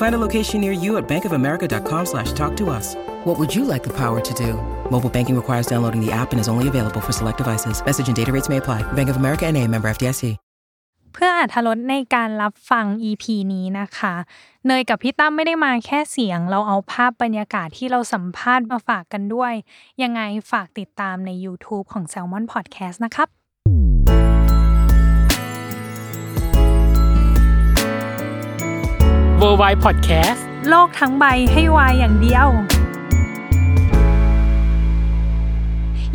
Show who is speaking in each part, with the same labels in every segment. Speaker 1: Find a location near you at bankofamerica.com slash talk to us. What would you like the power to do? Mobile banking requires downloading the app and is only available for select devices. Message and data rates may apply. Bank of America and a member FDIC.
Speaker 2: เพื่ออาธรสในการรับฟัง EP นี้นะคะ เนยกับพี่ตั้มไม่ได้มาแค่เสียง เราเอาภาพบรรยากาศที่เราสัมภาษณ์มาฝากกันด้วย ยังไงฝากติดตามใน YouTube ของ Salmon Podcast นะครับ
Speaker 3: w o r l d w i d e Podcast
Speaker 2: โลกทั้งใบให้วายอย่างเดียว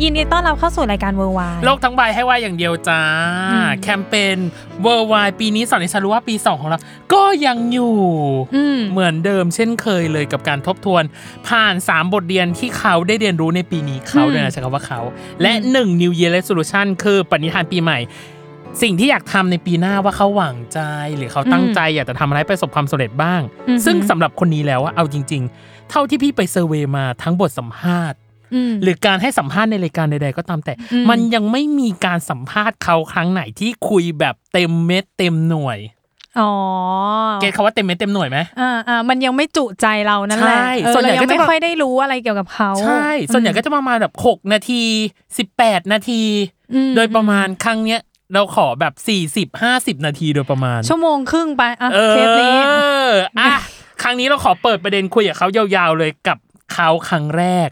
Speaker 2: ยินดีต้อนรับเข้าสู่รายการเวอร์วาย
Speaker 3: โลกทั้งใบให้ว่าอย่างเดียวจ้า
Speaker 2: อืม
Speaker 3: แคมเปญ w o r l d w i d e ปีนี้สอนให้ฉันรู้ว่าปี 2 ของเรา ก็ยังอยู่
Speaker 2: อืม
Speaker 3: เหมือนเดิมเช่นเคยเลยกับการทบทวน ผ่าน 3 บทเรียนที่เขาได้เรียนรู้ในปีนี้เขา
Speaker 2: อืม
Speaker 3: ด้วยนะใช้คำว่าเขา และ 1 New Year Resolution คือปณิธานปีใหม่ สิ่งที่อยากทำในปีหน้าว่าเขาหวังใจ หรือเขาตั้ง
Speaker 2: อืม
Speaker 3: ใจอยากจะทำอะไรประสบความสำเร็จบ้าง
Speaker 2: อือหือ
Speaker 3: ซึ่งสำหรับคนนี้แล้วอะเอาจริง ๆ เท่าที่พี่ไปเซอร์เวย์มาทั้งบทสัมภาษณ์
Speaker 2: อืม
Speaker 3: หรือการให้สัมภาษณ์ในรายการใดๆก็ตามแต่
Speaker 2: อืม
Speaker 3: มันยังไม่มีการสัมภาษณ์เขาครั้งไหนที่คุยแบบเต็มเม็ดเต็มหน่วย
Speaker 2: อ๋อ
Speaker 3: เกตคำว่าเต็มเม็ดเต็มหน่วยไหม
Speaker 2: อ่าอ่ามันยังไม่จุใจเรานั่นแหละ
Speaker 3: ใช่
Speaker 2: เออ
Speaker 3: ส่วนใหญ่
Speaker 2: เรา
Speaker 3: ก็
Speaker 2: ยัง
Speaker 3: จะ
Speaker 2: ไม่
Speaker 3: แบบ
Speaker 2: ค่อยได้รู้อะไรเกี่ยวกับเขา
Speaker 3: ใช่ ส่วนใหญ่ก็จะประมาณแบบ 6 นาที 18 นาที
Speaker 2: อืม
Speaker 3: โดยประมาณครั้งเนี้ยเราขอแบบ 40 50 นาทีโดยประมาณ
Speaker 2: ชั่วโมงครึ่งไปอ่ะ
Speaker 3: เออ
Speaker 2: เทปนี้
Speaker 3: อ่ะครั้งนี้เราขอเปิดประเด็นคุยกับเขายาวๆเลยกับเขาครั้งแรก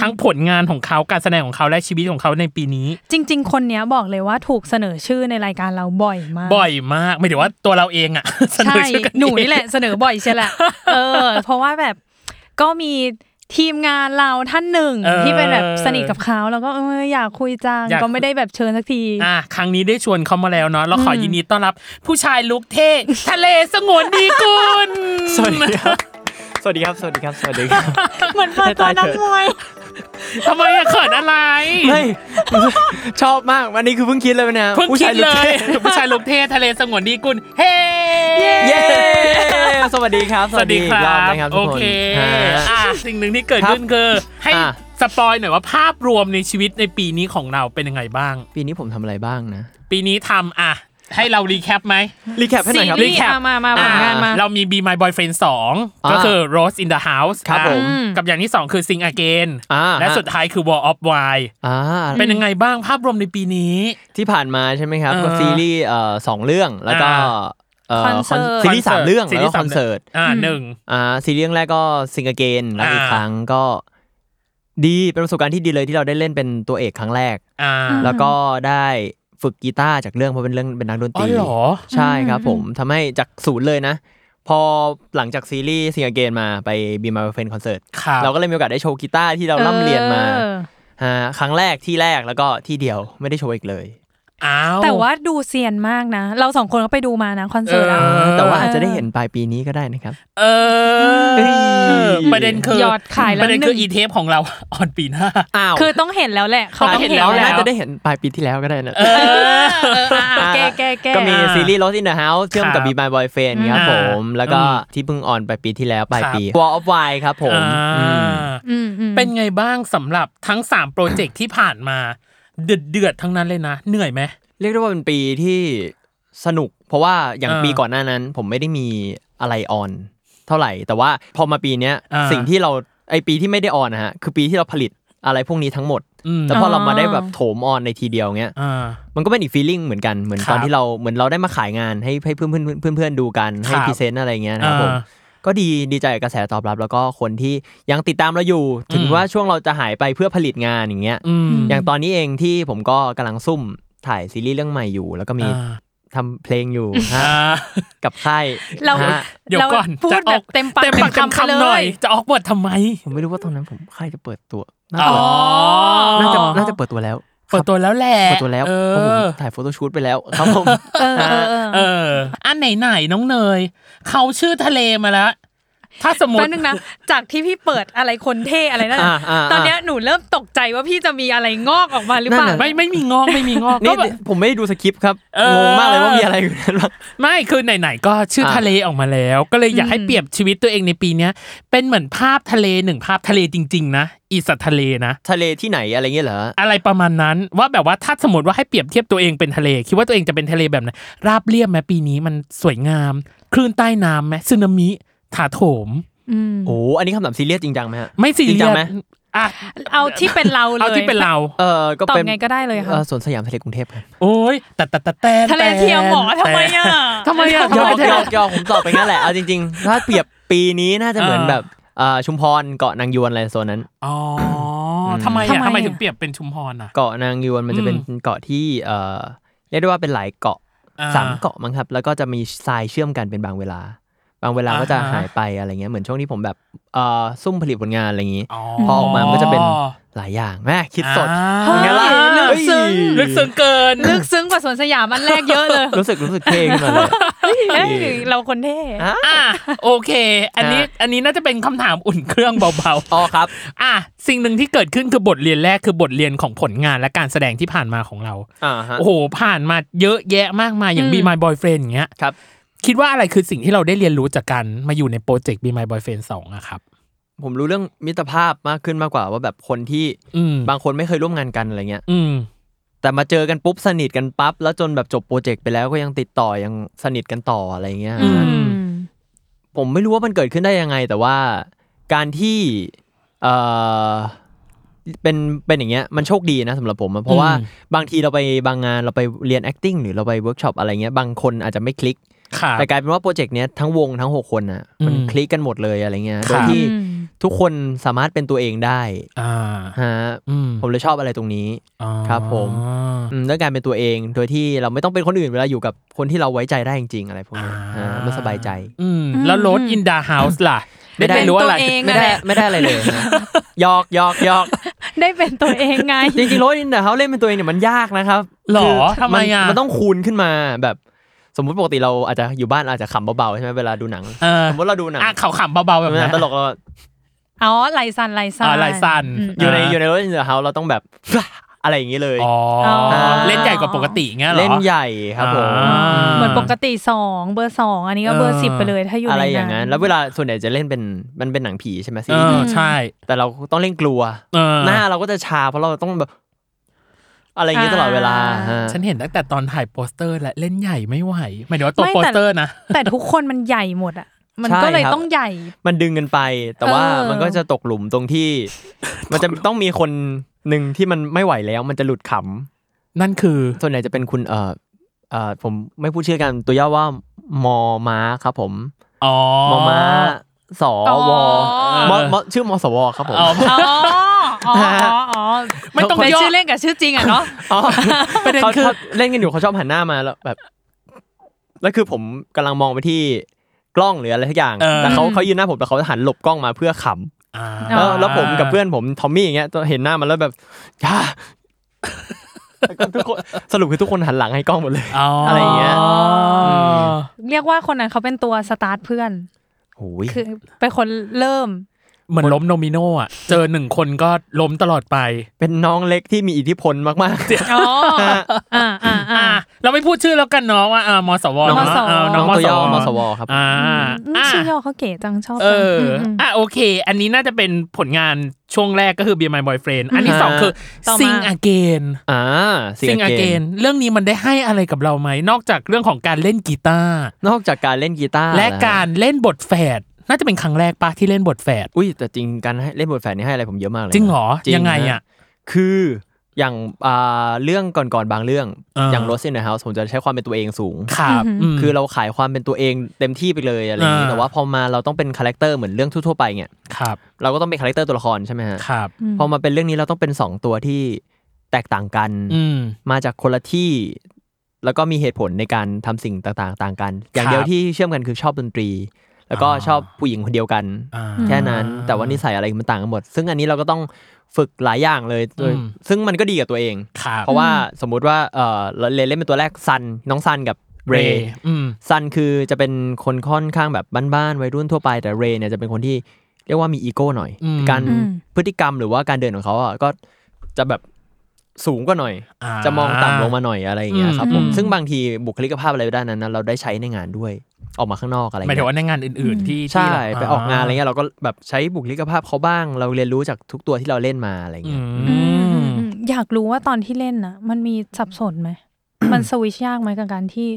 Speaker 3: ทั้งผลงานของเขาการแสดงของเขาและชีวิตของเขาในปีนี้
Speaker 2: จริง ๆ คนเนี้ยบอกเลยว่าถูกเสนอชื่อในรายการเราบ่อยมาก
Speaker 3: บ่อยมากไม่ถึงว่าตัวเราเองอะ เสน
Speaker 2: ใช่
Speaker 3: อชื่อกัเอง
Speaker 2: หนูนี่แหละเสนอบ่อยใช่แหละ เออ เพราะว่าแบบก็มีทีมงานเราท่านหนึ่ง
Speaker 3: เออ
Speaker 2: ที่เป็นแบบสนิทกับเขาแล้วก็เอออยากคุยจัง
Speaker 3: อยาก
Speaker 2: ก็ไม่ได้แบบเชิญสักที
Speaker 3: อ่ะครั้งนี้ได้ชวนเขามาแล้วเนาะเราขอยินดีต้อนรับ ผู้ชายลุกเท่ ทะเลสงวนดีกุล
Speaker 4: สวัสดีครับ สวัสดีครับ สวัสดีครับ สวัสดีครับ
Speaker 2: เหมือนเปิดตัวนักมวย
Speaker 3: ทำไมอะเขินอะไร
Speaker 4: ไม่ ชอบมาก วันนี้คือเพิ่งคิดเลยนะ
Speaker 3: เพิ่ง
Speaker 4: ผู้
Speaker 3: คิ
Speaker 4: ชา
Speaker 3: ดเลย
Speaker 4: ท่
Speaker 3: ผู้ชายลุกเท่ทะเลสงวนดีกุลเฮ้
Speaker 4: เย้ สวัสดีครับ
Speaker 3: สวัสดีครั
Speaker 4: อีกอบ นะครับทุ
Speaker 3: โอก
Speaker 4: คน
Speaker 3: เค
Speaker 4: ฮะ
Speaker 3: อ่ะสิ่งหนึ่งที่เกิด
Speaker 4: ครับ
Speaker 3: ขึ้นคือ ให้
Speaker 4: อ่ะ
Speaker 3: สปอยหน่อยว่าภาพรวมในชีวิตในปีนี้ของเราเป็นยังไงบ้าง
Speaker 4: ปีนี้ผมทำอะไรบ้างนะ
Speaker 3: ปีนี้ทำอ่ะ ให้เรารีแคปไหม
Speaker 4: รีแคปให้หน่อยครับ
Speaker 2: ซีรีส์ อ่ะมามาผลงานมา
Speaker 3: เรามี Be My Boyfriend 2
Speaker 4: อ่า
Speaker 3: ก็คือ Rose in the House
Speaker 4: ครับ
Speaker 3: อ่ะ
Speaker 4: ผม
Speaker 3: กับอย่างที่ 2 คือ Sing Again
Speaker 4: อ่า
Speaker 3: และ
Speaker 4: ฮะ
Speaker 3: สุดท้ายคือ Wall of Wine
Speaker 4: อ่า
Speaker 3: เป็นยังไงบ้างภาพรวมในปีนี้
Speaker 4: ที่ผ่านมาใช่ไหมครับ
Speaker 3: เออ
Speaker 4: ก็ซีรีส์เอ่อสองเรื่อง แล้วก็
Speaker 3: อ่า
Speaker 4: เอ่อ
Speaker 2: คอนเสิร์ต
Speaker 4: ซีรีส์สามเรื่อง
Speaker 3: ซี
Speaker 4: แล้วก็คอนเสิร์ต
Speaker 3: อ่าหนึ่ง
Speaker 4: อ่าซีรีส์เรื่องแรกก็ซิงเก i n แล้วอีก
Speaker 3: อ่า
Speaker 4: ครั้งก็ดีเป็นประสบการณ์ที่ดีเลยที่เราได้เล่นเป็นตัวเอกครั้งแรก
Speaker 3: อ่า
Speaker 4: แล้วก็ได้ฝึกกีตาร์จากเรื่องเพราะเป็นเรื่องเป็นนักดนต
Speaker 3: อ๋อ
Speaker 4: รี
Speaker 3: เหรอ
Speaker 4: ใช่ครับผมทำให้จากศูนย์เลยนะ พอหลังจากซีรีส์ซิงเก i n มาไปบีมาเฟนคอนเสิร์ต
Speaker 3: ครับ
Speaker 4: เราก็เลยมีโอกาสได้โชว์กีตาร์ที่เราล่ำเรียนมา
Speaker 2: เออ
Speaker 4: ฮะครั้งแรกที่แรกแล้วก็ที่เดียวไม่ได้โชว์อีกเลย
Speaker 3: อ้าว
Speaker 2: แต่ว่าดูเซียนมากนะ เราสองคนก็ไปดูมานะคอนเสิร์ตอะ
Speaker 3: เออ
Speaker 4: แต่ว่าอาจจะได้เห็นปลายปีนี้ก็ได้นะครับ
Speaker 3: เออ ประเด็นคือ
Speaker 2: หยอดขาย
Speaker 3: ป
Speaker 2: แล้ว
Speaker 3: ระเด็น
Speaker 2: ห
Speaker 3: คื
Speaker 2: นึ่
Speaker 3: อง อีเทปของเรา ออนปีหน้า
Speaker 4: อ้าว
Speaker 2: คือต้องเห็นแล้วแหละเขา
Speaker 3: อ่
Speaker 2: ต้องเห็นแล้วแห
Speaker 4: เรา
Speaker 2: ละ
Speaker 4: น่าจะได้เห็นปลายปีที่แล้วก็ได้นะ
Speaker 2: เออเอออ่ะแก้แก้แก้
Speaker 4: ก็มีซีรีส์ Lost in the House เชื่อมกับ Be My Boyfriend ครับผม แล้วก็ที่เพิ่งออนไปปีที่แล้วปลายปี Wall of Wine ครับผม
Speaker 3: อ่า
Speaker 4: อืม
Speaker 2: อืมอืม
Speaker 3: เป็นไงบ้างสำหรับทั้ง 3 โปรเจกต์ที่ผ่านมา เดือดเดือดๆทั้งนั้นเลยนะ เหนื่อยไหม
Speaker 4: เรียกได้ว่าเป็นปีที่สนุก เพราะว่าอย่าง
Speaker 3: อ่า
Speaker 4: ปีก่อนหน้านั้น ผมไม่ได้มีอะไรออน เท่าไหร่ แต่ว่าพอมาปีเนี้ย
Speaker 3: อ่า
Speaker 4: สิ่งที่เราไอปีที่ไม่ได้ออนนะฮะคือปีที่เราผลิตอะไรพวกนี้ทั้งหมด
Speaker 3: อืม
Speaker 4: แต่พออ
Speaker 2: อ
Speaker 4: เรามาได้แบบโถมออนในทีเดียวเงี้ย
Speaker 3: อ่า
Speaker 4: มันก็เป็นอีกฟีลลิ่งเหมือนกันเหมือน
Speaker 3: ครับ
Speaker 4: ตอนที่เราเหมือนเราได้มาขายงานให้ให้เพื่อนเพื่อนเพื่อนๆดูกันให้
Speaker 3: ครับ
Speaker 4: พรีเซนต์อะไรเงี้ยนะครับผม
Speaker 3: อ่า
Speaker 4: ก็ดีดีใจกับกระแสตอบรับ แล้วก็คนที่ยังติดตามเราอยู่ ถึง
Speaker 3: อืม
Speaker 4: ว่าช่วงเราจะหายไปเพื่อผลิตงานอย่างเงี้ย
Speaker 3: อืม
Speaker 4: อย่างตอนนี้เองที่ผมก็กำลังซุ่มถ่ายซีรีส์เรื่องใหม่อยู่ แล้วก็มี
Speaker 3: อ่า
Speaker 4: ทำเพลงอยู่ฮะ
Speaker 3: อ่า
Speaker 4: กับค่าย
Speaker 2: เรา
Speaker 4: ฮะ
Speaker 3: เดี๋ยวก่อน
Speaker 2: พูด
Speaker 3: จะอ
Speaker 2: แบอก บเต็มปาก
Speaker 3: เต็มปากเต็ม
Speaker 2: ไปเล
Speaker 3: คำหน่อย
Speaker 2: ย
Speaker 3: จะออกบททำไม
Speaker 4: ผมไม่รู้ว่าตอนนั้นผมค่ายจะเปิดตัวน่า
Speaker 3: อ๋อ
Speaker 4: จะน่าจะ
Speaker 2: อ๋อ
Speaker 4: น่าจะเปิดตัวแล้ว
Speaker 3: เปิดตัวแล้วแหละ
Speaker 4: เปิดตัวแล้ว
Speaker 3: เออ
Speaker 4: เพราะผมถ่ายโฟโต้ชูตไปแล้วครับผม
Speaker 2: เออเออเออ
Speaker 3: เออ อันไหนๆน้องเนย เขาชื่อทะเลมาแล้ว ถ้าสมม
Speaker 2: แป๊
Speaker 3: ติ
Speaker 2: บนึงนะ จากที่พี่เปิดอะไรคนเท่อะไรนั่นน่ะ
Speaker 4: อ่าอ่าอ่า
Speaker 2: ตอนเนี้ยหนูเริ่มตกใจว่าพี่จะมีอะไรงอกออกมาหรือเปล่า
Speaker 3: ไม่ไม่มีงอกไม่มีงอกก็
Speaker 4: นี่
Speaker 3: แบบ
Speaker 4: ผมไม่ได้ดูสคริปต์ครับ
Speaker 3: เออ
Speaker 4: งงมากเลยว่ามีอะไรอยู่ในนั้นบ้าง
Speaker 3: ไม่คือไหนๆก็ชื่อ
Speaker 4: อ่ะ
Speaker 3: ทะเลออกมาแล้ว ก็เลยอยากให้
Speaker 2: อืม
Speaker 3: เปรียบชีวิตตัวเองในปีเนี้ย เป็นเหมือนภาพทะเลหนึ่งภาพทะเลจริงๆนะอีสัตว์ทะเลนะ
Speaker 4: ทะเลที่ไหนอะไรเงี้ยเหรอ
Speaker 3: อะไรประมาณนั้นว่าแบบว่าถ้าสมมติว่าให้เปรียบเทียบตัวเองเป็นทะเล คิดว่าตัวเองจะเป็นทะเลแบบไหนราบเรียบไหมปีนี้มันสวยงาม คลื่นใต้น้ำไหมสึนามิถาโถม
Speaker 2: อืม
Speaker 4: โอ้อันนี้คำถามซีเรียสจริงจังไหมฮะ
Speaker 3: ไม่ซี
Speaker 4: จริงจั
Speaker 3: เรีย
Speaker 4: ง
Speaker 3: ส
Speaker 4: ไหม
Speaker 3: อ่ะ
Speaker 2: เอาที่เป็นเราเลย
Speaker 3: เอาที่เป็นเรา
Speaker 4: เออก็
Speaker 2: ตอบ
Speaker 4: เป็น
Speaker 2: ไงก็ได้เลย
Speaker 4: เอ่
Speaker 2: ค่ะ
Speaker 4: อสวนสยามทะเลกรุงเทพครับ
Speaker 3: โอ้ยแต่แต่แต่แต่
Speaker 2: ทะเลเทียมหมอทำไมอ่ะ
Speaker 3: ทำไมอ่ะ
Speaker 4: ย
Speaker 3: ทำ
Speaker 4: อ
Speaker 3: ไม
Speaker 4: ม
Speaker 3: ทะ
Speaker 4: ย
Speaker 3: เล
Speaker 4: อมยอมผมตอบไปงั้นแหละเอาจริงๆ ถ้าเปรียบปีนี้น่าจะเหมือน
Speaker 3: อ่า
Speaker 4: แบบเอ่อชุมพรเกาะนางยวนอะไรโซนนั้น
Speaker 3: อ๋อทำไม
Speaker 2: ำ
Speaker 3: อ่ะ
Speaker 2: ไม
Speaker 3: ทำไม
Speaker 2: อ่ะ
Speaker 3: ถึงเปรียบเป็นชุมพรอ่ะ
Speaker 4: เกาะนางยวนมันจะเป็นเกาะที่เอ่อเรียกได้ว่าเป็นหลายเกาะ
Speaker 3: อ่า
Speaker 4: สามเกาะมั้งครับ แล้วก็จะมีทรายเชื่อมกันเป็นบางเวลา บางเวลาก็จะ
Speaker 3: อ่าฮะ
Speaker 4: หายไปอะไรเงี้ยเหมือนช่วงที่ผมแบบเอ่อซุ่มผลิตผลงานอะไรอย่างงี้
Speaker 3: อ๋อ
Speaker 4: พอออกมามันก็จะเป็น หลายอย่างแม่คิดสด
Speaker 3: อ่า
Speaker 2: เฮ้ย
Speaker 4: ไงล่ะ
Speaker 2: ลึกซึ้ง
Speaker 3: ลึกซึ้งเกิน
Speaker 2: ลึกซึ้งกว่าสวนสยามอันแรกเยอะเลย
Speaker 4: รู้สึกรู้สึกเท่ขึ้นมาเลย
Speaker 2: เอ้ยเราคนเท่
Speaker 4: อ่ะ
Speaker 3: อ่ะโอเค อันนี้
Speaker 4: อ่ะ
Speaker 3: อันนี้น่าจะเป็นคำถามอุ่นเครื่องเบา
Speaker 4: อ๋อครับ
Speaker 3: ๆ อ่ะสิ่งหนึ่งที่เกิดขึ้นคือบทเรียนแรกคือบทเรียนของผลงานและการแสดงที่ผ่านมาของเรา
Speaker 4: อ่าฮะ
Speaker 3: โอ้โห ผ่านมาเยอะแยะมากมายอย่าง
Speaker 2: อืม
Speaker 3: Be My Boyfriend อย่างเงี้ย
Speaker 4: ครับ
Speaker 3: คิดว่าอะไรคือสิ่งที่เราได้เรียนรู้จากการมาอยู่ในโปรเจกต์ Be My Boyfriend 2อะครับ
Speaker 4: ผมรู้เรื่องมิตรภาพมากขึ้นมากกว่าว่าแบบคนที่
Speaker 3: อืม
Speaker 4: บางคนไม่เคยร่วมงานกันอะไรเงี้ย
Speaker 3: อืม
Speaker 4: แต่มาเจอกันปุ๊บสนิทกันปั๊บแล้วจนแบบจบโปรเจกต์ไปแล้วก็ยังติดต่อยังสนิทกันต่ออะไรเงี้ย
Speaker 2: อื
Speaker 4: ฮะ
Speaker 2: ม
Speaker 4: ผมไม่รู้ว่ามันเกิดขึ้นได้ยังไง แต่ว่าการที่เออเป็นเป็นอย่างเงี้ยมันโชคดีนะสำหรับผมอะเพราะว่า
Speaker 3: อืม
Speaker 4: บางทีเราไปบางงานเราไปเรียน acting หรือเราไปเวิร์กช็อปอะไรเงี้ยบางคนอาจจะไม่คลิก
Speaker 3: ครับ
Speaker 4: แต่กลายเป็นว่าโปรเจกต์เนี้ยทั้งวงทั้ง 6 คนน่ะมัน
Speaker 3: อืม
Speaker 4: คลิกกันหมดเลยอะไรเงี้
Speaker 3: ค
Speaker 4: ย
Speaker 3: รับ
Speaker 4: โดยที่
Speaker 2: อืม
Speaker 4: ทุกคนสามารถเป็นตัวเองได้
Speaker 3: อ่า
Speaker 4: ฮะ
Speaker 3: อืม
Speaker 4: ผมเลยชอบอะไรตรงนี้
Speaker 3: อ๋อ
Speaker 4: ครับผม อืมเรื่องการเป็นตัวเองโดยที่เราไม่ต้องเป็นคนอื่นเวลาอยู่กับคนที่เราไว้ใจได้จริงๆอะไรพวกนี้
Speaker 3: อ่า
Speaker 4: ฮะมันสบายใจ
Speaker 3: อืมแล้วรถอินดาเฮาส์ล่ะ
Speaker 4: ไม่ได้
Speaker 3: ไม่รู้อะไร
Speaker 2: เป็นตัวเอง
Speaker 4: ไม่ได้ไม่ได้อะไรเลยฮะหยอกหยอกหยอก
Speaker 2: ได้เป็นตัวเองไง
Speaker 4: จริงๆรถอินเดอะเฮาส์เล่นเป็นตัวเองเนี่ยมันยากนะครับ
Speaker 3: หรอ
Speaker 4: คื
Speaker 3: ทำไมอ่ะ
Speaker 4: นมันต้องคูณขึ้นมาแบบสมมุติปกติเราอาจจะอยู่บ้านอาจจะขำเบาๆใช่ไหมเวลาดูหนัง
Speaker 3: เออ
Speaker 4: สมมติเราดูหนัง
Speaker 3: อ่ะขาวขำเบาๆแบบนั้น
Speaker 4: ตลกเรา
Speaker 2: อ๋อไหลสันไหลสัน
Speaker 3: อ่าไหล่สั่น
Speaker 4: อยู่ใน
Speaker 3: อ่า
Speaker 4: อยู่ในรถอินเดอร์เฮาเราต้องแบบ อะไรอย่างนี้เลย
Speaker 3: อ๋ออา เล่นใหญ่กว่าปกติเงี้ยหรอ
Speaker 4: เล่นใหญ่ครับผม
Speaker 3: อ่า
Speaker 2: เหมือนปกติสองเบอร์สองอันนี้ก็เบอร์
Speaker 3: เออ
Speaker 2: สิบไปเลยถ้าอยู่ใน
Speaker 4: อะไร
Speaker 2: นั้น
Speaker 4: อย่างนั้น แล้วเวลาส่วนใหญ่จะเล่นเป็นมันเป็นหนังผีใช่ไหมซี
Speaker 3: เอ
Speaker 4: รี
Speaker 3: อ
Speaker 4: ส์
Speaker 3: ใช่
Speaker 4: แต่เราต้องเล่นกลัว
Speaker 3: เออ
Speaker 4: หน้าเราก็จะชาเพราะเราต้องแบบ อะไรอย่างนี้ตลอดเวลาฮะ
Speaker 3: ฉันเห็นตั้งแต่ตอนถ่ายโปสเตอร์และเล่นใหญ่ไม่ไหวหมายถึงว่าตัว
Speaker 2: ไม่
Speaker 3: โปส
Speaker 2: แต่
Speaker 3: เตอร์นะ
Speaker 2: แต่ทุกคนมันใหญ่หมดอ่ะ มันก็เลยต้องใหญ่
Speaker 4: มันดึงกันไป แต่ว่า
Speaker 2: เออ
Speaker 4: มันก็จะตกหลุมตรง ที่ มันจะต้องมีคนหนึ่งที่มันไม่ไหวแล้ว มันจะหลุดข
Speaker 3: นั่นคือ
Speaker 4: ำส่วนใหญ่จะเป็นคุณเออเออผมไม่พูดชื่อกันตัวย่อว่ามอม้าครับผม
Speaker 3: อ๋อ
Speaker 4: มอม้าสว
Speaker 2: อ๋อ
Speaker 4: มอมอชื่อมอสวครับผม
Speaker 3: อ๋อ
Speaker 2: อ๋ออ๋ออ๋อ
Speaker 3: ไม่ต้อง
Speaker 2: เป็น
Speaker 3: ย่อ
Speaker 2: ชื่อเล่นกับชื่อจริงอ่ะเนาะ
Speaker 4: อ๋อ
Speaker 3: ประเด็น
Speaker 4: เขา
Speaker 3: คือ
Speaker 4: เขาเล่นกันอยู่เขาชอบหันหน้ามาแล้วแบบ แล้วคือผมกำลังมองไปที่กล้องหรืออะไรทุกอย่าง
Speaker 3: เออ
Speaker 4: แต่เขา
Speaker 2: อืม
Speaker 4: เขายืนหน้าผมแต่เขาหันหลบกล้องมาเพื่อข
Speaker 3: อ่า
Speaker 4: ำแล้วแล้วผมกับเพื่อนผมทอมมี่อย่างเงี้ยเห็นหน้ามันแล้วแบบจ้าแล้วก็ทุกคนสรุปคือทุกคนหันหลังให้กล้องหมดเลย อะไรอย่างเงี้ย
Speaker 3: ม
Speaker 2: เรียกว่าคนนั้นเขาเป็นตัวสตาร์ทเพื่อน
Speaker 4: โอ้ย
Speaker 2: คือเป็นคนเริ่ม
Speaker 3: เหมือนล้มโนมิโนอ่ะ เจอหนึ่งคนก็ล้มตลอดไป
Speaker 4: เป็นน้องเล็กที่มีอิทธิพลมากๆ
Speaker 2: อ๋อ อ่าอ่าอ่า
Speaker 3: อ่ะเราไม่พูดชื่อแล้วกันเนาะว่าอ่ามสวเนาะ
Speaker 2: มสว
Speaker 3: อ่าน้
Speaker 4: น้
Speaker 3: อ
Speaker 4: อง ง
Speaker 3: ม
Speaker 4: ตัว
Speaker 3: ส
Speaker 4: ย่อ
Speaker 3: ว
Speaker 4: มอสวครับ
Speaker 3: อ่าอ่ะ
Speaker 2: ชื่อย่อเขาเก๋จังชอบ
Speaker 3: เอ
Speaker 2: จัง
Speaker 3: ออ
Speaker 2: ม
Speaker 3: อ่ะโอเค อันนี้น่าจะเป็นผลงานช่วงแรกก็คือ Be My Boyfriend อันที่สอง
Speaker 4: อ่า
Speaker 3: คือ
Speaker 2: ต่อมา
Speaker 3: Sing Again
Speaker 4: อ่า
Speaker 3: Sing
Speaker 4: Sing
Speaker 3: Again
Speaker 4: Again
Speaker 3: เรื่องนี้มันได้ให้อะไรกับเราไหม นอกจากเรื่องของการเล่นกีตาร์
Speaker 4: นอกจากการเล่นกีตาร์
Speaker 3: และ
Speaker 4: นฮ
Speaker 3: การเล่นบทแฝดน่าจะเป็นครั้งแรกปะที่เล่นบทแฝด
Speaker 4: อุ้ยแต่จริงการให้เล่นบทแฝดนี่ให้อะไรผมเยอะมากเลยนะ
Speaker 3: จริงเหรอยังไง
Speaker 4: ฮ
Speaker 3: อะ
Speaker 4: คือ อย่างอ่าเรื่องก่อนๆบางเรื่อง
Speaker 3: อ่า
Speaker 4: อย่าง Lost in the House ผมจะใช้ความเป็นตัวเองสูง
Speaker 3: ครับม
Speaker 4: คือเราขายความเป็นตัวเองเต็มที่ไปเลยอะไรอย่างนี้
Speaker 3: อ่า
Speaker 4: แต่ว่าพอมาเราต้องเป็นคาแรคเตอร์เหมือนเรื่องทั่วๆไปเนี่ย
Speaker 3: ครับ
Speaker 4: เราก็ต้องเป็นคาแรคเตอร์ตัวละครใช่ไหมฮะ
Speaker 3: ครับ
Speaker 4: พอมาเป็นเรื่องนี้เราต้องเป็นสองตัวที่แตกต่างกัน
Speaker 3: อืม
Speaker 4: มาจากคนละที่ แล้วก็มีเหตุผลในการทำสิ่งต่างๆต่างกัน อย่าง
Speaker 3: ครับ
Speaker 4: เดียวที่เชื่อมกันคือชอบดนตรี แล้วก็
Speaker 3: อ่า
Speaker 4: ชอบผู้หญิงคนเดียวกัน
Speaker 3: อ่า
Speaker 4: แค่นั้น แต่ว่านิสัยอะไรมันต่างกันหมด ซึ่งอันนี้เราก็ต้องฝึกหลายอย่างเลยโดย
Speaker 3: อืม
Speaker 4: ซึ่งมันก็ดีกับตัวเอง
Speaker 3: ครับ
Speaker 4: เพราะว่าสมมุติว่าเออเราเล่นเล่นเป็นตัวแรกซันน้องซันกับเรย์
Speaker 3: อืม
Speaker 4: ซันคือจะเป็นคนค่อนข้างแบบบ้านๆวัยรุ่นทั่วไปแต่เรย์เนี่ยจะเป็นคนที่เรียกว่ามีอีโก้หน่อย
Speaker 3: อืม
Speaker 4: การ
Speaker 2: อืม
Speaker 4: พฤติกรรมหรือว่าการเดินของเขาอะก็จะแบบสูงกว่าหน่อย
Speaker 3: อ่า
Speaker 4: จะมองต่ำลงมาหน่อยอะไรอย่างเงี้ยครับ
Speaker 3: อืม
Speaker 4: ผม
Speaker 3: อืม
Speaker 4: ซึ่งบางทีบุคลิกภาพอะไรด้านนั้นนะเราได้ใช้ในงานด้วยออกมาข้างนอกอะไร
Speaker 3: หมายถึง
Speaker 4: เงี้ย
Speaker 3: ว่าในงานอื่น ๆ ที่
Speaker 4: ใช่
Speaker 3: ที่เรา
Speaker 4: ไปออกงานอะไรเงี้ยเราก็แบบใช้บุคลิกภาพเขาบ้าง เราเรียนรู้จากทุกตัวที่เราเล่นมาอะไร
Speaker 3: อื
Speaker 4: เงี้ย
Speaker 2: อืม
Speaker 3: ม
Speaker 2: อืมอยากรู้ว่าตอนที่เล่นนะมันมีสับสนไหม มันสวิชยากไหมกับการที่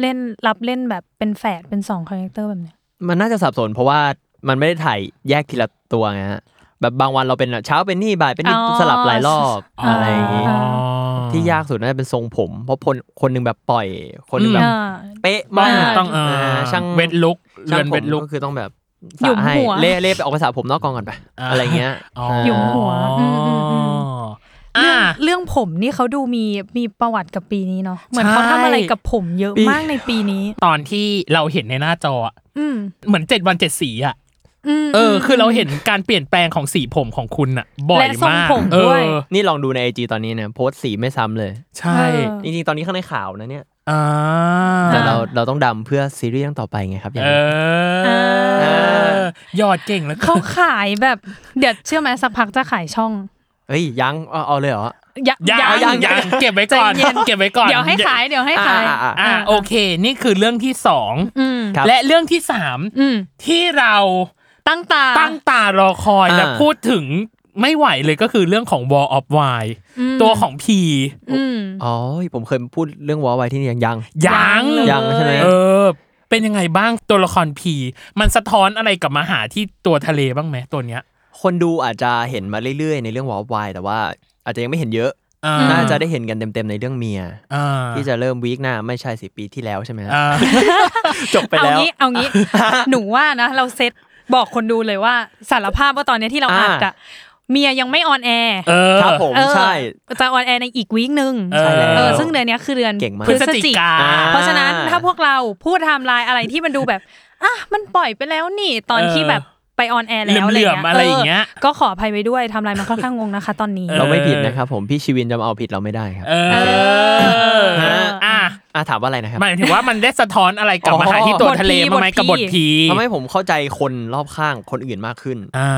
Speaker 2: เล่นรับเล่นแบบเป็นแฝดเป็นสองคาแรคเตอร์แบบเนี้ย
Speaker 4: มันน่าจะสับสนเพราะว่ามันไม่ได้ถ่ายแยกทีละตัวไงฮะแบบบางวันเราเป็นเช้าเป็นนี่บ่ายเป็นนี่
Speaker 2: อ๋อ
Speaker 4: สลับหลายรอบอะไรอย่างงี้
Speaker 2: อ๋อ
Speaker 4: ที่ยากสุดน่าจะเป็นทรงผม เพราะคนคนหนึงแบบปล่อย คนหนึง
Speaker 3: อืม
Speaker 4: แบบ
Speaker 2: อ่า
Speaker 4: เป๊ะ
Speaker 3: ต้อ
Speaker 4: มาง ก
Speaker 3: ต้องเอ
Speaker 4: อ่
Speaker 3: อ
Speaker 4: ช่าง
Speaker 3: เวทลุกเรื
Speaker 4: ช่า
Speaker 3: อง น
Speaker 4: ผ
Speaker 3: เว
Speaker 4: ม
Speaker 3: ทลุก
Speaker 4: ก็คือต้องแบบ
Speaker 2: หยุม
Speaker 4: สระให้
Speaker 2: หัว
Speaker 4: เล่เล่ไปออกภาษาผมนอกกองก่อนไป
Speaker 3: อ่า
Speaker 4: อะไรเงี้ย
Speaker 3: อ๋อ
Speaker 2: หยุมหัวอืมอืมอืม
Speaker 3: อ่า
Speaker 2: เรื่องผมนี่เขาดูมีมีประวัติกับปีนี้เนาะเหมือนเขา
Speaker 3: ใช่
Speaker 2: ทำอะไรกับผมเยอะมากในปีนี้
Speaker 3: ตอนที่เราเห็นในหน้าจออะ
Speaker 2: อืม
Speaker 3: เหมือนเจ็ดวันเจ็ดสีอ่ะ
Speaker 2: ม
Speaker 3: เออ คือเราเห็นการเปลี่ยนแปลงของสีผมของคุณอ่ะ บ่อย
Speaker 2: และทรง
Speaker 3: มาก
Speaker 2: ผม
Speaker 3: เอ
Speaker 2: ด้
Speaker 3: อ
Speaker 2: วย
Speaker 4: นี่ลองดูในไอจตอนนี้เนี่ยโพสต์สีไม่ซ้ำเลย
Speaker 3: ใช่
Speaker 2: เออ
Speaker 4: จริงๆตอนนี้ข้างในขาวนะเนี่ย
Speaker 3: อ่า
Speaker 4: แต่เรา
Speaker 2: อ่า
Speaker 4: เราต้องดำเพื่อซีรีส์เรื่องต่อไปไงครับอย่าง
Speaker 3: เอ
Speaker 4: นี้
Speaker 3: อ
Speaker 2: อ่า
Speaker 3: เออยอดเก่งแล้ว
Speaker 2: เขาขายแบบเดี๋ยวเชื่อไหมสักพักจะขายช่อง
Speaker 4: เอ้ยยังเอาเอาเลยเหรอ
Speaker 2: ยัก
Speaker 3: ยัง
Speaker 2: ยัก
Speaker 4: ยั
Speaker 3: ยัง งยังเก็บไว้ก่อน
Speaker 2: ใจเย็น
Speaker 3: เก็บไว้ก่อน
Speaker 2: เดี๋ยวให้ขายเดี๋ยวให้ขาย
Speaker 4: อ่าอ่าอ่า
Speaker 3: อ่าโอเค นี่คือเรื่องที่สอง
Speaker 2: อืม
Speaker 4: ครับ
Speaker 3: และเรื่องที่สาม
Speaker 2: อืม
Speaker 3: ที่เรา
Speaker 2: ตั้งตา
Speaker 3: ตั้งตารอคอย
Speaker 4: อ่า
Speaker 3: และพูดถึงไม่ไหวเลยก็คือเรื่องของ Wall of Why
Speaker 2: อืม
Speaker 3: ตัวของพี
Speaker 2: อืม
Speaker 4: อ๋อผมเคยพูดเรื่องวอลไวที่นี่ยังยัง
Speaker 3: ยัง
Speaker 2: เลย
Speaker 4: ยังใช่ไหม
Speaker 3: เออ เป็นยังไงบ้างตัวละครพีมันสะท้อนอะไรกลับมาหาที่ตัวทะเลบ้างไหมตัวเนี้ย
Speaker 4: คนดูอาจจะเห็นมาเรื่อยๆ ในเรื่องวอลไวแต่ว่าอาจจะยังไม่เห็นเยอะ
Speaker 3: อ่
Speaker 4: น่าจะได้เห็นกันเต็มๆในเรื่องเมีย
Speaker 3: อ่า
Speaker 4: ที่จะเริ่มวีคหน้าไม่ใช่สิปีที่แล้วใช่ไหมฮะ
Speaker 3: อ่า
Speaker 4: จบไปแล้
Speaker 2: เอา
Speaker 4: ว
Speaker 2: งี้เอางี้ หนูว่านะ เราเซตบอกคนดูเลยว่าสารภาพว่าตอนเนี้ยที่เรา
Speaker 4: อ่า
Speaker 2: อัดอะเมียยังไม่ออนแอร์
Speaker 3: เออ
Speaker 4: ครับผม
Speaker 2: เออ
Speaker 4: ใช่
Speaker 2: จะออนแอร์ในอีกวีคหนึ่ง
Speaker 3: ใช่แล้ว
Speaker 2: เออซึ่งเดือนเนี้ยคือเดือน
Speaker 4: เก่งมาก
Speaker 2: พฤศจิกา
Speaker 3: พฤศจิกา
Speaker 2: เพราะฉะนั้นถ้าพวกเราพูดไทม์ไลน์อะไรที่มันดูแบบอ่ะมันปล่อยไปแล้วนี่ตอน
Speaker 3: เออ
Speaker 2: ที่แบบไปออนแอร์แล้วอะไร
Speaker 3: เหลื่
Speaker 2: เงี้
Speaker 3: อยมๆอะไรอย่างเงี้ย
Speaker 2: ออก็ขออภัยไว้ด้วยไทำลายมันค่อนข้างงงนะคะ ตอนนี้
Speaker 3: เออ
Speaker 4: เราไม่ผิดนะครับผมพี่ชีวินจะมาเอาผิดเราไม่ได้ครับ
Speaker 3: เออ
Speaker 4: โอเค
Speaker 2: เออ
Speaker 3: อ่ะ
Speaker 4: อ่ะถามว่าอะไรนะครับ
Speaker 3: หมายถึงว่ามันได้สะท้อนอะไรกลับมาหาที่ตัวทะเลบ้างไหมกับบทพี
Speaker 4: ทำให้ผมเข้าใจคนรอบข้างคนอื่นมากขึ้น
Speaker 3: อ่า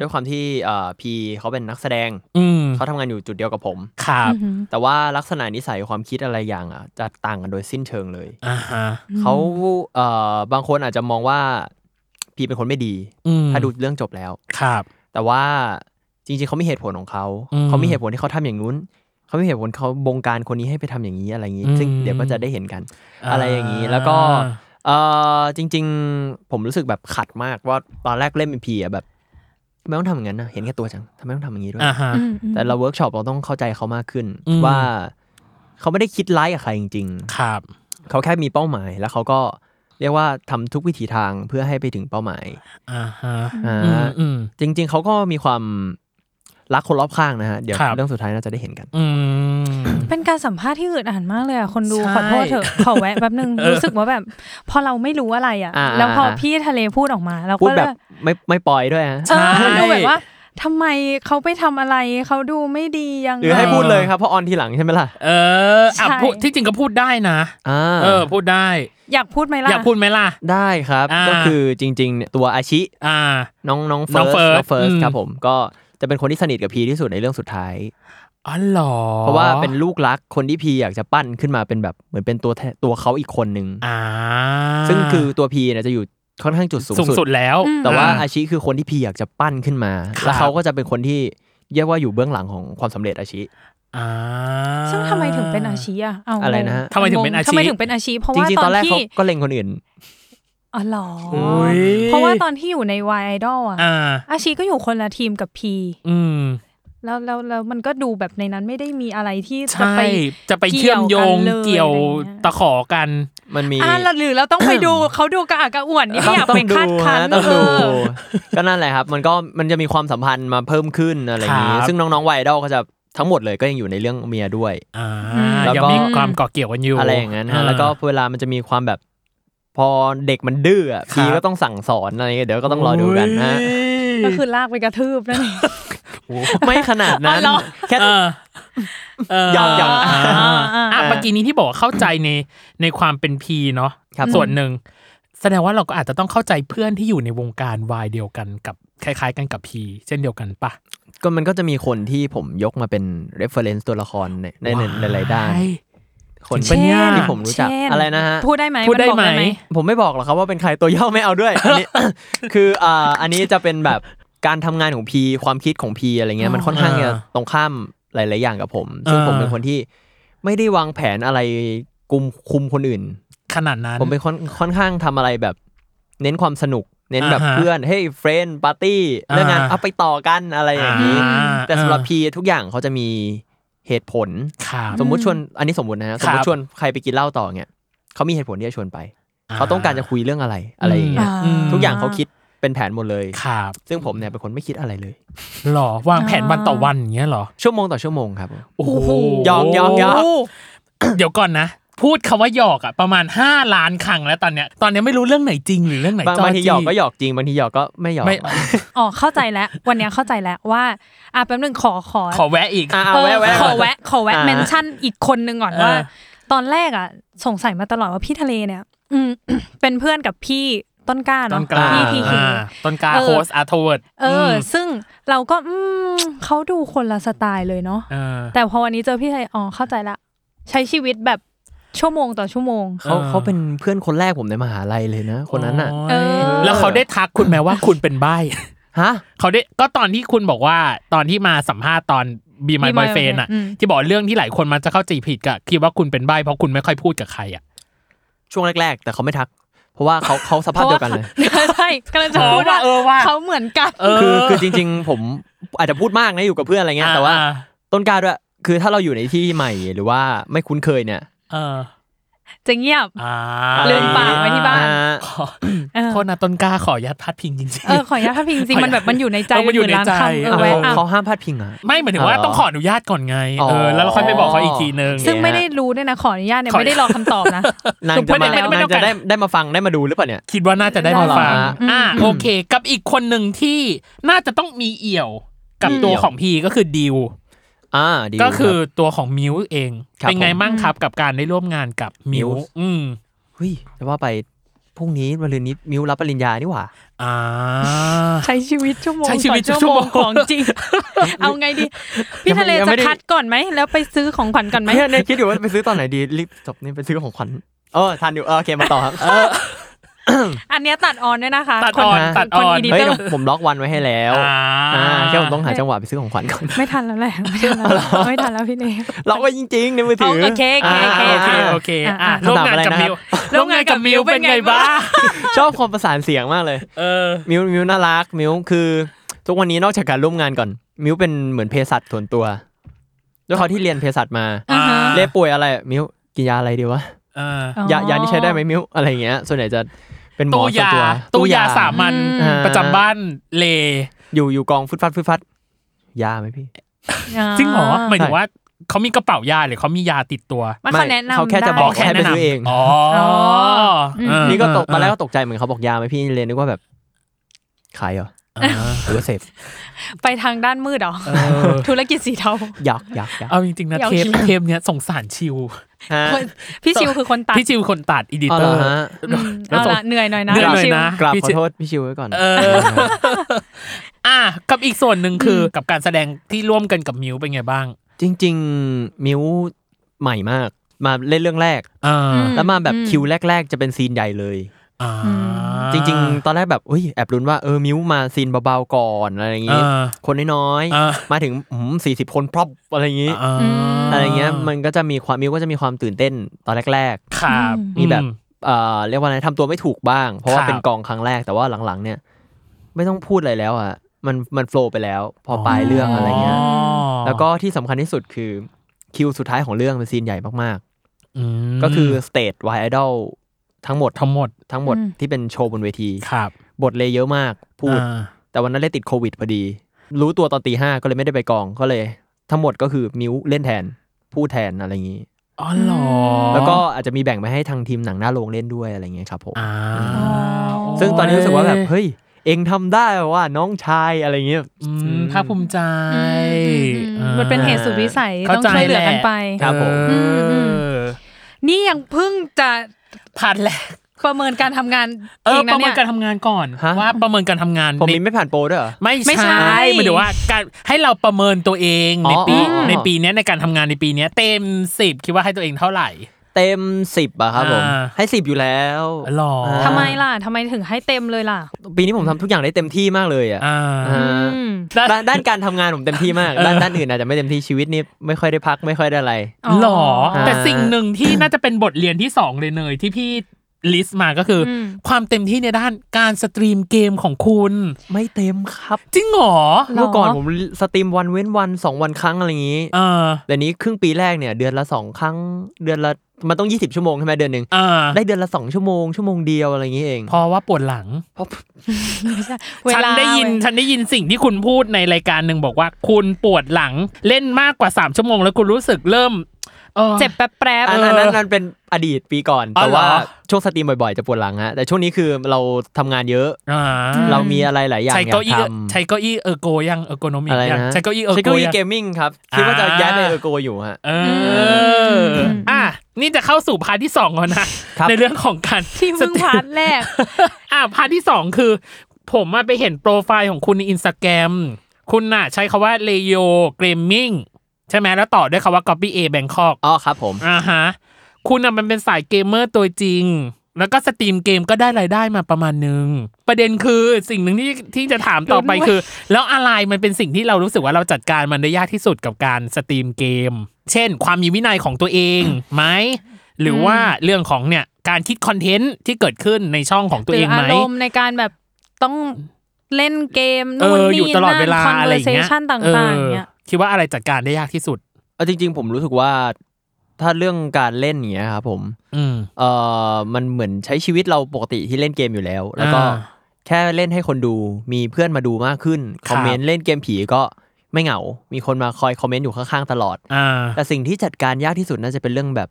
Speaker 4: ด้วยความที่เอ่อพีเขาเป็นนักแสดง
Speaker 3: อืม
Speaker 4: เขาทำงานอยู่จุดเดียวกับผม
Speaker 3: ครับ
Speaker 2: อืม
Speaker 4: แต่ว่าลักษณะนิสัยความคิดอะไรอย่างอ่ะจะต่างกันโดยสิ้นเชิงเลย
Speaker 3: อ่าฮะ
Speaker 4: เขาเอ่อบางคนอาจจะมองว่าพีเป็นคนไม่ดี
Speaker 3: อืม
Speaker 4: ถ้าดูเรื่องจบแล้ว
Speaker 3: ครับ
Speaker 4: แต่ว่าจริงๆเขามีเหตุผลของเขา
Speaker 3: อืม
Speaker 4: เขามีเหตุผลที่เขาทำอย่างนู้นเขามีเหตุผลเขาบงการคนนี้ให้ไปทำอย่างนี้อะไรอย่างนี้
Speaker 3: อืม
Speaker 4: ซึ่งเดี๋ยวก็จะได้เห็นกัน อะไรอย่างนี้แล้วก็ เออจริง ๆ ผมรู้สึกแบบขัดมากว่าตอนแรกเล่นเป็นพีอะแบบทำไมต้องทำอย่างนั้นนะเห็นแค่ตัวจังทำไมต้องทำอย่างนี้ด้วย
Speaker 3: อ่าฮะ
Speaker 2: อืมอืม
Speaker 4: แต่เราเวิร์กช็อปเราต้องเข้าใจเขามากขึ้น
Speaker 3: อืม
Speaker 4: ว่าเขาไม่ได้คิดร้ายกับใครจริง
Speaker 3: ครับ
Speaker 4: ๆ เขาแค่มีเป้าหมายแล้วเขาก็เรียกว่าทำทุกวิถีทางเพื่อให้ไปถึงเป้าหมาย
Speaker 3: อ่าฮะ
Speaker 4: อ่
Speaker 3: อืมา อืม
Speaker 4: จริง ๆ เขาก็มีความรักคนรอบข้างนะฮะเดี๋ยว
Speaker 3: ครับ
Speaker 4: เรื่องสุดท้ายน่าจะได้เห็นกัน
Speaker 3: อืม
Speaker 2: เป็นการสัมภาษณ์ที่อึดอัดมากเลยอ่ะคนดู
Speaker 3: ใช่
Speaker 2: ขอโทษเถอะขอแวะแป๊บนึง รู้สึกว่าแบบ พอเราไม่รู้อะไรอ่ะ
Speaker 4: อ่า
Speaker 2: แล้วพอพี่ทะเลพูดออกมาเรา
Speaker 4: พูด
Speaker 2: ก็
Speaker 4: แบ
Speaker 2: เลย
Speaker 4: บไม่ไม่ปล่อยด้วยฮะ
Speaker 2: เออดูแบบ
Speaker 3: ใช่
Speaker 2: ว่าทำไมเขาไปทำอะไรเขาดูไม่ดียัง
Speaker 4: หรือ
Speaker 2: ไง
Speaker 4: ให้พูดเลยครับเพราะออนทีหลังใช่ไหมล่ะ
Speaker 3: เอออ่ะ
Speaker 2: ใช่
Speaker 3: พูดที่จริงก็พูดได้นะ
Speaker 4: อ่า
Speaker 3: เออ พูดได้
Speaker 2: อยากพูดไหมล่ะ
Speaker 3: อยากพูดไหมล่ะ
Speaker 4: ได้ครับ
Speaker 3: อ่า
Speaker 4: ก็คือจริงๆเนี่ยตัวอาชิ
Speaker 3: อ่า
Speaker 4: น้องน้องเฟิ
Speaker 3: น้
Speaker 4: ร์
Speaker 3: อง
Speaker 4: ส
Speaker 3: First
Speaker 4: น้องเฟิร์ส
Speaker 3: อืม
Speaker 4: ครับผมก็จะเป็นคนที่สนิทกับพีที่สุดในเรื่องสุดท้าย
Speaker 3: อ๋อเหรอ
Speaker 4: เพราะว่าเป็นลูกรักคนที่พีอยากจะปั้นขึ้นมาเป็นแบบเหมือนเป็นตัวแทตัวเขาอีกคนนึง
Speaker 3: อ่า
Speaker 4: ซึ่งคือตัวพีเนี่ยจะอยู่ค่อนข้างจุดสูง
Speaker 3: สูง
Speaker 4: สุ
Speaker 3: สุ
Speaker 4: ด
Speaker 3: ดแล้ว
Speaker 2: อืม
Speaker 4: แต่ว่าอาชิคือคนที่พีอยากจะปั้นขึ้นมา
Speaker 3: ครับ
Speaker 4: แล้วเขาก็จะเป็นคนที่เรียกว่าอยู่เบื้องหลังของความสำเร็จอาชิ
Speaker 3: อ่า
Speaker 2: ซึ่งทำไมถึงเป็นอาชีอ่ะเอา
Speaker 4: อะไรนะฮะ
Speaker 2: งง
Speaker 3: ทำไมถึงเป็นอาชี
Speaker 2: ทำไมถึงเป็นอาชีเพราะ
Speaker 4: จ
Speaker 2: ว่า
Speaker 4: ริงๆ
Speaker 2: ต
Speaker 4: ต
Speaker 2: อ
Speaker 4: อนนแรกเขา
Speaker 2: ที่
Speaker 4: ก็เล็งคนอื่น
Speaker 2: อ๋อเหรออย เพราะว่าตอนที่อยู่ในวายไอดอลอ่ะ
Speaker 3: อ่า
Speaker 2: อาชีก็อยู่คนละทีมกับพี
Speaker 3: อืม
Speaker 2: แล้วแล้วแล้วมันก็ดูแบบในนั้นไม่ได้มีอะไรที่จะ
Speaker 3: ใช่
Speaker 2: ไป
Speaker 3: จะไปเชื่อมโยง
Speaker 2: เกี่
Speaker 3: เกี่ย
Speaker 2: ยว วกันเลยอะไรเงี้ย
Speaker 3: ตะขอกัน
Speaker 4: มันมี
Speaker 2: อ่าหรือเราต้องไปดู เขาดูกระอักกระอ่วนนี่ไม่
Speaker 4: ต้อง
Speaker 2: อยาก
Speaker 4: ต้อ
Speaker 2: ไป
Speaker 4: งดู
Speaker 2: คาดคั้น
Speaker 4: ฮะต้องดู
Speaker 2: เออ
Speaker 4: ก็นั่นแหละครับ มันก็มันจะมีความสัมพันธ์มาเพิ่มขึ้นอะไรอย่างนี้
Speaker 3: ครับ
Speaker 4: ซึ่งน้องๆวัยเดอลก็จะทั้งหมดเลยก็ยังอยู่ในเรื่องเมียด้วย
Speaker 3: อ่า
Speaker 2: อืม
Speaker 4: แล้ว
Speaker 3: ยัง
Speaker 4: ก็
Speaker 3: มีความเกาะเกี่ยวกันอยู่
Speaker 4: อะไรอย่างนั้นฮะ
Speaker 3: อ่า
Speaker 4: แล้วก็เวลามันจะมีความแบบพอเด็กมันดื้ออะ
Speaker 3: ครับ
Speaker 4: พี่ก็ต้องสั่งสอนอะไรอย่างเงี้ยเดี๋ยวก็ต้องรอดูกันนะ
Speaker 2: ก็คือลากไปกระทืบนั่นเอง
Speaker 3: โอ้ย
Speaker 4: ไม่ขนาดนั้
Speaker 2: อ๋
Speaker 4: น
Speaker 2: อเหรอ
Speaker 4: แค่
Speaker 3: เออเออ
Speaker 4: ยังยัง
Speaker 3: อ่า
Speaker 2: อ่า
Speaker 3: อ่ะเมื่อกี้นี้ที่บอกว่าเข้าใจในในความเป็นพีเนาะ
Speaker 4: ครับ
Speaker 3: ส่วนหนึ่ง แสดงว่าเราก็อาจจะต้องเข้าใจเพื่อนที่อยู่ในวงการวายเดียวกันกับคล้าย ๆ กันกับพีเช่นเดียวกันปะ
Speaker 4: ก็มันก็จะมีคนที่ผมยกมาเป็น reference ตัวละครในในในหลายๆด้าน คน
Speaker 3: เช่น
Speaker 4: ที่ผมรู้จัก
Speaker 2: เช่น
Speaker 4: อะไรนะฮะ
Speaker 2: พูดได้ไหม
Speaker 3: พูดได้
Speaker 2: นบอก
Speaker 3: ไหม
Speaker 4: ผมไม่บอกหรอกครับว่าเป็นใครตัวย่อไม่เอาด้วยอันนี้ คืออ่าอันนี้จะเป็นแบบการทำงานของพีความคิดของพีอะไรเงี้ยมันค่อนข้างจะ
Speaker 3: อ่า
Speaker 4: ตรงข้ามหลาย ๆ อย่างกับผม ซึ่ง
Speaker 3: อ่า
Speaker 4: ผมเป็นคนที่ไม่ได้วางแผนอะไรกุมคุมคนอื่น
Speaker 3: ขนาดนั้น
Speaker 4: ผมเป็นคนค่อนข้างทำอะไรแบบ เน้นความสนุก เน้นแบบ
Speaker 3: อ่าฮะ
Speaker 4: เพื่อนเฮ้ยเฟรนปาร์ตี้เรื่องงาน
Speaker 3: อ่า
Speaker 4: เอาไปต่อกันอะไรอย่างนี้ แต่สำหรับพีทุกอย่างเขาจะมีเหตุผล
Speaker 3: ครับ
Speaker 4: สมมุติชวนอันนี้สมมตินะฮะ
Speaker 3: ค
Speaker 4: ส
Speaker 3: รับ
Speaker 4: มมติชวนใครไปกินเหล้าต่อเงี้ยเขามีเหตุผลที่จะชวนไป เขาต้องการจะคุยเรื่องอะไรอะไรอย่างเงี้ย
Speaker 2: อืม
Speaker 4: ทุกอย่างเขาคิดเป็นแผนหมดเลย
Speaker 3: ครับ
Speaker 4: ซึ่งผมเนี่ยเป็นคนไม่คิดอะไรเลย
Speaker 3: หรอวางแผนวันต่อวันอย่างเงี้ยหรอ
Speaker 4: ชั่วโมงต่อชั่วโมงครับ
Speaker 3: โอ้โห
Speaker 4: หยอกหยอกหยอก
Speaker 3: เดี๋ยวก่อนนะ พูดคำว่าหยอกอะประมาณ 5 ล้านครั้งแล้วตอนเนี้ย ตอนเนี้ยไม่รู้เรื่องไหนจริงหรือเรื่องไหน
Speaker 4: บา
Speaker 3: จอบ
Speaker 4: งางทีหยอกก็
Speaker 3: จี้
Speaker 4: หยอกจริงบางทีหยอกก็ไม่หยอก
Speaker 3: ไม่
Speaker 2: อ๋อเข้าใจแล้ว วันเนี้ยเข้าใจแล้วว่าอ่ะแป๊บนึงขอขอ
Speaker 3: ขอแวะอีก
Speaker 4: อ่า
Speaker 2: เออ
Speaker 4: แวะแวะ
Speaker 2: ขอแวะขอแวะ
Speaker 4: อ่า
Speaker 2: เมนชั่นอีกคนนึงก่อน
Speaker 3: เออ
Speaker 2: ว่า ตอนแรกอ่ะสงสัยมาตลอดว่าพี่ทะเลเนี่ย อืม เป็นเพื่อนกับพี่ต้นกล้า
Speaker 3: ต้
Speaker 2: เนาะ
Speaker 3: นกล้า
Speaker 2: พี่ทีคิ
Speaker 3: อ่าต้นกล้า
Speaker 2: เออ
Speaker 3: โฮสอาร์ทเวิร์ด
Speaker 2: เอออ ซึ่งเราก็อืมเขาดูคนละสไตล์เลยเนาะ แต่พอวันนี้เจอพี่ไทยอ๋อเข้าใจละ ใช้ชีวิตแบบชั่วโมงต่อชั่วโมง
Speaker 4: เขาเขาเป็นเพื่อนคนแรกผมในมหาลัยเลยนะ คนนั้นน่ะ
Speaker 2: เออ
Speaker 3: แล้วเขาได้ทักคุณไหมว่าคุณเป็นใบ
Speaker 4: ฮะ
Speaker 3: เขาได้ก็ตอนที่คุณบอกว่าตอนที่มาสัมภาษณ์ตอน Be My
Speaker 2: Be My
Speaker 3: Boyfriend อะ
Speaker 2: อืม
Speaker 3: ที่บอกเรื่องที่หลายคนมันจะเข้าใจผิดกะคิดว่าคุณเป็นใบเพราะคุณไม่ค่อยพูดกับใครอะ
Speaker 4: ช่วงแรก ๆ แต่เขาไม่ทัก เพราะว่าเขาเขาสภาพเดียวกันเลย
Speaker 2: ใช่กำลังจะ
Speaker 3: อ๋อ
Speaker 2: พูดว่า
Speaker 3: เออว่า
Speaker 2: เขาเหมือนกัน
Speaker 3: เออ
Speaker 4: คือคือจริง ๆ ผมอาจจะพูดมากนะอยู่กับเพื่อนอะไรเงี้ยแต่ว่า
Speaker 3: อ่
Speaker 4: ต้นกล้าด้วย คือถ้าเราอยู่ในที่ใหม่หรือว่าไม่คุ้นเคยเนี่ย
Speaker 3: เออ
Speaker 2: จะเงียบ
Speaker 3: อ่า
Speaker 2: ลืมปากไว้ที่บ้าน
Speaker 3: ขอ
Speaker 2: เออ
Speaker 3: โทษนะต้นกล้าขออนุญาตพัดพิงจริง
Speaker 2: เออขออนุญาตถ้าพิงจริงมันแบบมันอยู่ในใจ
Speaker 3: เออมันอยู่ในใจ
Speaker 2: มัอยู่ร้านคำเอ
Speaker 3: เอ
Speaker 2: อ
Speaker 3: อ
Speaker 2: แวะ
Speaker 4: เขา
Speaker 2: อ่ะ
Speaker 4: เขาห้ามพลาดพิงอ่ะ
Speaker 3: ๆ ไม่เหมือนถึงว่า
Speaker 4: อ๋อ
Speaker 3: ต้องขออนุญาตก่อนไง
Speaker 4: อ๋อ
Speaker 3: เออแล้วเราค่อยไปบอกเขาอีกทีนึง
Speaker 2: ซึ่งไม่ได้รู้ด้วยนะขออนุญาตเนี่ย
Speaker 3: ขอ
Speaker 2: ไม่ได้รอคำตอบนะ
Speaker 4: นาง
Speaker 3: คือ
Speaker 4: จะ
Speaker 3: ไม่
Speaker 4: มา
Speaker 3: ได้ไม่
Speaker 4: นาง
Speaker 3: ต้อง
Speaker 4: จะ
Speaker 3: การ
Speaker 4: ได้ได้มาฟังได้มาดูหรือเปล่าเนี่ย
Speaker 3: คิดว่าน่าจะได้มาฟัง
Speaker 4: ได้เหรอ
Speaker 3: อ่าโอเค กับอีกคนหนึ่งที่น่าจะต้องมีเอี่ยวกับ
Speaker 4: มีเอี่ยว
Speaker 3: ตัวของพีก็คือดิว
Speaker 4: อ่าดี
Speaker 3: ก็คือตัวของมิวเอง
Speaker 4: ครับ
Speaker 3: เป็นไง
Speaker 4: ผม
Speaker 3: บ้างครับกับการได้ร่วมงานกับมิว
Speaker 4: มิ้ว
Speaker 3: อืม
Speaker 4: เฮ้ยแต่ว่าไปพรุ่งนี้วันลืนนี้มิวรับปริญญานี่หว่า
Speaker 3: อ่า
Speaker 2: ใช้ชีวิตชั่วโมง
Speaker 3: ใช้ชีวิต
Speaker 2: ต่อ
Speaker 3: ชั่
Speaker 2: ชั่
Speaker 3: ว
Speaker 2: ว
Speaker 3: โม
Speaker 2: โม
Speaker 3: ง
Speaker 2: งของจริง เอาไงดี พี่ทะเล
Speaker 4: ยัง
Speaker 2: จะ
Speaker 4: ไม่ได้
Speaker 2: คัดก่อนไหมแล้วไปซื้อของขวัญก่อนไหม
Speaker 4: เนี่ยเนี่ยคิดอยู่ว่าไปซื้อตอนไหนดีรีบจบนี่ไปซื้อของขวัญเออทันอยู่เออโอเคมาต่อครับ
Speaker 2: อันเนี้ยตัดออนด้วยนะคะ
Speaker 3: ตัด
Speaker 2: ค
Speaker 3: ออน
Speaker 2: ค
Speaker 3: ตัดออน
Speaker 2: คดี
Speaker 4: เฮ้ย
Speaker 2: เตอ
Speaker 4: เดี๋ยว
Speaker 2: ร์
Speaker 4: ผมล็อกวันไว้ให้แล้ว
Speaker 3: อ่า
Speaker 4: อ่าแค่ผมต้องหาจังหวะไปซื้อของขวัญก่อน
Speaker 2: ไม่ทันแล้วแหละไม่ทันแล้วไม่ทันแล้วพี่เนย
Speaker 4: เราก็จริงๆในมือถือ
Speaker 2: โอเคโอเค
Speaker 4: า
Speaker 3: โอเคโอเคอ่ะ
Speaker 2: อ่ะ
Speaker 3: ร่วมงานกับมิว
Speaker 2: ร่วมงานกับมิวเป็นไงบ้าง
Speaker 4: ชอบความประสานเสียงมากเลย
Speaker 3: เออ
Speaker 4: มิวมิวน่ารักมิวคือทุกวันนี้นอกจากการร่วมงานก่อน มิวเป็นเหมือนเภสัชส่วนตัวด้วยเขาที่เรียนเภสัชมา
Speaker 2: อ่าฮะ
Speaker 4: เล่ป่วยอะไรมิวกินยาอะไรดีวะ
Speaker 3: เออย
Speaker 4: ายานี่ใช้ได้ไหมมิวอะไรอย่างเงี้ย ส่วนใหญ่จะเป็นหมอ
Speaker 3: ตู้
Speaker 4: ส่วน
Speaker 3: ยา
Speaker 4: ตัว
Speaker 3: ตู้ยาสามัญ
Speaker 4: อ่า
Speaker 3: ประจำบ้านเล
Speaker 4: อยู่อยู่กองฟึดฟัดฟึดฟัดยาไหมพี่
Speaker 3: จริงเหรอหมายถึ
Speaker 4: ใช่
Speaker 3: งว่าเขามีกระเป๋ายาหรือเขามียาติดตัว
Speaker 2: มันเขาแนะนำ
Speaker 4: เขาแค่จะ
Speaker 2: ได้
Speaker 4: บอก
Speaker 3: แค่
Speaker 4: ให้ไป
Speaker 3: แนะน
Speaker 4: ซื้อเอง
Speaker 3: ำอ๋อเออ
Speaker 4: นี่ก็ตกตอนแรกก็ตกใจเหมือนเขาบอกยาไหมพี่เรียนนึกว่าแบบขายเหรอ
Speaker 3: เออ
Speaker 4: หรือว่าเสพ
Speaker 2: ไปทางด้านมืดเหร อ
Speaker 3: เออ
Speaker 2: ธุรกิจสีเทา
Speaker 4: อยากอยากอยาก
Speaker 3: เอาจริงๆนะ
Speaker 2: เดี๋ยว
Speaker 3: เทปเทปเนี้ยสงสารชิว
Speaker 4: ฮะ
Speaker 2: พี่ชิวคือคนตัด
Speaker 3: พี่ชิวคนตัดอีดิ
Speaker 4: เอา
Speaker 3: เตอร์
Speaker 4: เหรอฮะ
Speaker 2: อืมเอาละเหนื่อยหน่อยนะ
Speaker 3: เหนื่อยหน่อย
Speaker 2: พี่ชิว
Speaker 3: นะ
Speaker 4: กราบ
Speaker 3: พี่
Speaker 4: ขอ
Speaker 3: ชิ
Speaker 4: โทษพี่ชิวไว้ก่อน
Speaker 3: เอออ่ะกับอีกส่วนหนึ่งคือกับการแสดงที่ร่วมกันกับมิวเป็นไงบ้าง
Speaker 4: จริงๆ มิวใหม่มาก มาเล่นเรื่องแรก
Speaker 3: เอ่า
Speaker 2: อืม
Speaker 4: แล้วมาแบบ
Speaker 2: อืม
Speaker 4: คิวแรก ๆ จะเป็นซีนใหญ่เลย
Speaker 3: อ่า
Speaker 4: จริง ๆ ตอนแรกแบบเอ้ยแอบลุ้นว่าเออมิวมาซีนเบาๆก่อนอะไรอย่างงี้
Speaker 3: อ่า
Speaker 4: คนน้อย
Speaker 3: อ่า
Speaker 4: ๆมาถึงสี่สิบคนพรอบอะไรอย่างงี้
Speaker 3: อ่า
Speaker 4: อะไรเงี้ยมันก็จะมีความมิวก็จะมีความตื่นเต้นตอนแรก
Speaker 3: ครับ
Speaker 4: มีแบบ
Speaker 3: อื
Speaker 4: ๆเอ่อเรียกว่าอะไรทำตัวไม่ถูกบ้าง เพราะ
Speaker 3: ค
Speaker 4: ว่า
Speaker 3: รับ
Speaker 4: เป็นกองครั้งแรกแต่ว่าหลังๆ เนี่ย ไม่ต้องพูดอะไรแล้วอ่ะมันมันโฟล์ไปแล้ว พอปลายเรื่องอะไรเงี้ย
Speaker 3: อ๋อ
Speaker 4: แล้วก็ที่สำคัญที่สุดคือคิวสุดท้ายของเรื่องเป็นซีนใหญ่มาก
Speaker 3: ม
Speaker 4: ๆ ก็คือสเตจไวไอดอลทั้งหมด
Speaker 3: ทั้งหมด
Speaker 4: ทั้งหมด
Speaker 2: อืม
Speaker 4: ที่เป็นโชว์บนเวที
Speaker 3: ครับ
Speaker 4: บทเลยเยอะมากพูด
Speaker 3: อ่า
Speaker 4: แต่วันนั้นเลยติดโควิดพอดี รู้ตัวตอนตีห้าก็เลยไม่ได้ไปกองก็เลย ทั้งหมดก็คือมิวเล่นแทน พูดแทนอะไรอย่างนี้
Speaker 3: อ๋อเหรอ
Speaker 4: แล้วก็อาจจะมีแบ่งไปให้ทางทีมหนังหน้าโรงเล่นด้วยอะไรอย่างเงี้ยครับผม
Speaker 3: อ่า
Speaker 2: อ๋อ
Speaker 4: ซึ่งตอนนี้รู้สึกว่าแบบเฮ้ย เองทำได้ว่าน้องชายอะไรอย่างเงี้ย
Speaker 3: อืมภาคภูมิใจ
Speaker 2: อืม
Speaker 3: อ่า
Speaker 2: มันเป็นเหตุสุดวิสัย
Speaker 3: เข้า
Speaker 2: ต้อง
Speaker 3: ใจ
Speaker 2: ช่วยเหลือกัน
Speaker 3: แหละ
Speaker 2: ไป
Speaker 4: ครับผม
Speaker 3: เอออ
Speaker 2: ม นี่ยังเพิ่งจะ
Speaker 3: ผ่านแหละ
Speaker 2: ประเมินการทำงาน
Speaker 3: เออ
Speaker 2: เอง
Speaker 3: ป
Speaker 2: นะ
Speaker 3: ระเมิ
Speaker 2: เนี่
Speaker 3: น
Speaker 2: ย
Speaker 3: การทำงานก่อน
Speaker 4: ฮะ
Speaker 3: ว่าประเมินการทำงาน
Speaker 4: ผม
Speaker 3: ใน
Speaker 4: มีไม่ผ่านโปรด้วยเหรอ
Speaker 3: ไม่
Speaker 2: ไม่ใช่
Speaker 3: ใช่หมายถึงว่าการให้เราประเมินตัวเองในปี
Speaker 4: อ๋ออ๋ออ๋อ
Speaker 3: ในปีเนี้ยในการทำงานในปีเนี้ยเต็มสิบคิดว่าให้ตัวเองเท่าไหร่
Speaker 4: เต็มสิบอะครับผม
Speaker 3: อ่า
Speaker 4: ให้สิบอยู่แล้ว
Speaker 3: หรอ
Speaker 4: อ่า
Speaker 2: ทำไมล่ะทำไมถึงให้เต็มเลยล่ะ
Speaker 4: ปีนี้ผมทำทุกอย่างได้เต็มที่มากเลยอะ
Speaker 3: อ่า
Speaker 4: อ่า
Speaker 2: อืม
Speaker 4: ด้านด้านการทำงานผมเต็มที่มาก
Speaker 3: เออ
Speaker 4: ด้านด้านอื่นอาจจะไม่เต็มที่ชีวิตนี่ไม่ค่อยได้พักไม่ค่อยได้อะไร
Speaker 3: หรออแต่
Speaker 4: อ่า
Speaker 3: สิ่งหนึ่งที่น่าจะเป็นบทเรียนที่สองเลยเนยที่พี่ลิสต์มาก็คืออ
Speaker 2: ม
Speaker 3: ความเต็มที่ในด้านการสตรีมเกมของคุณ
Speaker 4: ไม่เต็มครับ
Speaker 3: จริงเหรอ
Speaker 2: หรอ
Speaker 4: เมื่อก่อนผมสตรีมวันเว้นวันสองวันครั้งอะไรอย่างนี้
Speaker 3: เออ
Speaker 4: เดี๋ยวนี้ครึ่งปีแรกเนี่ยเดือนละสองครั้ง เดือนละมันต้อง 20 ชั่วโมงใช่ไหมเดือนหนึ่ง
Speaker 3: เออ
Speaker 4: ได้เดือนละสองชั่วโมงชั่วโมงเดียวอะไรอย่างนี้เอง
Speaker 3: เพอว่าปวดหลัง
Speaker 2: เว
Speaker 3: ฉัน
Speaker 2: ลา
Speaker 3: ได้ยินฉันได้ยินสิ่งที่คุณพูดในรายการหนึ่งบอกว่า คุณปวดหลังเล่นมากกว่าสามชั่วโมงแล้วคุณรู้สึกเริ่มออ
Speaker 2: เจ็บแป๊บแป๊บ
Speaker 4: อันนั้นอันนั้นเป็นอดีตปีก่อน
Speaker 3: อ๋อ
Speaker 4: แต่
Speaker 3: เหรอ
Speaker 4: ว่าช่วงสตรีมบ่อยๆ จะปวดหลังฮะแต่ช่วงนี้คือเราทำงานเยอะ
Speaker 3: อ่า
Speaker 2: ม
Speaker 4: เรามีอะไรหลายอย่าง
Speaker 3: ใช้
Speaker 4: อยา
Speaker 3: เก้าอี้
Speaker 4: ก
Speaker 3: เอ
Speaker 4: ท
Speaker 3: อใช้เก้าอี้เออร์โกยังเออร์โกนอ
Speaker 4: ำ
Speaker 3: มิก
Speaker 4: อะไร
Speaker 3: ยัง
Speaker 4: นะ
Speaker 3: ใช้เก้าอี้เออร์
Speaker 4: ใช้
Speaker 3: โก
Speaker 4: เก้าอี้
Speaker 3: ยัง
Speaker 4: เกมมิ่งครับคิดว่าจะ
Speaker 3: อ่า
Speaker 4: ย้ายไปเออโกอยู่ฮะ
Speaker 3: เอ
Speaker 2: ม
Speaker 3: อ
Speaker 2: ม
Speaker 3: อ่ะนี่จะเข้าสู่พาร์ทที่สองแล้วนะครับ ในเรื่องของการ
Speaker 2: ที่มึงพาร์ทแรก
Speaker 3: อ่ะพาร์ทที่สองคือ ผมมาไปเห็นโปรไฟล์ของคุณในอินสตาแกรมคุณน่ะใช้คาว่าเลโยเกรมมิ่งใช่ไหมแล้วต่อด้วยคาว่า Copy A Bangkok
Speaker 4: อ๋อครับผม
Speaker 3: อ่าฮะคุณน่ะมันเป็นสายเกมเมอร์ตัวจริง แล้วก็สตรีมเกมก็ได้รายได้มาประมาณนึง ประเด็นคือสิ่งหนึ่งที่ที่จะถามต่อไป
Speaker 2: รู้ด้วย
Speaker 3: คือ แล้วอะไรมันเป็นสิ่งที่เรารู้สึกว่าเราจัดการมันได้ยากที่สุดกับการสตรีมเกม เช่น ความมีวินัยของตัวเองไหมหรือว่าเรื่องของเนี่ยการคิดคอนเทนต์ที่เกิดขึ้นในช่องของตัว
Speaker 2: หรื
Speaker 3: เอ
Speaker 2: อง อา
Speaker 3: ไหม
Speaker 2: รมณ์ในการแบบต้องเล่นเกม
Speaker 3: เอ
Speaker 2: นู่น
Speaker 3: ออยู่
Speaker 2: นี่
Speaker 3: ตลอดเวลา
Speaker 2: นั่น
Speaker 3: อะไรอย่างเงี้ย
Speaker 2: conversation
Speaker 3: เอ
Speaker 2: ต่างๆ
Speaker 3: อ
Speaker 2: เนี่ย
Speaker 3: คิดว่าอะไรจัดการได้ยากที่สุด
Speaker 4: เอาจริง ๆ ผมรู้สึกว่าถ้าเรื่องการเล่นอย่างเงี้ยครับผม
Speaker 3: อืม
Speaker 4: เอ่อมันเหมือนใช้ชีวิตเราปกติที่เล่นเกมอยู่แล้ว แล้วก็
Speaker 3: อ่า
Speaker 4: แค่เล่นให้คนดูมีเพื่อนมาดูมากขึ้น
Speaker 3: ค
Speaker 4: ครับ อมเมนต์เล่นเกมผีก็ไม่เหงา มีคนมาคอยคอมเมนต์อยู่ข้างๆตลอด
Speaker 3: อ่า
Speaker 4: แต่สิ่งที่จัดการยากที่สุดน่าจะเป็นเรื่องแบบ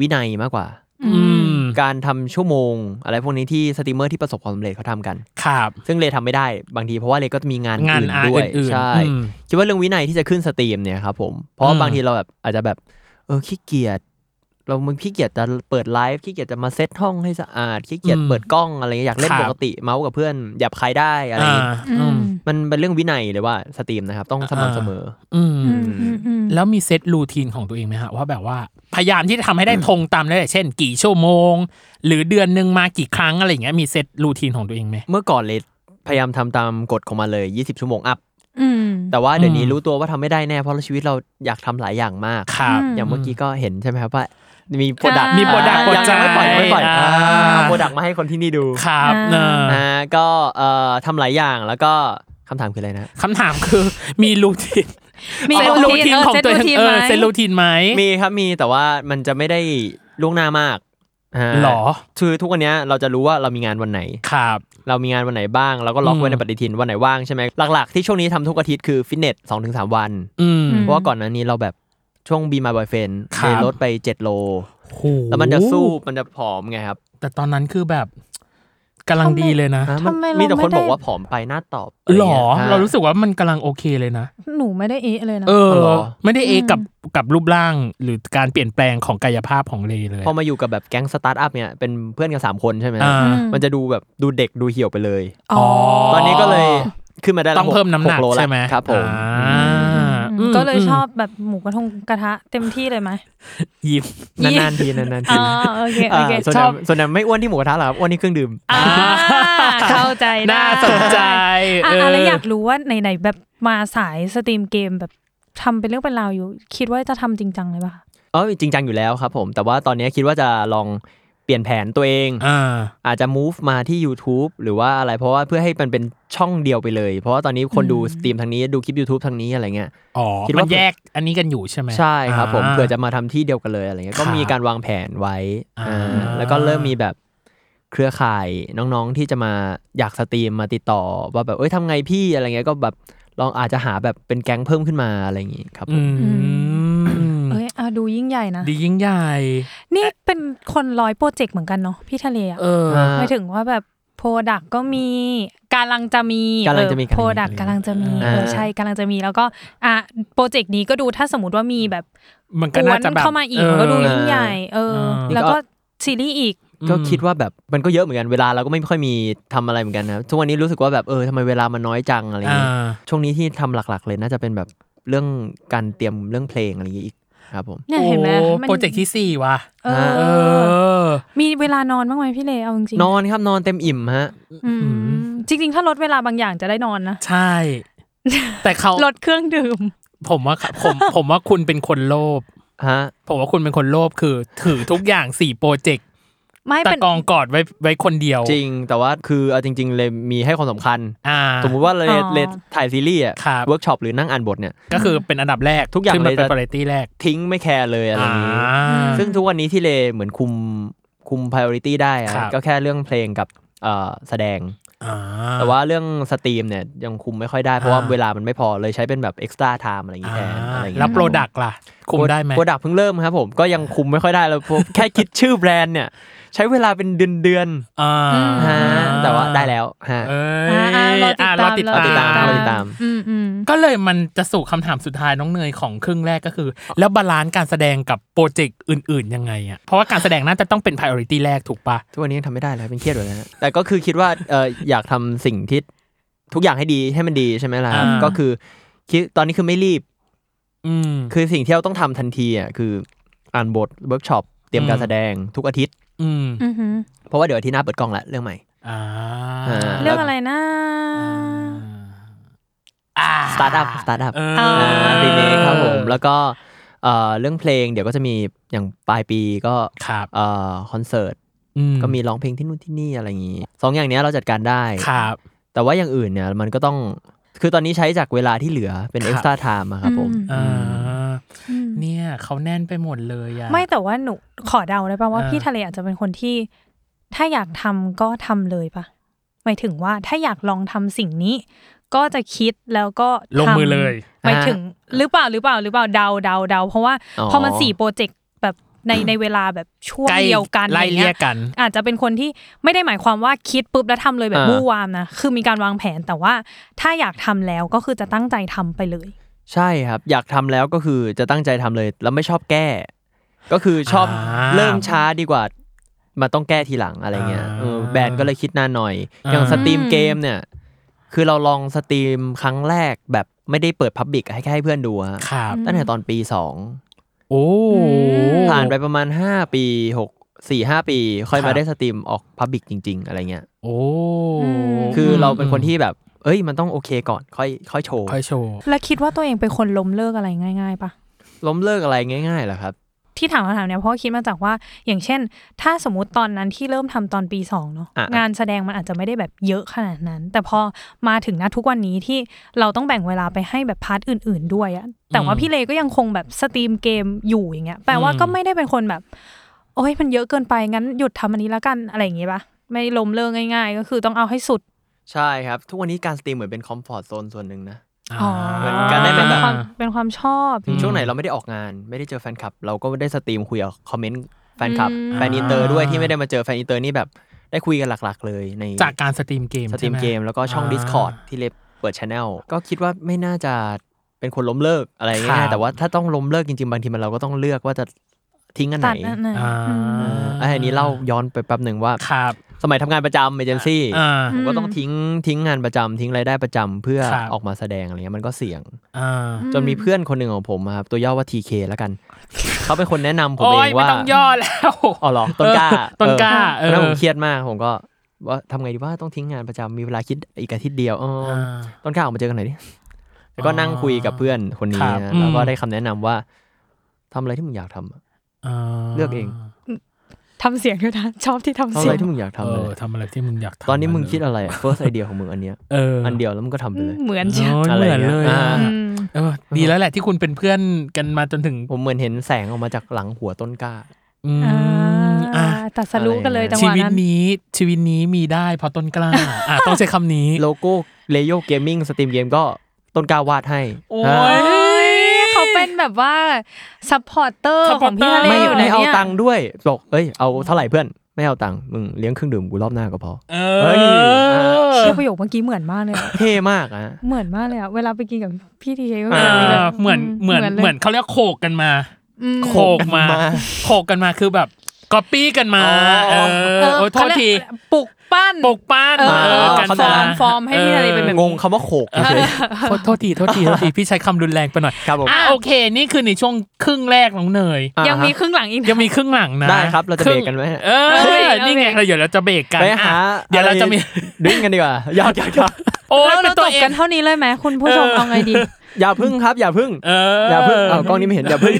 Speaker 4: วินัยมากกว่า
Speaker 2: อื
Speaker 3: อื
Speaker 2: ม
Speaker 3: ม
Speaker 4: การทำชั่วโมง อะไรพวกนี้ที่สตรีมเมอร์ที่ประสบความสำเร็จเขาทำกัน
Speaker 3: ครับ
Speaker 4: ซึ่งเลทำไม่ได้บางทีเพราะว่าเลก็มีงาน
Speaker 3: งาน
Speaker 4: อื่น
Speaker 3: อาร์ต
Speaker 4: ด้วย
Speaker 3: อื่นๆ
Speaker 4: ใช่
Speaker 3: อืม
Speaker 4: คิดว่าเรื่องวินัยที่จะขึ้นสตรีมเนี่ยครับผมเพราะว่า
Speaker 3: อืม
Speaker 4: บางทีเราแบบอาจจะแบบ เออขี้เกียจเรามันขี้เกียจจะเปิดไลฟ์ขี้เกียจจะมาเซตห้องให้สะอาดขี้เกียจเปิดกล้องอะไรเงี้ยอยากเล่นปกติเมาส์กับเพื่อนหยาบคายได้อะไรอย่างงี้
Speaker 3: อืม
Speaker 4: มันเป็นเรื่องวินัยเลยว่าสตรีมนะครับต้องสม่ำเสมอ
Speaker 3: อืม
Speaker 2: อืมอืมอืม
Speaker 3: แล้วมีเซตรูทีนของตัวเองไหมฮะว่าแบบว่าพยายามที่จะทำให้ได้ทงตามได้แหละเช่น กี่ชั่วโมง หรือเดือนหนึ่งมากี่ครั้งอะไรอย่างเงี้ยมีเซตรูทีนของตัวเองไหม
Speaker 4: เมื่อก่อนเลพยายามทำตามกฎของมันเลย 20 ชั่วโมงอัพ
Speaker 2: อืม
Speaker 4: แต่ว่าเดี๋ยวนี้
Speaker 3: อืม
Speaker 4: รู้ตัวว่าทำไม่ได้แน่เพราะชีวิตเราอยากทำหลายอย่างมาก
Speaker 3: ครับ
Speaker 2: อืม
Speaker 4: อย่างเมื่อกี้ก็เห็นใช่ไหมครับว่า มีโปรดัก
Speaker 2: อ่ามี product
Speaker 3: โปรดักต์
Speaker 4: ยังไม่ปล่อยยังไม่ปล่อย
Speaker 3: อ่า
Speaker 4: โปรดักมาให้คนที่นี่ดู
Speaker 3: ครับ
Speaker 2: อ่า
Speaker 3: เออ
Speaker 4: อ่าก็เอ่อทำหลายอย่างแล้วก็คำถามคืออะไรนะ
Speaker 3: คำถามคือ มีรูทีน
Speaker 2: มี
Speaker 3: เซตรูทีนของตัวเองเออเซตรูทีนไหม
Speaker 4: มีครับมีแต่ว่ามันจะไม่ได้ล่วงหน้ามากอ่า
Speaker 3: หรอ
Speaker 4: คือทุกวันเนี้ยเราจะรู้ว่าเรามีงานวันไหน
Speaker 3: ครับ
Speaker 4: เรามีงานวันไหนบ้างเราก็ล็อกไว้
Speaker 3: อืม
Speaker 4: ในปฏิทินวันไหนว่างใช่ไหมหลักๆที่ช่วงนี้ทำทุกอาทิตย์คือฟิตเนสสองถึงสามวัน
Speaker 3: อืม
Speaker 4: เพราะว่าก่อนหน้านี้เราแบบช่วงบีมาบอยเฟน
Speaker 3: ครับ
Speaker 4: เดินลดไปเจ็ดโล
Speaker 3: โห
Speaker 4: แล้วมันจะสู้มันจะผอมไงครับ
Speaker 3: แต่ตอนนั้นคือแบบกำลังดีเลยนะ
Speaker 4: ฮะ
Speaker 2: ทำไม
Speaker 4: มีแต่
Speaker 2: เราไม่
Speaker 4: คน
Speaker 2: ได้
Speaker 4: บอกว่าผอมไปหน้าตอบ
Speaker 3: หรอ
Speaker 4: ะไงี้ย
Speaker 3: เรารู้สึกว่ามันกำลังโอเคเลยนะ
Speaker 2: หนูไม่ได้เอะเลยนะ
Speaker 3: เออ
Speaker 4: เหรอ
Speaker 3: ไม่ได้เอะ
Speaker 2: อืม
Speaker 3: กับกับรูปร่างหรือการเปลี่ยนแปลงของกายภาพของเลเลย
Speaker 4: พอมาอยู่กับแบบแก๊งสตาร์ทอัพเนี่ยเป็นเพื่อนกันสามคนใช่ไหม
Speaker 3: อ่า
Speaker 4: มันจะดูแบบดูเด็กดูเหี่ยวไปเลย
Speaker 2: อ๋อ
Speaker 3: อ๋อ
Speaker 4: ตอนนี้ก็เลยขึ้นมาได้ละ
Speaker 3: ต้องเพิ่มน้ำหนัก
Speaker 4: โลละ
Speaker 3: ใช่ไหม
Speaker 4: ครับผม
Speaker 3: อ่า
Speaker 2: อืมก็เลยชอบแบบหมูกระทงกระทะเต็มที่เลยไหม
Speaker 3: ยิ้ม
Speaker 4: นานๆทีนานๆที
Speaker 2: อ๋อโอเคโอเค
Speaker 4: อ่าส่ว
Speaker 2: ช
Speaker 4: นนั้
Speaker 2: อน บ
Speaker 4: ส่วนนั้นไม่อ้วนที่หมูกระทะหรอกครับอ้วนที่เครื่องดื่ม
Speaker 2: อ่าเข้าใจได้
Speaker 3: น่าสนใจ
Speaker 2: อ่ะ
Speaker 3: เ
Speaker 2: อะไรอยากรู้ว่าไหนๆแบบมาสายสตรีมเกมแบบทำเป็นเรื่องเป็นราวอยู่ คิดว่าจะทำจริงจังเลยป่ะ
Speaker 4: เออจริงจังอยู่แล้วครับผม แต่ว่าตอนนี้คิดว่าจะลอง ลี่ยนแผนตัวเอง
Speaker 3: อ่า
Speaker 4: อาจจะ move มาที่ YouTube หรือว่าอะไรเพราะว่าเพื่อให้มันเป็นช่องเดียวไปเลย เพราะว่าตอนนี้คนดู
Speaker 2: อืม
Speaker 4: สตรีมทางนี้ดูคลิป YouTube ทางนี้อะไรเงี้ย
Speaker 3: อ๋อ
Speaker 4: คิด
Speaker 3: มั
Speaker 4: ว่าน เผื่อ
Speaker 3: แยกอันนี้กันอยู่ใช่ไหม
Speaker 4: ใช่ครับผม
Speaker 3: า
Speaker 4: เผื่อจะมาทำที่เดียวกันเลยอะไรเงี้ย
Speaker 3: ครั
Speaker 4: ก็
Speaker 3: บ
Speaker 4: มีการวางแผนไว้
Speaker 3: อ่า
Speaker 4: อ่าแล้วก็เริ่มมีแบบเครือข่ายน้องๆที่จะมาอยากสตรีมมาติดต่อ ว่าแบบเอ้ยทำไงพี่อะไรเงี้ยก็แบบลองอาจจะหาแบบเป็นแก๊งเพิ่มขึ้นมาอะไรอย่างงี้ครับผ
Speaker 3: อื
Speaker 4: ม
Speaker 3: ม
Speaker 2: เอ้ยอ่ะดูยิ่งใหญ่นะ
Speaker 3: ดียิ่งใหญ่
Speaker 2: นี่เป็นคนร้อยโปรเจกต์เหมือนกันเนาะพี่ทะเลอะ
Speaker 3: เออ
Speaker 4: อ่า
Speaker 2: หมายถึงว่าแบบโปรดักก็มีกำลังจะมี
Speaker 4: กำลังจะมี
Speaker 2: โปรดัก
Speaker 4: กำ
Speaker 2: กำ
Speaker 4: ลั
Speaker 2: ลั
Speaker 4: ง
Speaker 2: ง
Speaker 4: จะ
Speaker 2: จะ
Speaker 4: มี
Speaker 2: มีเออ
Speaker 4: เออ
Speaker 2: ใช่กำลังจะมีแล้วก็อ่ะโปรเจกต์นี้ก็ดูถ้าสมมติว่ามีแบบ
Speaker 3: มัน
Speaker 2: ก
Speaker 3: ก็
Speaker 2: ว
Speaker 3: น่าน จะแบบ
Speaker 2: เข้ามาอีก
Speaker 3: เ
Speaker 2: มันก็ดูยิ่งใหญ่เออ
Speaker 3: เออ
Speaker 2: แล้วก็ซีรีส์อีก
Speaker 4: ก็คิดว่าแบบมันก็เยอะเหมือนกันเวลาเราก็ไม่ค่อยมีทำอะไรเหมือนกันนะทุกวันนี้รู้สึกว่าแบบเออทำไมเวลามันน้อยจังอะไรอย่าง
Speaker 3: อ่า
Speaker 4: งี้ช่วงนี้ที่ทำหลักๆ เลยน่าจะเป็นแบบเรื่องการเตรียมเรื่องเพลงอะไรอย่างงี้อีกครับผม
Speaker 2: เนี่ยเห็นไหม
Speaker 3: โอ้
Speaker 2: มัน
Speaker 3: โปรเจกต์ที่สี่ว่ะ
Speaker 2: เอ
Speaker 3: เอ
Speaker 2: อ
Speaker 3: อ
Speaker 2: มีเวลานอนบ้างไหมพี่เลเอาจริงๆ
Speaker 4: นอนครับนอนเต็มอิ่มฮะ
Speaker 2: อืมจริง ๆ ถ้าลดเวลาบางอย่างจะได้นอนนะ
Speaker 3: ใช่ แต่เขา
Speaker 2: ลดเครื่องดื่ม
Speaker 3: ผมว่า ผมผมว่าคุณเป็นคนโลภ
Speaker 4: ฮะ
Speaker 3: ผมว่าคุณเป็นคนโลภคือ ถือทุกอย่างสี่โปรเจกต์
Speaker 2: ไม่
Speaker 3: ตะ
Speaker 2: เป็น
Speaker 3: กองกอดไว้ไว้คนเดียว
Speaker 4: จริงแต่ว่าคือเอาจริง ๆ เลยมีให้ความสำคัญ
Speaker 3: อ่า
Speaker 4: สมมุติว่าเล
Speaker 2: อ๋อ
Speaker 4: เลถ่ายซีรีส์อะ
Speaker 3: ครับ
Speaker 4: เวิร์กช็อปหรือนั่งอ่านบทเนี่ย
Speaker 3: ก็คือเป็นอันดับแรก
Speaker 4: ทุกอย่าง
Speaker 3: ขึ้นมา
Speaker 4: เลย
Speaker 3: เป็น
Speaker 4: จะ
Speaker 3: ปริตี้แรก
Speaker 4: ทิ้งไม่แคร์เลยอะไรอย่างนี้
Speaker 3: อ่า
Speaker 4: ซึ่งทุกวันนี้ที่เลเหมือนคุมคุม priority ได้อะ
Speaker 3: ครับ
Speaker 4: ก็แค่เรื่องเพลงกับเอ่อแสดง
Speaker 3: อ่า
Speaker 4: แต่ว่าเรื่องสตรีมเนี่ยยังคุมไม่ค่อยได้ เพราะว่า
Speaker 3: อ่า
Speaker 4: เวลามันไม่พอเลยใช้เป็นแบบ extra time อะไรอย่างนี้แทนอะไรอย่าง
Speaker 3: แล้ว
Speaker 4: เงี้ย
Speaker 3: โปรดักต์ล่ะ คุมได้ไหม
Speaker 4: โปรดักเพิ่งเริ่มครับผมก็ยังคุมไม่ค่อยได้แล้วเพราะ แค่คิดชื่อแบรนด์เนี่ยใช้เวลาเป็นเดือนเดือน
Speaker 3: อ่า
Speaker 4: ๆฮะแต่ว่าได้แล้วฮะ
Speaker 3: เอ้ย
Speaker 2: อ่าอ่ารอติด
Speaker 3: อ่ะ
Speaker 2: ตาม
Speaker 3: รอติดตาม
Speaker 4: รอติดตาม
Speaker 2: อืมอืม
Speaker 3: ก็เลยมันจะสู่คำถามสุดท้ายน้องเนยของครึ่งแรกก็คือ แล้วบาลานซ์การแสดงกับโปรเจกต์อื่น ๆ ยังไงอ่ะเพราะว่าการแสดงน่าจะต้องเป็น priority แรกถูกปะ
Speaker 4: ทุกวันนี้ยังทำไม่ได้เลยครับเป็นเครียดอยู่นะฮะแต่ก็คือคิดว่าเอออยากทำสิ่งที่ทุกอย่างให้ดีให้มันดีใช่ไหมล่ะ
Speaker 3: อ่า
Speaker 4: ก็คือคิดตอนนี้คือไม่รีบ
Speaker 3: อืม
Speaker 4: คือสิ่งที่เราต้องทำทันทีอ่ะคืออ่านบทเวิร์กช็อปเตรียมการ
Speaker 3: อืม
Speaker 4: แสดงทุกอาทิตย์
Speaker 3: อืม
Speaker 2: อืมอืม
Speaker 4: เพราะว่าเดี๋ยวอาทิตย์หน้าเปิดกล้องละเรื่องใหม่
Speaker 3: อ่า
Speaker 4: อ่า
Speaker 2: เรื่องอะไรนะ
Speaker 4: สตาร์ทอัพสตาร์ทอัพ
Speaker 3: เอ
Speaker 2: อ่า
Speaker 3: อ
Speaker 4: รีเมคครับผมแล้วก็เอ่อเรื่องเพลงเดี๋ยวก็จะมีอย่างปลายปีก็
Speaker 3: ครับ
Speaker 4: เอ่อคอนเสิร์ต
Speaker 3: อื
Speaker 4: ก็มีร้องเพลงที่นู่นที่นี่อะไรอย่างงี้สองอย่างเนี้ยเราจัดการได้
Speaker 3: ครับ
Speaker 4: แต่ว่าอย่างอื่นเนี่ยมันก็ต้องคือตอนนี้ใช้จากเวลาที่เหลือเป็น
Speaker 3: ครับ
Speaker 4: extra time อะครับผม
Speaker 3: อ่า
Speaker 2: อืม
Speaker 3: เนี่ยเขาแน่นไปหมดเลยอ่ะ
Speaker 2: ไม่แต่ว่าหนูขอเดาได้ป่ะว่า
Speaker 3: อ่า
Speaker 2: พี่ทะเลอาจจะเป็นคนที่ ถ้าอยากทำก็ทำเลยป่ะหมายถึงว่าถ้าอยากลองทำสิ่งนี้ ก็จะคิดแล้วก็ทำ
Speaker 3: ลงมือเลย
Speaker 2: หมายถึงหรือเปล่าหรือเปล่าหรือเปล่าเดาเดาเดาเพราะว่า
Speaker 4: อ๋อ
Speaker 2: พอมันสี่โปรเจกต์แบบในในเวลาแบบช่วง
Speaker 3: ใกล้
Speaker 2: เดียวกัน
Speaker 3: ไล่
Speaker 2: อางงี้
Speaker 3: เลี่ยกัน
Speaker 2: อาจจะเป็นคนที่ไม่ได้หมายความว่าคิดปุ๊บแล้วทำเลยแบบ
Speaker 4: อ่า
Speaker 2: วู่วามนะ คือมีการวางแผนแต่ว่าถ้าอยากทำแล้วก็คือจะตั้งใจทำไปเลย
Speaker 4: ใช่ครับ อยากทำแล้วก็คือจะตั้งใจทำเลย แล้วไม่ชอบแก้ ก็คือชอบ
Speaker 3: อ่า
Speaker 4: เริ่มช้าดีกว่ามาต้องแก้ทีหลังอะไรเงี้ย
Speaker 3: อ่า
Speaker 4: เออแบรนด์ก็เลยคิดนานหน่อย อย่าง
Speaker 3: อ่า
Speaker 4: สตรีม
Speaker 2: อืม
Speaker 4: เกมเนี่ย คือเราลองสตรีมครั้งแรกแบบไม่ได้เปิดพับบิกให้แค่ให้เพื่อนดูฮะ
Speaker 3: ครับ
Speaker 4: ตั้งแต่ตอนปีสอง
Speaker 3: โอ้
Speaker 2: ม
Speaker 4: ผ่านไปประมาณ 5 ปีหกสี่ห้าปี ค่อยมาได้สตรีมออกพับบิกจริง ๆ อะไรเงี้ย
Speaker 3: โอ้
Speaker 2: อืม
Speaker 4: คือเราเป็นคนที่แบบ เอ้ย มันต้องโอเคก่อน ค่อย ค่อยโชว์
Speaker 3: ค่อยโชว์
Speaker 2: แล้วคิดว่าตัวเองเป็นคนล้มเลิกอะไรง่าย ๆปะ
Speaker 4: ล้มเลิกอะไรง่ายๆเหรอครับ
Speaker 2: ที่ถามคำถามเนี้ยเพราะว่าคิดมาจากว่าอย่างเช่น ถ้าสมมติตอนนั้นที่เริ่มทำตอนปีสองเนาะ
Speaker 4: อ่ะ
Speaker 2: งานแสดงมันอาจจะไม่ได้แบบเยอะขนาดนั้น แต่พอมาถึงนะทุกวันนี้ที่เราต้องแบ่งเวลาไปให้แบบพาร์ทอื่น ๆ ด้วยอะแต่ว่าพี่เลก็ยังคงแบบสตรีมเกมอยู่อย่างเงี้ยแปลว่าก็ไม่ได้เป็นคนแบบ โอ้ยมันเยอะเกินไปงั้นหยุดทำอันนี้แล้วกันอะไรอย่างงี้ปะไม่ล้มเลิกง่าย ๆ ก็คือต้องเอาให้สุด
Speaker 4: ใช่ครับ ทุกวันนี้การสตรีมเหมือนเป็นคอมฟอร์ตโซนส่วนหนึ่งนะ
Speaker 2: อ๋อ
Speaker 4: เหมือนกันได้เป็นแบบ
Speaker 2: ความเป็นความชอบ
Speaker 4: ถึง
Speaker 3: อืม
Speaker 4: ช่วงไหนเราไม่ได้ออกงาน ไม่ได้เจอแฟนคลับ เราก็ได้สตรีมคุยกับคอมเมนต์แฟนคลับ
Speaker 2: อืม
Speaker 4: แฟนอินเตอร์ด้วยที่ไม่ได้มาเจอแฟนอินเตอร์นี่แบบ ได้คุยกันหลักๆ เลยใน
Speaker 3: จากการสตรีมเกม
Speaker 4: สตรีม
Speaker 3: ใช่ไห
Speaker 4: เกม แล้วก็ช่อง
Speaker 3: า
Speaker 4: Discord ที่เล็บเปิดช anel ก็คิดว่าไม่น่าจะเป็นคนล้มเลิกอะไร
Speaker 3: ครั
Speaker 4: ง่าย
Speaker 3: บ
Speaker 4: ๆแต่ว่าถ้าต้องล้มเลิกจริงๆบางทีมันเราก็ต้องเลือกว่าจะทิ้งอันไหน
Speaker 2: ตัดนั่นน่ะ
Speaker 3: อ่า
Speaker 2: อืม
Speaker 4: เอออ่ะอันนี้เล่าย้อนไปแป๊บหนึ่งว่า
Speaker 3: ครับ
Speaker 4: สมัยทำงานประจำเอเจนซี่
Speaker 3: อ่า
Speaker 4: ผมก็ต้องทิ้งทิ้งงานประจำทิ้งรายได้ประจำเพื่อ
Speaker 3: ครับ
Speaker 4: ออกมาแสดงอะไรเงี้ยมันก็เสี่ยง
Speaker 3: อ่า
Speaker 4: จนมีเพื่อนคนหนึ่งของผมอะครับตัวย่อว่า TK แล้วกัน เขาเป็นคนแนะนำผม
Speaker 3: โอ้
Speaker 4: เอย ง
Speaker 3: ไม่
Speaker 4: ว่า
Speaker 3: ต้องย่อแล้ว
Speaker 4: อ๋อเหรอต้นกล้า
Speaker 3: เออต้นกล้า
Speaker 4: เอ
Speaker 3: เอ
Speaker 4: อ
Speaker 3: อ
Speaker 4: แล้วผมเครียดมากผมก็ว่าทำไงดีว่าต้องทิ้งงานประจำมีเวลาคิดอีกอาทิตย์เดียวเออ
Speaker 3: อ่า
Speaker 4: ต้นกล้าออกมาเจอกันหน่อยดิแล้วก็นั่งคุยกับเพื่อนคนนี้
Speaker 3: ครับ
Speaker 4: นะ
Speaker 3: อืม
Speaker 4: แล้วก็ได้คำแนะนำว่าทำอะไรที่มึงอยากทำอะ
Speaker 3: อ่า
Speaker 4: เลือกเอง
Speaker 2: ทำเสียงด้วยนะชอบที่ทำ
Speaker 4: ทำ
Speaker 2: เสี
Speaker 4: อะไร
Speaker 2: ยง
Speaker 4: ที่มึงอยากทำ
Speaker 3: เอ
Speaker 4: เล
Speaker 3: อย ทำอะไรที่มึงอยากทำ
Speaker 4: ตอนนี้มึงคิดอะไร first idea ของมึงอันเนี้ย
Speaker 3: เออ
Speaker 4: อั
Speaker 3: อั
Speaker 4: นเดียวแล้วมึงก็ทำไปเลย
Speaker 2: เหมือน
Speaker 3: เ
Speaker 2: เชียว
Speaker 3: ห
Speaker 4: อะไร
Speaker 3: มื
Speaker 4: อ
Speaker 3: อน
Speaker 4: ย่างเงี้ย
Speaker 3: เลย
Speaker 4: อ่า
Speaker 3: อะ
Speaker 2: อืม
Speaker 3: เออดีแล้วแหละที่คุณเป็นเพื่อนกันมาจนถึง
Speaker 4: ผมเหมือนเห็นแสงออกมาจากหลังหัวต้นกล้า
Speaker 3: อืม
Speaker 2: อ่า
Speaker 3: อ่ะ
Speaker 2: ตัดสรุปกันเลยจังห
Speaker 3: ชี
Speaker 2: วะ
Speaker 3: วิต
Speaker 2: นั้น
Speaker 3: นี้ชีวิตนี้มีได้เพราะต้นกล้าอ่ะต้องใช้คำนี้
Speaker 4: โลโก้เลโยเกมมิ่งสตรีมเกมก็ต้นกล้าวาดให้
Speaker 3: โอ้
Speaker 4: ฮะ
Speaker 3: ย
Speaker 2: เอ้ยเขาเป็นแบบว่าซัพพอร์เตอร์ของพี่ทะเล
Speaker 4: ไม่
Speaker 2: อยู่นะ
Speaker 4: ไม่
Speaker 2: เนี่ย
Speaker 4: เอาตังค์ด้วยบอกเอ้ยเอาเท่าไหร่เพื่อน ไม่เอาตังค์มึงเลี้ยงเครื่องดื่มกูรอบหน้าก็พอ
Speaker 3: เอ
Speaker 4: เฮ้ย
Speaker 3: อ
Speaker 2: เชื่อประโยคเมื่อกี้เหมือนมากเลยอะ
Speaker 4: เท่มากอะ
Speaker 2: เหมือนมากเลยอะเวลาไปกินกับพี่ทีเอก็
Speaker 3: เอ
Speaker 2: แบบนี้เลย
Speaker 3: อเหมือนเหมือน
Speaker 2: ลย
Speaker 3: เหมือนเขาเรียกโขกกันมา
Speaker 2: อืม
Speaker 3: โขกมา โขกกันมาคือแบบก๊อปปี้กันมา เออโอ้ยโทษที
Speaker 2: ปลุกปั้น
Speaker 3: ปลุกป้าน
Speaker 2: เออ
Speaker 3: มา
Speaker 2: เออ
Speaker 3: กัน
Speaker 2: ฟอร์ม
Speaker 3: า
Speaker 2: ฟอร์มให้พี่ทะเลเป็นแบบ
Speaker 4: งงคำว่าโขกเฉย
Speaker 3: โทษโทษทีโทษทีโทษที พี่ใช้คำรุนแรงไปหน่อย
Speaker 4: ๆครับผม
Speaker 3: อ่ะโอเค นี่คือในช่วงครึ่งแรกของเนย
Speaker 4: อ่า
Speaker 2: ยัง
Speaker 4: ฮะ
Speaker 2: มีครึ่งหลังอีกนะ
Speaker 3: ยังมีครึ่งหลังนะ
Speaker 4: ได้ครับเราจะ
Speaker 3: คง
Speaker 4: เบรกกันไหมฮะ
Speaker 3: เอ
Speaker 2: เฮ้ย
Speaker 3: อ
Speaker 2: เอาเบรก
Speaker 3: นี่ไงเราเดี๋ยวเราจะเบรกกัน
Speaker 4: ไปหา
Speaker 3: อ่ะเดี๋ยวเราจะมี
Speaker 4: อไรดิ้งกันดีกว่ายาวยาวยาว
Speaker 3: โอ้ย
Speaker 2: แล้ว
Speaker 3: เป็น
Speaker 2: เราจ
Speaker 3: ตัว
Speaker 2: บ
Speaker 3: เอง
Speaker 2: กันเท่านี้เลยไหมคุณผู้ชมเอาไงดี
Speaker 4: อย่าพึ่งครับ อย่าพึ่ง
Speaker 3: เออ
Speaker 4: อ
Speaker 3: อ
Speaker 4: ย่าพึ่งเอากล้องนี้ไม่เห็นอย่าพึ่ง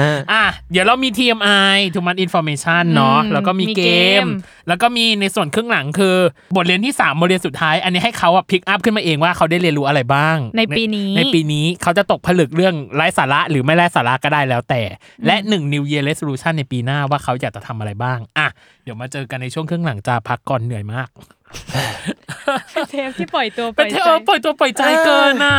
Speaker 4: อ่า
Speaker 3: อ่ะเดี๋ยวเรามี TMI Too Much Information เนาะ
Speaker 2: อืม
Speaker 3: แล้วก็มี
Speaker 2: มี
Speaker 3: เก
Speaker 2: เก
Speaker 3: ม
Speaker 2: ม
Speaker 3: แล้วก็มีในส่วนครึ่งหลังคือบทเรียนที่ 3 บทเรียนสุดท้าย อันนี้ให้เขาอะพิกอัพขึ้นมาเองว่าเขาได้เรียนรู้อะไรบ้าง
Speaker 2: ในปีนี้
Speaker 3: ในปีนี้เขาจะตกผลึกเรื่องไร้สาระหรือไม่ไร้สาระก็ได้แล้วแต่ และ 1 New Year Resolution ในปีหน้าว่าเขาอยากจะทำอะไรบ้าง อ่ะ เดี๋ยวมาเจอกันในช่วงครึ่งหลังจ้าพักก่อนเหนื่อยมาก
Speaker 2: เทปที่ปล่อยตัว
Speaker 3: เป็นเทเออปล่อยตัวปล่อยใจเกินอ่ะ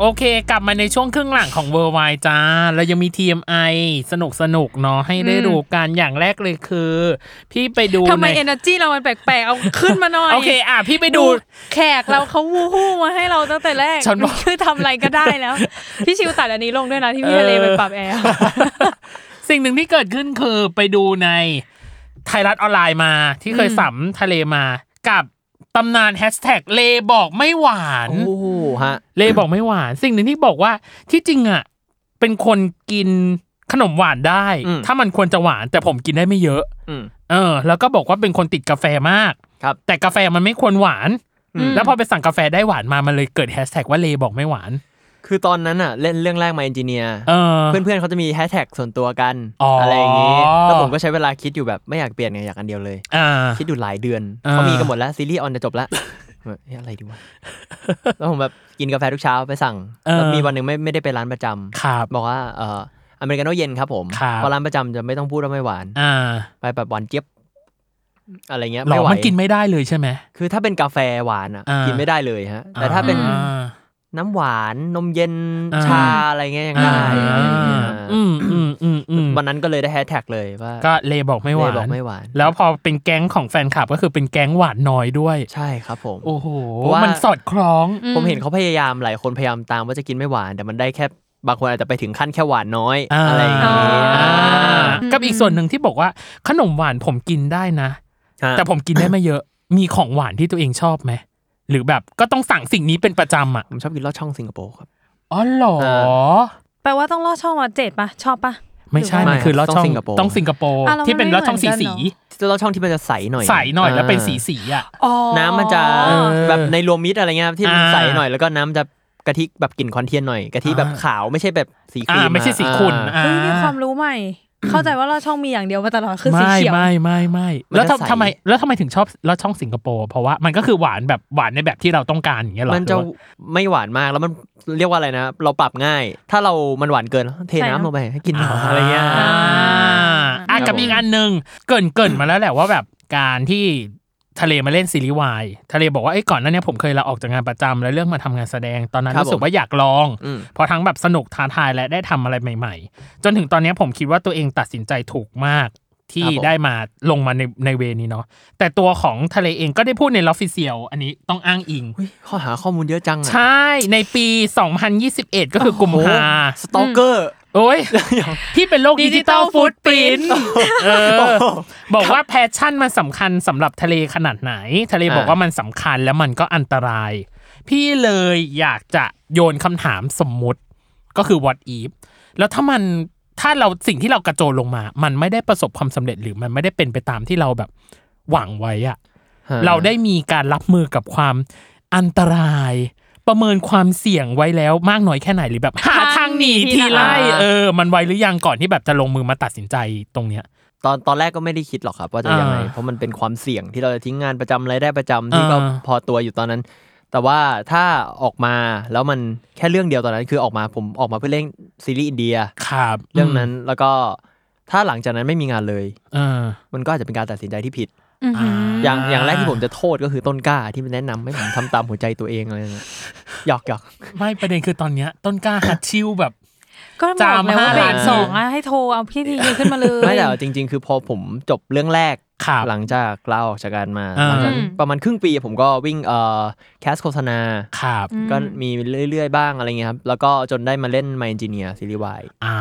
Speaker 3: โอเค กลับมาในช่วงครึ่งหลังของเวอร์ไวจ้า แล้วยังมี TMI สนุกสนุกๆเนาะให้ได้ดูกันอย่างแรกเลยคือ พี่ไปดู
Speaker 2: ทำไม
Speaker 3: ใน
Speaker 2: เอเนอร์จีเรามันแปลกๆ เอาขึ้นมาหน่อย
Speaker 3: โอเค อ่ะ พี่ไปดู
Speaker 2: แขกเราเขาวู้ฮู้มาให้เราตั้งแต่แรก
Speaker 3: ฉันบอก
Speaker 2: คือทำอะไรก็ได้แล้ว พี่ชิวตัดอันนี้ลงด้วยนะที่พี่ทะเลไปปรับแอร์
Speaker 3: สิ่งหนึ่งที่เกิดขึ้นคือไปดูในไทยรัฐออนไลน์มา ที่เคยสัมทะเลมา กับตำนานแฮชแท็กเลบอกไม่หวาน
Speaker 4: โอ้โหฮะ
Speaker 3: เลบอกไม่หวาน สิ่งหนึ่งที่บอกว่าที่จริงอ่ะเป็นคนกินขนมหวานได้
Speaker 4: อืม
Speaker 3: ถ้ามันควรจะหวานแต่ผมกินได้ไม่เยอะ
Speaker 4: อืม
Speaker 3: เออแล้วก็บอกว่าเป็นคนติดกาแฟมาก
Speaker 4: ครับ
Speaker 3: แต่กาแฟมันไม่ควรหวาน
Speaker 2: อืม
Speaker 3: แล้วพอไปสั่งกาแฟได้หวานมา มันเลยเกิดแฮชแท็กว่าเลบอกไม่หวาน
Speaker 4: คือตอนนั้นอ่ะ เล่นเรื่องแรกมาเอนจิเนียร์
Speaker 3: เออ
Speaker 4: เพื่อนๆเขาจะมีแฮชแท็กส่วนตัวกัน
Speaker 3: อ๋ออ
Speaker 4: อะไรอย่างนี้ แล้วผมก็ใช้เวลาคิดอยู่แบบไม่อยากเปลี่ยนไงอยากอันเดียวเลย
Speaker 3: อ่า
Speaker 4: คิดอยู่หลายเดือน
Speaker 3: อ่า
Speaker 4: เขามีกันหมดแล้ว ซีรีส์ออนจะจบแล้วแบบเอ๊ะอะไรดีวะ แล้วผมแบบกินกาแฟทุกเช้าไปสั่งแล้วมีวันหนึ่งไม่ไม่ได้ไปร้านประจำ
Speaker 3: ครับ
Speaker 4: บอกว่าเอ่ออเมริกาโน่เย็นครับผม
Speaker 3: ครับ
Speaker 4: เพอร้านประจำจะไม่ต้องพูดว่าไม่หวาน
Speaker 3: อ่า
Speaker 4: ไปแบบหวานเจี๊ยบ อะไรเงี้ย
Speaker 3: หร
Speaker 4: ไม่
Speaker 3: อ
Speaker 4: ไหว
Speaker 3: มันกินไม่ได้เลยใช่ไหม
Speaker 4: คือถ้าเป็นกาแฟหวานอ่ะ
Speaker 3: อ่ากิ
Speaker 4: กินไม่ได้เลยฮะ แต่ถ้าเป็น
Speaker 3: อ่า
Speaker 4: น้ำหวานนมเย็น
Speaker 3: อ่า
Speaker 4: ชาอะไรเงี้ยยังได้อะไรเงี้ย
Speaker 3: อืมอืมอืมอืม
Speaker 4: วันนั้นก็เลยได้แฮชแท็กเลยว่า
Speaker 3: ก็เลบอกไม่หวา
Speaker 4: เลยบอก
Speaker 3: น
Speaker 4: ไม่หวาน
Speaker 3: แล้วพอเป็นแก๊งของแฟนคลับก็คือเป็นแก๊งหวานน้อยด้วย
Speaker 4: ใช่ครับผม
Speaker 3: โอ้โห
Speaker 4: เพราะว่ามั
Speaker 3: มันสอดคล้อง
Speaker 4: ผมเห็นเขาพยายามหลายคนพยายามตามว่าจะกินไม่หวาน แต่มันได้แค่บางคนอาจจะไปถึงขั้นแค่หวานน้อย
Speaker 3: อ่า
Speaker 4: อะไรอย่างนี้
Speaker 2: อ่า
Speaker 3: กับอีกส่วนหนึ่งที่บอกว่าขนมหวานผมกินได้นะ
Speaker 4: ฮะ
Speaker 3: แต่ผมกินได้ไม่เยอะ มีของหวานที่ตัวเองชอบไหม หรือแบบก็ต้องสั่งสิ่งนี้เป็นประจำอ่ะ
Speaker 4: ผมชอบกินลอดช่องสิงคโปร์ครับ
Speaker 3: อ๋อเหรอ
Speaker 4: เอ
Speaker 2: แปลว่าต้องลอดช่องมาเจ็ดปะชอบปะ
Speaker 3: ไม่ใช่
Speaker 4: ไม่
Speaker 3: มันคือลอดช่อง
Speaker 4: ต้องสิงคโปร์
Speaker 3: ต้องสิงคโปร์
Speaker 2: อ่ะแล้วมัน
Speaker 3: ที่เป็นลอดช่องสี
Speaker 2: ไม่เหมื
Speaker 3: สี
Speaker 2: อนกัน
Speaker 4: ลอดช่องที่มันจะใสหน่อย
Speaker 3: ใสหน่อยแล้วเป็นสีสีๆอ่ะ
Speaker 2: อ๋อ
Speaker 4: น้ำมันจะ
Speaker 3: เออ
Speaker 4: แบบในรวมมิตรอะไรเงี้ยครับที่มัน
Speaker 3: อ่า
Speaker 4: ใสหน่อยแล้วก็น้ำจะกะทิแบบกลิ่นคอนเทียนหน่อยกะทิแบบ
Speaker 3: อ่า
Speaker 4: ขาวไม่ใช่แบบสีค
Speaker 3: อ่า
Speaker 4: รีม
Speaker 3: ไม่ใช่สี
Speaker 4: อ่ะ
Speaker 3: ขุ่น
Speaker 4: อ่า
Speaker 3: อ่า
Speaker 2: เฮ้ยมีความรู้ใหม่ เข้าใจว่าลอดช่องมีอย่างเดียวมาตลอดคือสี
Speaker 3: ไม่
Speaker 2: เขียว
Speaker 3: ไม่ไม่ไม่
Speaker 4: มันจะ
Speaker 3: แล้ว
Speaker 4: ใส
Speaker 3: ทำทำไมแล้วทำไมถึงชอบลอดช่องสิงคโปร์เพราะว่ามันก็คือหวานแบบหวานในแบบที่เราต้องการอย่างเงี้ยหรอ
Speaker 4: มันจะ
Speaker 3: หรือว่า
Speaker 4: ไม่หวานมากแล้วมันเรียกว่าอะไรนะ เราปรับง่าย ถ้าเรามันหวานเกินเท
Speaker 2: ใส่
Speaker 4: น้ำ
Speaker 2: น้ำ
Speaker 4: ลงไปให้กินอะไรเงี้ย
Speaker 3: อ่าอ่ะกับอีกอันหนึ่งเกรินเกรินมาแล้วแหละว่าแบบการที่ ทะเลมาเล่นซีรีส์วายทะเลบอกว่าไอ้ยก่อนหน้าเนี้ยผมเคยลาออกจากงานประจำแล้วเรื่องมาทำงานแสดงตอนนั้น
Speaker 4: ครับ
Speaker 3: รู้สึ
Speaker 4: ผ
Speaker 3: ก
Speaker 4: ม
Speaker 3: ว่าอยากลอง
Speaker 4: อืม
Speaker 3: เพราะทั้งแบบสนุกท้าทายและได้ทำอะไรใหม่ ๆ จนถึงตอนเนี้ยผมคิดว่าตัวเองตัดสินใจถูกมากที่
Speaker 4: ครับผม
Speaker 3: ได้มาลงมาในในเวนี้เนาะแต่ตัวของทะเลเองก็ได้พูดในลอฟฟิเชียลอันนี้ต้องอ้างอิง
Speaker 4: อุ๊ยข้อหาข้อมูลเยอะจังอะ
Speaker 3: ใช่ในปี 2021 ก็คือกุม
Speaker 4: โอ้
Speaker 3: ภา
Speaker 4: สตอกเกอร์
Speaker 3: โอ้ย ที่เป็นโลกดิจิตอล
Speaker 2: Digital
Speaker 3: ฟุตปิน
Speaker 2: footprint
Speaker 3: เอ อ บอกว่าแพชชั่นมันสำคัญสำหรับทะเลขนาดไหน ทะเล
Speaker 4: อ่า
Speaker 3: บอกว่ามันสำคัญและมันก็อันตราย พี่เลยอยากจะโยนคำถามสมมุติก็คือ what if แล้วถ้ามันถ้าเราสิ่งที่เรากระโจนลงมา มันไม่ได้ประสบความสำเร็จหรือมันไม่ได้เป็นไปตามที่เราแบบหวังไว้อะ เราได้มีการรับมือกับความอันตราย ประเมินความเสี่ยงไว้แล้วมากน้อยแค่ไหนหรือ แบบหาทางหนีทีไล่เออ มันไวหรือยังก่อนที่แบบจะลงมือมาตัดสินใจตรงเนี้ย
Speaker 4: ตอนตอนแรกก็ไม่ได้คิดหรอกครับ ว่าจะยังไง
Speaker 3: อ่า
Speaker 4: เพราะมันเป็นความเสี่ยงที่เราจะทิ้งงานประจำรายได้ประจำที่ก็
Speaker 3: อ่า
Speaker 4: พอตัวอยู่ตอนนั้น แต่ว่าถ้าออกมาแล้วมันแค่เรื่องเดียวตอนนั้นคือออกมาผมออกมาเพื่อเล่นซีรีส์อินเดีย
Speaker 3: ครับ
Speaker 4: เรื่องนั้นแล้วก็ถ้าหลังจากนั้นไม่มีงานเลย
Speaker 3: เออ
Speaker 4: มันก็อาจจะเป็นการตัดสินใจที่ผิด
Speaker 2: อือหืออ
Speaker 4: อย่างอย่างแรกที่ผมจะโทษก็คือต้นกล้าที่มันแนะนำให้ผมทำตามหัวใจตัวเองอะไรเนี่ยหยอกหยอก
Speaker 3: ไม่ประเด็นคือตอนเนี้ย ต้นกล้าฮัดชิวแบบ
Speaker 2: ก็บอกแล้วว่า
Speaker 3: จามห้า
Speaker 2: เบร
Speaker 3: ล้าน
Speaker 2: กสองอะให้โทรเอาพี่ทีขึ้นมาเลย
Speaker 4: ไม่แต่จริง ๆ คือพอผมจบเรื่องแรก
Speaker 3: ขับ
Speaker 4: หลังจากลาออกจากการมา
Speaker 3: อ่า
Speaker 4: หลังจากนั้น
Speaker 2: อืม
Speaker 4: ประมาณครึ่งปีผมก็วิ่งเอ่อแคสโฆษณา
Speaker 3: ขับ
Speaker 2: อืม
Speaker 4: ก็มีเรื่อยๆ บ้างอะไรเงี้ยครับ แล้วก็จนได้มาเล่น My Engineer ซีรีส์วาย
Speaker 3: อ่า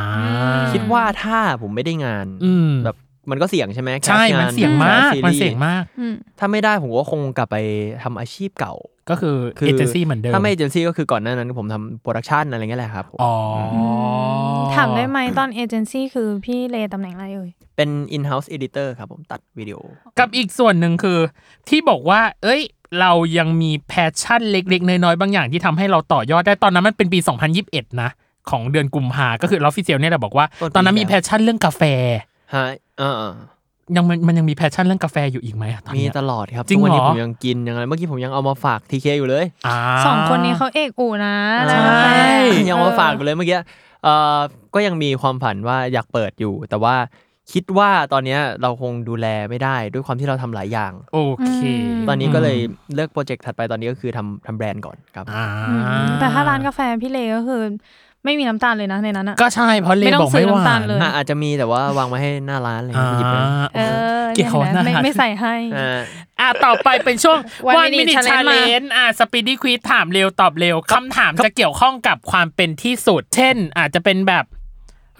Speaker 2: อืม
Speaker 4: คิดว่าถ้าผมไม่ได้งาน
Speaker 3: อืม
Speaker 4: แบบมันก็เสี่ยงใช่ไหม
Speaker 3: ใช่
Speaker 4: แคสงา
Speaker 3: มันเสี่ยงมาก
Speaker 4: แคสซีรีส์
Speaker 3: มันเสี่ยงมาก
Speaker 2: อืม
Speaker 4: ถ้าไม่ได้ผมก็คงกลับไปทำอาชีพเก่า
Speaker 3: ก็คือ
Speaker 4: คือ
Speaker 3: เอเจนซี่เหมือนเดิม
Speaker 4: ถ้าไม่เอเจนซี่ก็คือก่อนหน้านั้นผมทำโปรดักชันอะไรเงี้ยแหละครับ
Speaker 3: อ๋ออ
Speaker 2: ถามได้ไหมตอนเอเจนซี่คือพี่เลตำแหน่งอะไรเอ่ย
Speaker 4: เป็น in-house editor ครับผมตัดวิดีโอ
Speaker 3: กับอีกส่วนหนึ่งคือ ที่บอกว่า เอ้ย เรายังมีแพชชั่นเล็กๆ น้อยๆ บางอย่างที่ทำให้เราต่อยอดได้ตอนนั้นมันเป็นปี 2021 นะ ของเดือนกุมภาก็คือเราฟิเชียลเนี่ยแหละบอกว่า
Speaker 4: ต้นปี
Speaker 3: ตอนนั้นมี
Speaker 4: แล้ว
Speaker 3: แพชชั่นเรื่องกาแฟ
Speaker 4: ฮะเออ
Speaker 3: ยังมันมันยังมีแพชชั่นเรื่องกาแฟอยู่อีกไหมอะตอน
Speaker 4: มี
Speaker 3: เนี้ย
Speaker 4: ตลอดครับ
Speaker 3: จริง
Speaker 4: ทุกวันี้
Speaker 3: เหรอ
Speaker 4: ผมยังกินยังอะไรเมื่อกี้ผมยังเอามาฝากทีเคอยู่เลย
Speaker 3: า
Speaker 2: สองคนนี้เขาเอกอู่นะ
Speaker 4: ใช่
Speaker 2: นะคะ
Speaker 4: ยังมาฝากอยู่เลยเมื่อกี้เอ่อก็ยังมีความฝันว่าอยากเปิดอยู่ แต่ว่าคิดว่าตอนเนี้ยเราคงดูแลไม่ได้ด้วยความที่เราทำหลายอย่าง
Speaker 3: โอเค
Speaker 4: ตอนนี้ก็เลยเลือกโปรเจกต์ถัดไปตอนนี้ก็คือทำทำแบรนด์ก่อนครับ
Speaker 3: อ่า
Speaker 2: อืมแต่ถ้าร้านกาแฟพี่เลก็คือ ไม่มีน้ำตาลเลยนะในนั้นอะ
Speaker 3: ก็ใช่เพราะเล
Speaker 2: ไม่ต้อง
Speaker 3: บอก
Speaker 2: ซื้
Speaker 3: ไม่ห
Speaker 2: อน้ำ
Speaker 3: วา
Speaker 2: ตาล
Speaker 3: น
Speaker 2: เลย
Speaker 4: อ่ะอาจจะมีแต่ว่าวางไว้ให้หน้าร้านอะไร
Speaker 3: อ่า
Speaker 4: เงี้ยหยิบไป
Speaker 2: เออ
Speaker 3: เกี่ยว
Speaker 2: นี่
Speaker 3: นะ
Speaker 2: ไม่ไม่ใส่ให้
Speaker 4: อ่า
Speaker 3: อ่ะต่อไปเป็นช่วง
Speaker 2: One
Speaker 3: One
Speaker 2: Minute
Speaker 3: Minute
Speaker 2: Challenge
Speaker 3: Challenge อ่ะสปีดดี้ควีถามเร็วตอบเร็วคำถามจะเกี่ยวข้องกับความเป็นที่สุด เช่น อาจจะเป็นแบบ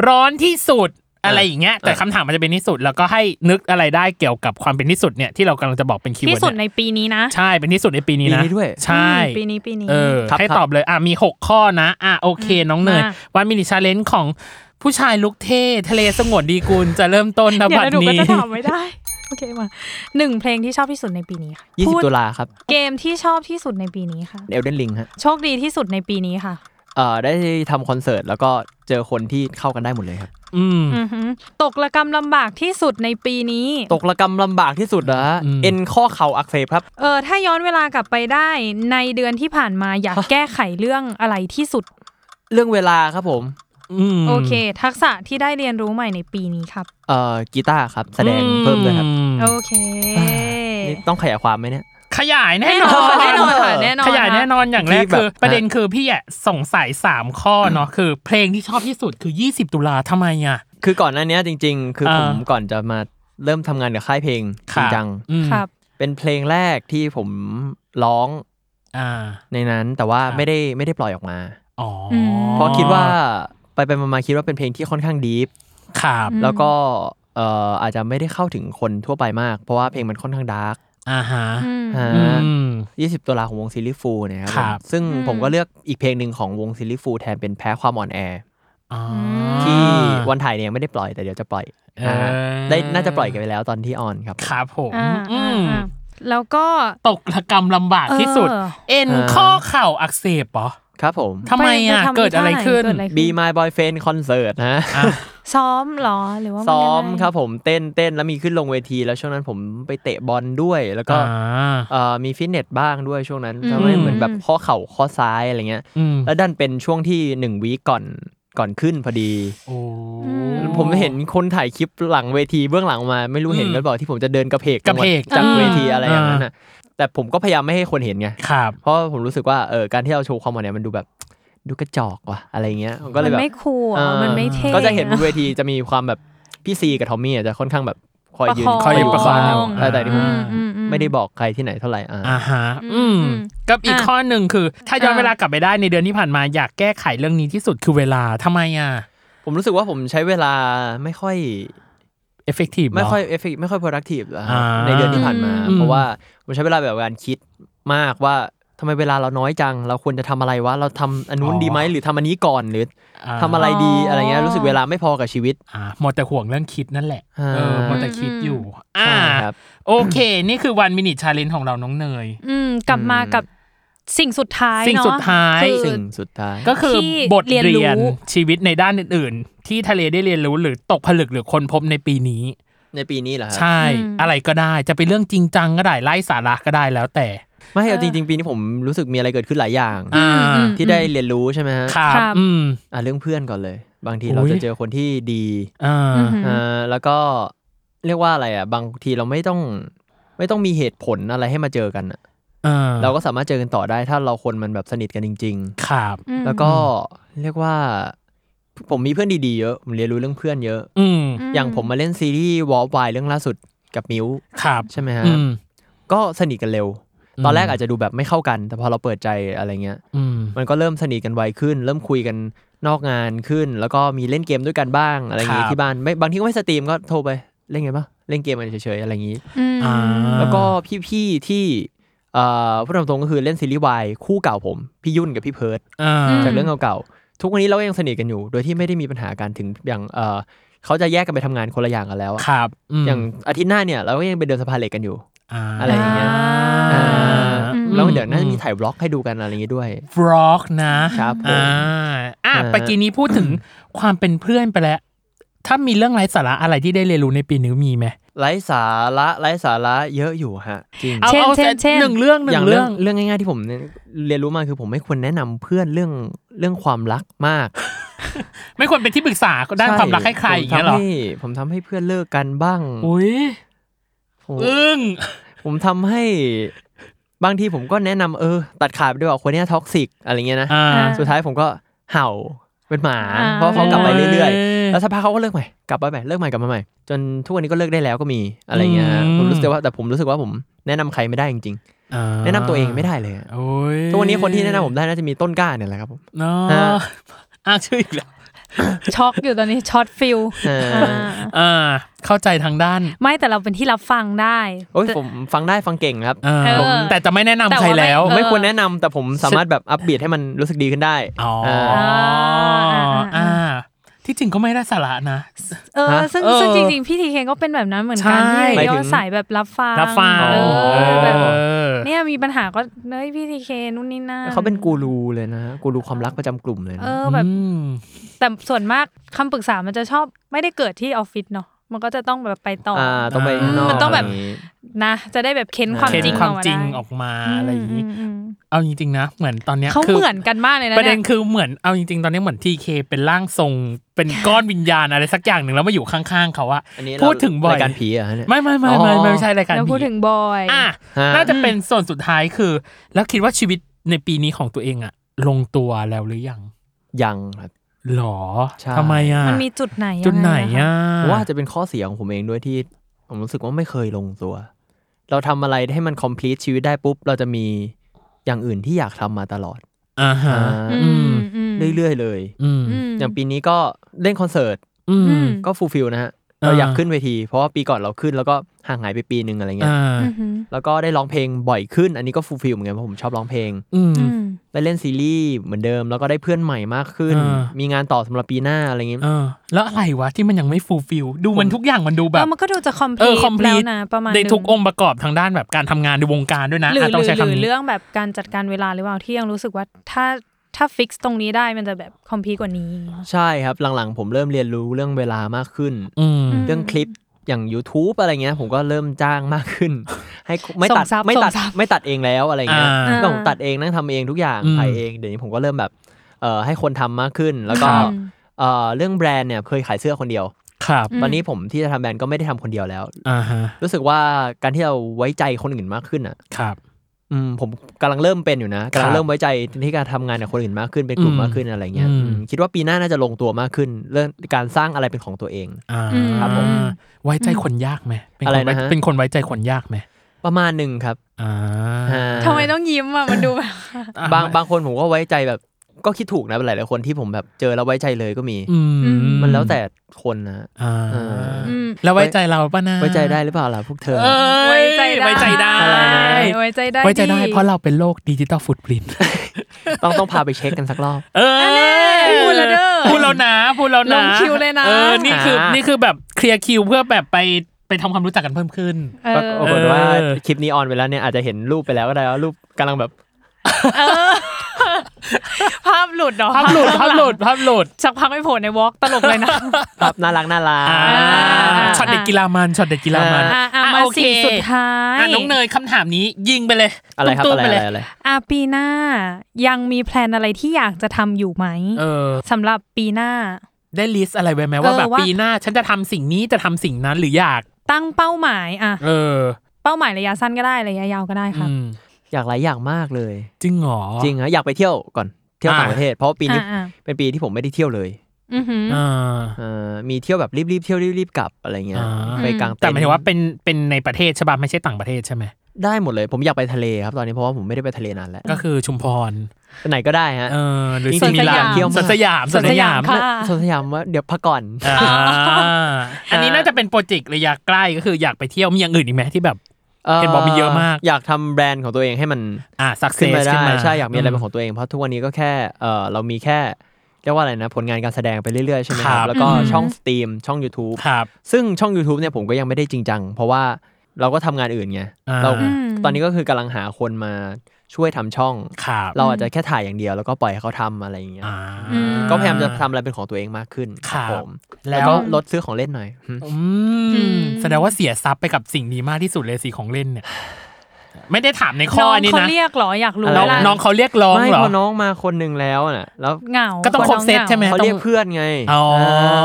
Speaker 3: ร้อนที่สุดอะไรอย่างเงี้ยแต่คำถามมันจะเป็นที่สุด แล้วก็ให้นึกอะไรได้เกี่ยวกับความเป็นที่สุดเนี่ยที่เรากำลังจะบอกเป็นคีย์เวิ
Speaker 2: ที่
Speaker 3: ร์ด
Speaker 2: สุด
Speaker 3: เนี่ย
Speaker 2: ในปีนี้นะ
Speaker 3: ใช่เป็นที่สุดในปีนี้
Speaker 4: มี
Speaker 3: นะ
Speaker 4: นี่ด้วย
Speaker 3: ใช่
Speaker 2: อืมปีนี้ปีนี้
Speaker 3: เออ
Speaker 4: ครับ
Speaker 3: ให้
Speaker 4: ครับ
Speaker 3: ตอบเลยอ่ะมี 6 ข้อนะอ่ะโอเคน้องเนย
Speaker 2: มา
Speaker 3: วันมินิชาเลนจ์ของผู้ชายลุกเท่ทะเลสงวนดีกุลจะเริ่มต้นนะ
Speaker 2: เดี๋ย
Speaker 3: บั
Speaker 2: ว
Speaker 3: ด
Speaker 2: หนูก็
Speaker 3: นี้
Speaker 2: จะถามไม่ได้ โอเคมาหนึ่งเพลงที่ชอบที่สุดในปีนี้ค่ะ
Speaker 4: ยี่
Speaker 2: พู
Speaker 4: สิบ
Speaker 2: ด
Speaker 4: ตุลาครับ
Speaker 2: เกมที่ชอบที่สุดในปีนี้ค่ะ
Speaker 4: เอลเดนลิงฮะ
Speaker 2: โชคดีที่สุดในปีนี้ค่ะ
Speaker 4: เอ่อได้ทำคอนเสิร์ตแล้วก็เจอคนที่เข้ากันได้หมดเลยครับ
Speaker 3: อืม
Speaker 2: อือหือตกระกรรมลำบากที่สุดในปีนี้
Speaker 4: ตกระกำลำบากที่สุดนะฮะ
Speaker 3: อืม
Speaker 4: เอ็นข้อเข่าอักเสบครับ
Speaker 2: เออถ้าย้อนเวลากลับไปได้ในเดือนที่ผ่านมาอยาก
Speaker 4: ฮะ
Speaker 2: แก้ไขเรื่องอะไรที่สุด
Speaker 4: เรื่องเวลาครับผม
Speaker 3: อืม
Speaker 2: โอเค ทักษะที่ได้เรียนรู้ใหม่ในปีนี้ครับ
Speaker 4: เอ่อกีตาร์ครับแสดงเพิ่มด้วยครับ
Speaker 2: โอเค
Speaker 4: นี่ต้องขยายความไหมเนี่ย
Speaker 3: ขยายแน่
Speaker 2: แน่
Speaker 3: น
Speaker 2: น
Speaker 3: อ
Speaker 2: อน
Speaker 3: น
Speaker 2: แน่นอนค่ะแน่นอน
Speaker 3: ขยายแน่นอนอย่างแรก
Speaker 4: ที่แบบ
Speaker 3: คือ
Speaker 4: ฮะ
Speaker 3: ประเด็นคือพี่แอะสงสัยสามข้อเนาะคือ เพลงที่ชอบที่สุดคือ 20 ตุลาทำไมอ่ะ
Speaker 4: คือก่อนหน้าเนี้ยจริง ๆ คือ
Speaker 3: เออ
Speaker 4: ผมก่อนจะมาเริ่มทำงานกับค่ายเพลงจริงจัง
Speaker 3: อืม
Speaker 2: ครับ
Speaker 4: เป็นเพลงแรกที่ผมร้อง
Speaker 3: อ่า
Speaker 4: ในนั้น แต่ว่า
Speaker 3: ครับ
Speaker 4: ไม่ได้ไม่ได้ปล่อยออกมา
Speaker 3: อ๋ออ
Speaker 2: ม
Speaker 4: เพราะคิดว่าไปไปมาๆคิดว่าเป็นเพลงที่ค่อนข้างดีฟ
Speaker 3: ครับ
Speaker 2: อืม
Speaker 4: แล้วก็เอ่ออาจจะไม่ได้เข้าถึงคนทั่วไปมาก เพราะว่าเพลงมันค่อนข้างดาร์ก
Speaker 3: อ่าฮะ
Speaker 2: อืม
Speaker 4: ฮะ
Speaker 3: อืม
Speaker 4: ยี่สิบตัวลาของวงซีรีส์ฟูลเนี่ยค
Speaker 3: ครั
Speaker 4: รับ บ ซึ่ง
Speaker 2: อืม
Speaker 4: ผมก็เลือกอีกเพลงหนึ่งของวงซีรีส์ฟูลแทนเป็นแพ้ความอ่อนแอ
Speaker 3: อ๋อ
Speaker 4: ที่วันถ่ายเนี่ยยังไม่ได้ปล่อยแต่เดี๋ยวจะปล่อย
Speaker 3: เออ
Speaker 4: นะฮะได้น่าจะปล่อยกันไปแล้วตอนที่ออนครับ
Speaker 3: ครับผม
Speaker 2: อ่า
Speaker 3: อื
Speaker 2: อ่าม อ่าแล้วก็
Speaker 3: ตกระกรรมลำบากที่สุด
Speaker 2: เออ
Speaker 3: เอ็น
Speaker 4: เออ
Speaker 3: ข้อเข่าอักเสบเหรอ
Speaker 4: ครับผม
Speaker 3: ทำไมอ่ะ
Speaker 2: ปปทำ
Speaker 3: เกิดอะไร
Speaker 2: ท่าห
Speaker 3: ขึ้น
Speaker 2: เกิดอะไร
Speaker 4: Be My Boyfriend Concert นะ
Speaker 3: อ่ะ
Speaker 2: ซ้อมเหรอหรือว่า
Speaker 4: ซ้อม
Speaker 2: นยังไง
Speaker 4: ครับผมเต้นเต้นแล้วมีขึ้นลงเวทีแล้วช่วงนั้นผมไปเตะบอลด้วย แล้วก็
Speaker 3: อ่า
Speaker 4: เอ่อมีฟิตเนสบ้างด้วยช่วงนั้น
Speaker 3: อืม
Speaker 4: ทำให้เหมือนแบบข้อเข่าข้อซ้ายอะไรเงี้ย
Speaker 3: อืม
Speaker 4: แล้วดันเป็นช่วงที่หนึ่งวีคก่อน ก่อนขึ้นพอดี
Speaker 3: โอ้
Speaker 2: อืม
Speaker 4: ผมเห็นคนถ่ายคลิปหลังเวทีเบื้องหลังมา ไม่รู้เห็นกันเปล่าที่ผมจะเดินกระเพก
Speaker 3: กระเพก
Speaker 4: ลงมาจาก
Speaker 2: อ่า
Speaker 4: เวทีอะไรอย่างนั้นน่ะแต่ผมก็พยายามไม่ให้คนเห็นไง
Speaker 3: ครับ
Speaker 4: เพราะผมรู้สึกว่าเออการที่เราโชว์ความหวานเนี่ยมันดูแบบดูกระจอกว่ะอะไรเงี้ยผมก็เลย
Speaker 2: มั
Speaker 4: แบบ
Speaker 2: ไม่คูล
Speaker 4: เอ
Speaker 2: อะ
Speaker 4: อ
Speaker 2: มันไม่เท่
Speaker 4: ก็จะเห็นบนเวทีจะมีความแบบพี่ซีกับทอมมี่อ่ะจะค่อนข้างแบบคอยยืน
Speaker 3: คอยประคอง
Speaker 4: ข้าง
Speaker 2: ม
Speaker 4: ๆแต่แต่ที่ผม
Speaker 2: อือือื
Speaker 4: ไม่ได้บอกใครที่ไหนเท่าไหร่อ่า
Speaker 3: อ่าฮะอืม
Speaker 2: อืม
Speaker 3: กับอีก
Speaker 2: อ่ะ
Speaker 3: ข้อหนึ่งคือ ถ้าย้อน
Speaker 2: อ่ะ
Speaker 3: เวลากลับไปได้ในเดือนที่ผ่านมาอยากแก้ไขเรื่องนี้ที่สุดคือเวลาทำไมอ่ะ
Speaker 4: ผมรู้สึกว่าผมใช้เวลาไม่ค่อย
Speaker 3: เอฟเฟกตีฟ
Speaker 4: ไม่ค่อยเอฟเฟไม่ค่อย productive เหรอครับ
Speaker 3: อ่า
Speaker 4: ในเดือนที่ผ่านมา
Speaker 3: อืม
Speaker 4: เพราะว่าผมใช้เวลาแบบการคิดมากว่าทำไมเวลาเราน้อยจัง เราควรจะทำอะไรวะเราทำอันนู้นดีไหมหรือทำอันนี้ก่อนหรือทำอะไรดีอะไรเงี้ยรู้สึกเวลาไม่พอกับชีวิต
Speaker 3: อ่าหมดแต่ห่วงเรื่องคิดนั่นแหละ
Speaker 4: อ่า
Speaker 3: เออหมดแต่คิดอยู่ อ่า
Speaker 4: ใช่ครับ
Speaker 3: โอเค นี่คือวันมินิชาเลนของเราน้องเนย
Speaker 2: อืมกลับมากับสิ่งสุดท้าย
Speaker 3: สิ่ง
Speaker 2: เนอะ
Speaker 3: สุดท้าย
Speaker 2: คือ
Speaker 4: สิ่งสุดท้าย
Speaker 3: ก็คือบท
Speaker 2: ที่เรี
Speaker 3: เรีย
Speaker 2: ยน
Speaker 3: น
Speaker 2: รู้
Speaker 3: ชีวิตในด้านอื่น ๆ ที่ทะเลได้เรียนรู้หรือตกผลึกหรือคนพบในปีนี้
Speaker 4: ในปีนี้เหรอครับ
Speaker 3: ใช่อะไรก็ได้จะเป็นเรื่องจริงจังก็ได้ไล่สาระก็ได้แล้วแต่
Speaker 4: ไม่เอาจริง ๆ ปีนี้ผมรู้สึกมีอะไรเกิดขึ้นหลายอย่าง
Speaker 3: อ่า
Speaker 4: ที่ได้เรียนรู้ใช่ไหมฮะ
Speaker 3: ครับ
Speaker 2: ครับ
Speaker 3: อืม
Speaker 4: อ่ะเรื่องเพื่อนก่อนเลย บางทีเรา
Speaker 3: อุ๊ย
Speaker 4: จะเจอคนที่ดี
Speaker 3: อ่า
Speaker 2: อือหือ
Speaker 4: อ่าแล้วก็เรียกว่าอะไรอ่ะ บางทีเราไม่ต้องไม่ต้องมีเหตุผลอะไรให้มาเจอกันอะ
Speaker 3: อ่า
Speaker 4: เราก็สามารถเจอกันต่อได้ถ้าเราคนมันแบบสนิทกันจริง
Speaker 3: ครับ
Speaker 2: อืม
Speaker 4: ๆ แล้วก็เรียกว่า ผมมีเพื่อนดีๆเยอะผมเรียนรู้เรื่องเพื่อนเยอะ
Speaker 3: อืม
Speaker 4: อย่างผมมาเล่นซีรีส์วอลไวเรื่องล่าสุดกับมิว
Speaker 3: ครับ
Speaker 4: ใช่ไหมฮะ
Speaker 3: อืม
Speaker 4: ก็สนิทกันเร็ว
Speaker 3: อืม
Speaker 4: ตอนแรกอาจจะดูแบบไม่เข้ากัน แต่พอเราเปิดใจอะไรเงี้ย
Speaker 3: อืม
Speaker 4: มันก็เริ่มสนิทกันไวขึ้น เริ่มคุยกันนอกงานขึ้น แล้วก็มีเล่นเกมด้วยกันบ้างอะไรอย่าง
Speaker 3: ครั
Speaker 4: งี้
Speaker 3: บ
Speaker 4: ที่บ้านไม่บางทีก็ไม่สตรีมก็โทรไปเล่นไงปะเล่นเกมกันเฉยๆอะไรอย่างงี้
Speaker 2: อืม
Speaker 3: อ่า
Speaker 4: แล้วก็พี่ๆที่เอ่อพูดตรงๆก็คือเล่นซีรีส์วายคู่เก่าผม พี่ยุ่นกับพี่เพิร์ด
Speaker 3: อ่า
Speaker 4: จากเรื่องเก่าๆทุกวันนี้เราก็ยังสนิทกันอยู่ โดยที่ไม่ได้มีปัญหากันถึงอย่างเอ่อเขาจะแยกกันไปทำงานคนละอย่างกันแล้วอะ
Speaker 3: ครับม
Speaker 4: อย่างอาทิตย์หน้าเนี่ยเราก็ยังไปเดินสะพานเหล็กกันอยู่ อะไรอย่างเงี้ย
Speaker 3: อ่า
Speaker 2: อืม
Speaker 4: แล้วเดี๋ยวน่าจะมีถ่ายบล็อกให้ดูกันอะไรอย่างงี้ด้วย
Speaker 3: บล็อกนะครับ
Speaker 4: ผม
Speaker 3: อ่าอ่ะ
Speaker 4: อ่า
Speaker 3: ปกี้นี้พูดถึง ความเป็นเพื่อนไปแล้ว ถ้ามีเรื่องไร้สาระอะไรที่ได้เรียนรู้ในปีนี้มีไหม
Speaker 4: ไร้สาระไร้สาระเยอะอยู่ฮะจริง
Speaker 3: อา
Speaker 2: เช่น
Speaker 3: อา
Speaker 2: เช่นเช่น
Speaker 3: หนึ่งเรื่องหนึ่
Speaker 4: อย่าง
Speaker 3: ง
Speaker 4: เรื่
Speaker 3: เรื่
Speaker 4: อ
Speaker 3: อง ง
Speaker 4: เรื่องง่ายๆที่ผมเรียนรู้มาคือผมไม่ควรแนะนำเพื่อนเรื่องเรื่องความรักมาก
Speaker 3: ไม่ควรเป็นที่ปรึกษาด้านความรักให้ใครอย่างเงี้ยเหรอ
Speaker 4: ผมทำผมทำให้เพื่อนเลิกกันบ้าง
Speaker 3: อุ้ย
Speaker 4: ผม
Speaker 3: อึ้ง
Speaker 4: ผมทำให้บางทีผมก็แนะนำเออ ตัดขาดไปด้วยว่าคนเนี้ยท็อกซิกอะไรเงี้ยนะ
Speaker 3: อ่า
Speaker 4: สุดท้ายผมก็เห่าเป็นหมา
Speaker 2: อ่า
Speaker 4: เพราะเขากลับไปเรื่อย
Speaker 3: โอ้ย
Speaker 4: ๆ แล้วสักพักเขาก็เลิกใหม่กลับมาใหม่เลิกใหม่กลับมาใหม่จนทุกวันนี้ก็เลิกได้แล้วก็มีอะไรเงี้ย
Speaker 3: อืม
Speaker 4: ผมรู้สึกว่าแต่ผมรู้สึกว่าผมแนะนำใครไม่ได้จริงๆแนะนำตัวเองไม่ได้เลยอะ
Speaker 3: โอ้ย
Speaker 4: ทุกวันนี้คนที่แนะนำผมได้น่าจะมีต้นกล้าเนี่ยแหละครับผม
Speaker 3: เนา
Speaker 4: ฮะ
Speaker 3: ะอ่ะชื่ออีกแล้ว
Speaker 2: ช็อกอยู่ตอนนี้ช็อตฟิล
Speaker 4: เออ
Speaker 2: อ่า
Speaker 3: อ่า เข้าใจทางด้าน
Speaker 2: ไม่แต่เราเป็นที่รับฟังได้
Speaker 4: โอ้ยผมฟังได้ฟังเก่งครับ
Speaker 3: อ่า
Speaker 2: เออ
Speaker 3: ผมแต่จะไม่แนะนำ
Speaker 2: แต่ว่า
Speaker 3: ใครแล้ว
Speaker 2: ไม่
Speaker 4: ไม่ควรแนะนำแต่ผมสามารถแบบอัปเบียดให้มันรู้สึกดีขึ้นได้
Speaker 3: อ๋อ
Speaker 4: า
Speaker 2: อ่า
Speaker 3: อ่า ที่จริงก็ไม่ได้สาระนะ
Speaker 2: เออ
Speaker 4: ฮะ
Speaker 2: ซึ่ง
Speaker 3: เออ
Speaker 2: ซึ่งจริงๆ พี่ทีเคนก็เป็นแบบนั้นเหมือน
Speaker 3: ใช่
Speaker 2: กันที่
Speaker 4: หมาย
Speaker 2: เรียก
Speaker 4: ถึง
Speaker 2: ว่าสายแบบรับฟัง
Speaker 3: รับฟัง
Speaker 2: เอ
Speaker 3: เอ
Speaker 2: อแบบ
Speaker 3: อ
Speaker 2: เนี่ยมีปัญหาก็เฮ้ยพี่ทีเคนนู่นนี่นั่น
Speaker 4: เขาเป็นกูรูเลยนะกูรูความรักประจำกลุ่มเลย
Speaker 2: เอ
Speaker 4: นะ
Speaker 2: อแบบ
Speaker 3: อืม
Speaker 2: แต่ส่วนมากคำปรึกษามันจะชอบไม่ได้เกิดที่ออฟฟิศเนาะมันก็จะต้องแบบไปต่ออ
Speaker 4: ่าต้องไปข้างนอก
Speaker 2: มันต้องแบบ
Speaker 4: ะไรย่านี้
Speaker 2: นะ จะได้แบบเค้นความ
Speaker 3: เค้น
Speaker 2: จริง
Speaker 3: ความจริงอ
Speaker 2: ออ
Speaker 3: อก กมา
Speaker 2: มา
Speaker 3: อะไรอย่าง
Speaker 2: นี้
Speaker 3: นี้ เอาจริงๆนะ เหมือนตอนเนี้ย
Speaker 2: เขา
Speaker 3: คือ
Speaker 2: เหมือนกันมากเลยนะ
Speaker 3: ประเด็น
Speaker 2: นี่ย
Speaker 3: คือเหมือนเอาจริงๆ ตอนนี้เหมือนทีเคเป็นร่างทรง เป็นก้อนวิญญาณอะไรสักอย่างหนึ่งแล้วมาอยู่ข้างๆเขาอะ
Speaker 4: อันนี้
Speaker 3: พูดถึงบ่อย
Speaker 4: รายการผีเหรอฮะเนี่ย
Speaker 3: ไม่ไม่ไม่ไม่
Speaker 4: อ๋อ
Speaker 3: ไม่ไม่ใช่รายการ
Speaker 2: แล้วพูด
Speaker 3: ผี
Speaker 2: ถึงบอย
Speaker 3: อ่ะ
Speaker 4: ฮะ
Speaker 3: น่าจะเป็นส่วนสุดท้ายคือ แล้วคิดว่าชีวิตในปีนี้ของตัวเองอะลงตัวแล้วหรือยัง
Speaker 4: ยังครับ
Speaker 3: หรอ
Speaker 4: ใช่
Speaker 3: ทำไมอะ
Speaker 2: มันมีจุดไหนยังง
Speaker 3: จุดไหน
Speaker 2: อะ
Speaker 3: อะ
Speaker 4: ผมว่าอาจจะเป็นข้อเสียของผมเองด้วยที่ ผมรู้สึกว่าไม่เคยลงตัว เราทำอะไรให้มัน complete ชีวิตได้ปุ๊บ เราจะมีอย่างอื่นที่อยากทำมาตลอด
Speaker 3: อ่าฮะ
Speaker 4: อ่า
Speaker 2: อืม
Speaker 4: เรื่อยๆเลย
Speaker 3: อืม
Speaker 2: อืม
Speaker 4: อย่างปีนี้ก็เล่นคอนเสิร์ต
Speaker 3: อื
Speaker 2: อื
Speaker 3: ม
Speaker 2: ม
Speaker 4: ก็ฟูลฟิลนะฮะ
Speaker 3: อ่า
Speaker 4: เราอยากขึ้นเวที เพราะว่าปีก่อนเราขึ้นแล้วก็ห่างหายไปปีหนึ่งอะไรเงี้ย
Speaker 3: อ่า
Speaker 2: อือหือ
Speaker 4: แล้วก็ได้ร้องเพลงบ่อยขึ้น อันนี้ก็ฟูลฟิลเหมือนกันเพราะผมชอบร้องเพลง
Speaker 3: อืม
Speaker 2: อืม
Speaker 4: ได้เล่นซีรีส์เหมือนเดิม แล้วก็ได้เพื่อนใหม่มากขึ้น
Speaker 3: อ่า
Speaker 4: มีงานต่อสำหรับปีหน้าอะไรเงี้ย
Speaker 3: เออแล้วอะไรวะที่มันยังไม่ฟูลฟิลดูมันทุกอย่างมันดูแบ
Speaker 2: แล้
Speaker 3: บ
Speaker 2: วมันก็ดูจะคอมพ
Speaker 3: เอ
Speaker 2: ลี
Speaker 3: อ
Speaker 2: ท
Speaker 3: complete
Speaker 2: แล้วนะประมาณ
Speaker 3: ในทุก
Speaker 2: ห
Speaker 3: อ
Speaker 2: นึ่
Speaker 3: งค์ประกอบทางด้านแบบการทำงานในวงการด้วยนะ
Speaker 2: หรืออะ ห
Speaker 3: ต้องใช้
Speaker 2: รือหรือ
Speaker 3: คำนี้
Speaker 2: เรื่องแบบการจัดการเวลาหรือเปล่าที่ยังรู้สึกว่าถ้าถ้าฟิกตรงนี้ได้มันจะแบบคอมพลีกว่านี้
Speaker 4: ใช่ครับ หลังๆ ผมเริ่มเรียนรู้เรื่องเวลามากขึ้น
Speaker 3: อืม
Speaker 2: อืม
Speaker 4: เรื่องคลิปอย่าง YouTube อะไรเงี้ย ผมก็เริ่มจ้างมากขึ้น ให้ไม่ตั
Speaker 2: ส่
Speaker 4: ด
Speaker 2: งซับ
Speaker 4: ไม่ตัด
Speaker 2: ส่งซับ
Speaker 4: ไม่ตัดเองแล้วอะไรเงี้ย
Speaker 3: อ่า
Speaker 4: ก็ผมตัดเองนั่งทำเองทุกอย่าง
Speaker 3: อืม
Speaker 4: ถ่ายเองเดี๋ยวนี้ผมก็เริ่มแบบเอ่อให้คนทำมากขึ้นแล้วก็
Speaker 2: อืม
Speaker 4: เอ่อเรื่องแบรนด์เนี่ยเคยขายเสื้อคนเดียว
Speaker 3: ครับ
Speaker 4: ตอนนี้ผมที่จะทำแบรนด์ก็ไม่ได้ทำคนเดียวแล้ว
Speaker 3: อ่าฮะ
Speaker 4: รู้สึกว่าการที่เราไว้ใจคนอื่นมากขึ้นอ่ะ
Speaker 3: ครับ
Speaker 4: อืมผมกำลังเริ่มเป็นอยู่นะครับ กำลังเริ่มไว้ใจที่การทำงานกับคนอื่นมากขึ้นเป็นกลุ่ม
Speaker 3: อืม
Speaker 4: มากขึ้นอะไรเงี้ย
Speaker 3: อืม
Speaker 4: อืมคิดว่าปีหน้าน่าจะลงตัวมากขึ้น เรื่องการสร้างอะไรเป็นของตัวเอง
Speaker 3: อ่า
Speaker 2: อืมครับผม
Speaker 3: ไว้ใจคนยากไหมเป็นค
Speaker 4: อะไร
Speaker 3: ไว้
Speaker 4: นะฮะ
Speaker 3: เป็นคนไว้ใจคนยากไหม
Speaker 4: ประมาณหนึ่งครับ
Speaker 3: อ่า
Speaker 4: อ่า
Speaker 2: ทำไมต้องยิ้มอ่ะมันดูแบบ
Speaker 4: บางบางคนผมก็ไว้ใจแบบก็คิดถูกนะหลายหลายๆคนที่ผมแบบเจอแล้วไว้ใจเลยก็มี
Speaker 3: อืม
Speaker 2: อืม
Speaker 4: มันแล้วแต่คนนะ
Speaker 3: อ่า
Speaker 4: เออ
Speaker 2: อืม
Speaker 3: แล้วไว้ใจเราป่ะนะ
Speaker 4: ไว้ใจได้หรือเปล่าล่ะพวกเธอ
Speaker 3: เอ้ย
Speaker 2: ไว้
Speaker 3: ไว้
Speaker 2: ใจ
Speaker 3: ใจ
Speaker 2: ได้
Speaker 3: ได้ ไว้ใจได้
Speaker 2: ไว้ใจได้
Speaker 4: อะไรนะ
Speaker 3: ไว้ใจได้เพราะ
Speaker 2: ดี
Speaker 3: เราเป็นโลกดิจิตอลฟุตปริน
Speaker 4: ต้องต้องพาไปเช็คกันสักรอบ
Speaker 3: เออ
Speaker 2: พูดแล้วเด้อ
Speaker 3: พูดแล้วนะพูดแล้วนะ
Speaker 2: ลงคิวเลยนะ
Speaker 3: เออนี่คือ
Speaker 4: อ่านี่
Speaker 3: นี่คือแบบเคลียร์คิวเพื่อแบบไปไปทำความรู้จักกันเพิ่มขึ้น
Speaker 2: เออ
Speaker 4: ปรากฏว่าคลิปนี้ออนไปแล้วเนี่ยอาจจะเห็นรูปไปแล้วก็ได้ว่ารูปกำลังแบบ
Speaker 2: เออภาพหลุดเนาะ
Speaker 3: ภาพหลุดภาพหลุดภาพหลุด
Speaker 2: สักพักไม่โผล่ในวอล์กตลกเลยนะ
Speaker 4: ภาพน่ารักน่ารัก
Speaker 3: อ่า
Speaker 2: า
Speaker 3: ช็อตเด็กกีฬามันช็อตเด็กกีฬามัน
Speaker 2: อ่ะอ่ะ
Speaker 3: อ่ะ
Speaker 2: มา
Speaker 3: โอเค
Speaker 2: สิ่งสุดท้าย
Speaker 3: อ่ะน้องเนยคำถามนี้ยิงไปเลย
Speaker 4: อะไรครับ
Speaker 3: ตุ้ม
Speaker 4: อะไร
Speaker 3: ๆป
Speaker 4: อะ
Speaker 3: เลย
Speaker 4: ไรอะไร
Speaker 2: อ่ะปีหน้ายังมีแพลนอะไรที่อยากจะทำอยู่ไหม
Speaker 3: เออ
Speaker 2: สำหรับปีหน้า
Speaker 3: ได้ลิสต์อะไรไว้ไหมว่า
Speaker 2: เออ
Speaker 3: แบบ
Speaker 2: ว่า
Speaker 3: ปีหน้าฉันจะทำสิ่งนี้จะทำสิ่งนั้นหรืออยาก
Speaker 2: ตั้งเป้าหมายอ่ะ
Speaker 3: เออ
Speaker 2: เป้าหมายระยะสั้นก็ได้ระยะยาวก็ได้ค่ะ
Speaker 3: อืม
Speaker 4: อยากหลายอย่างมากเลย
Speaker 3: จริงเหรอ
Speaker 4: จริงฮะอยากไปเที่ยวก่อนเที่ยวต่าง
Speaker 3: อ่า
Speaker 4: ประเทศ เพราะว่าปีนี้
Speaker 2: อ่าอ่า
Speaker 4: เป็นปีที่ผมไม่ได้เที่ยวเลย
Speaker 2: อือหือ
Speaker 3: อ่า
Speaker 4: เอ่อมีเที่ยวแบบรีบๆเที่ยวรีบๆกลับอะไรเงี้ย
Speaker 3: อ่า
Speaker 4: ไปกลางเต็น
Speaker 3: แต่หมายถึงว่าเป็นเป็นในประเทศใช่ป่ะไม่ใช่ต่างประเทศใช่ไหม
Speaker 4: ได้หมดเลยผมอยากไปทะเลครับตอนนี้เพราะว่าผมไม่ได้ไปทะเลนานแล้ว
Speaker 3: ก็คือชุมพร
Speaker 4: ไปไหนก็ได้ฮะ
Speaker 3: เออหรือ
Speaker 4: จริงๆ
Speaker 3: สิมิลา
Speaker 4: อยาน กเที่ยวมาก
Speaker 3: สวนสยามสวนสยา
Speaker 2: สวนสยาม
Speaker 3: ม
Speaker 2: ค่ะ
Speaker 4: สวนสยามว่าเดี๋ยวพักก่อน
Speaker 3: อ่าอันนี้น่าจะเป็นโปรเจกต์ระยะใกล้ก็คืออยากไปเที่ยวมีอย่างอื่นอีกไหมที่แบบ เห็นบอกมีเยอะมาก
Speaker 4: อยากทำแบรนด์ของตัวเองให้มัน
Speaker 3: อ่าสักเซ
Speaker 4: ขึ้น
Speaker 3: ส
Speaker 4: มาได้
Speaker 3: ขึ้นมา
Speaker 4: ใช่อยากมีอะไรเป็นของตัวเองเพราะทุกวันนี้ก็แค่เออเรามีแค่เรียกว่าอะไรนะ ผลงานการแสดงไปเรื่อยๆใช่ไหมครับแล้วก็ช่องสตรีมช่อง YouTube
Speaker 3: ครับ
Speaker 4: ซึ่งช่อง YouTube เนี่ยผมก็ยังไม่ได้จริงจัง เพราะว่าเราก็ทำงานอื่นไง
Speaker 3: อ่า
Speaker 4: เรา
Speaker 2: อืม
Speaker 4: ตอนนี้ก็คือกำลังหาคนมาช่วยทำช่อง
Speaker 3: ครับ
Speaker 4: เราอาจจะแค่ถ่ายอย่างเดียวแล้วก็ปล่อยให้เขาทำอะไรอย่างเงี้ย
Speaker 3: อ่า
Speaker 2: อืม
Speaker 4: ก็พยายามจะทำอะไรเป็นของตัวเองมากขึ้น
Speaker 3: ครับ
Speaker 4: ผม
Speaker 3: แล้
Speaker 4: แล้ว
Speaker 3: ว
Speaker 4: ก็ลดซื้อของเล่นหน่อยอืม
Speaker 3: อืมแสดงว่าเสียทรัพย์ไปกับสิ่งนี้มากที่สุดเลยสีของเล่นเนี่ย ไม่ได้ถามในข้อนี้
Speaker 2: งเขา
Speaker 3: นะ
Speaker 2: เรียกเหรออยากรู้
Speaker 3: น้อง
Speaker 2: เวลา
Speaker 3: น้องเขาเรียกร้อง
Speaker 4: ไม่
Speaker 3: เหร
Speaker 4: พ
Speaker 3: อ
Speaker 4: อน้องมาคนหนึ่งแล้วน่ะแล้ว
Speaker 2: เหงา
Speaker 3: ก็ต้องครบเซตใช่ไหม
Speaker 4: เขาเรียกเพื่อนไง
Speaker 3: อ๋อ
Speaker 4: า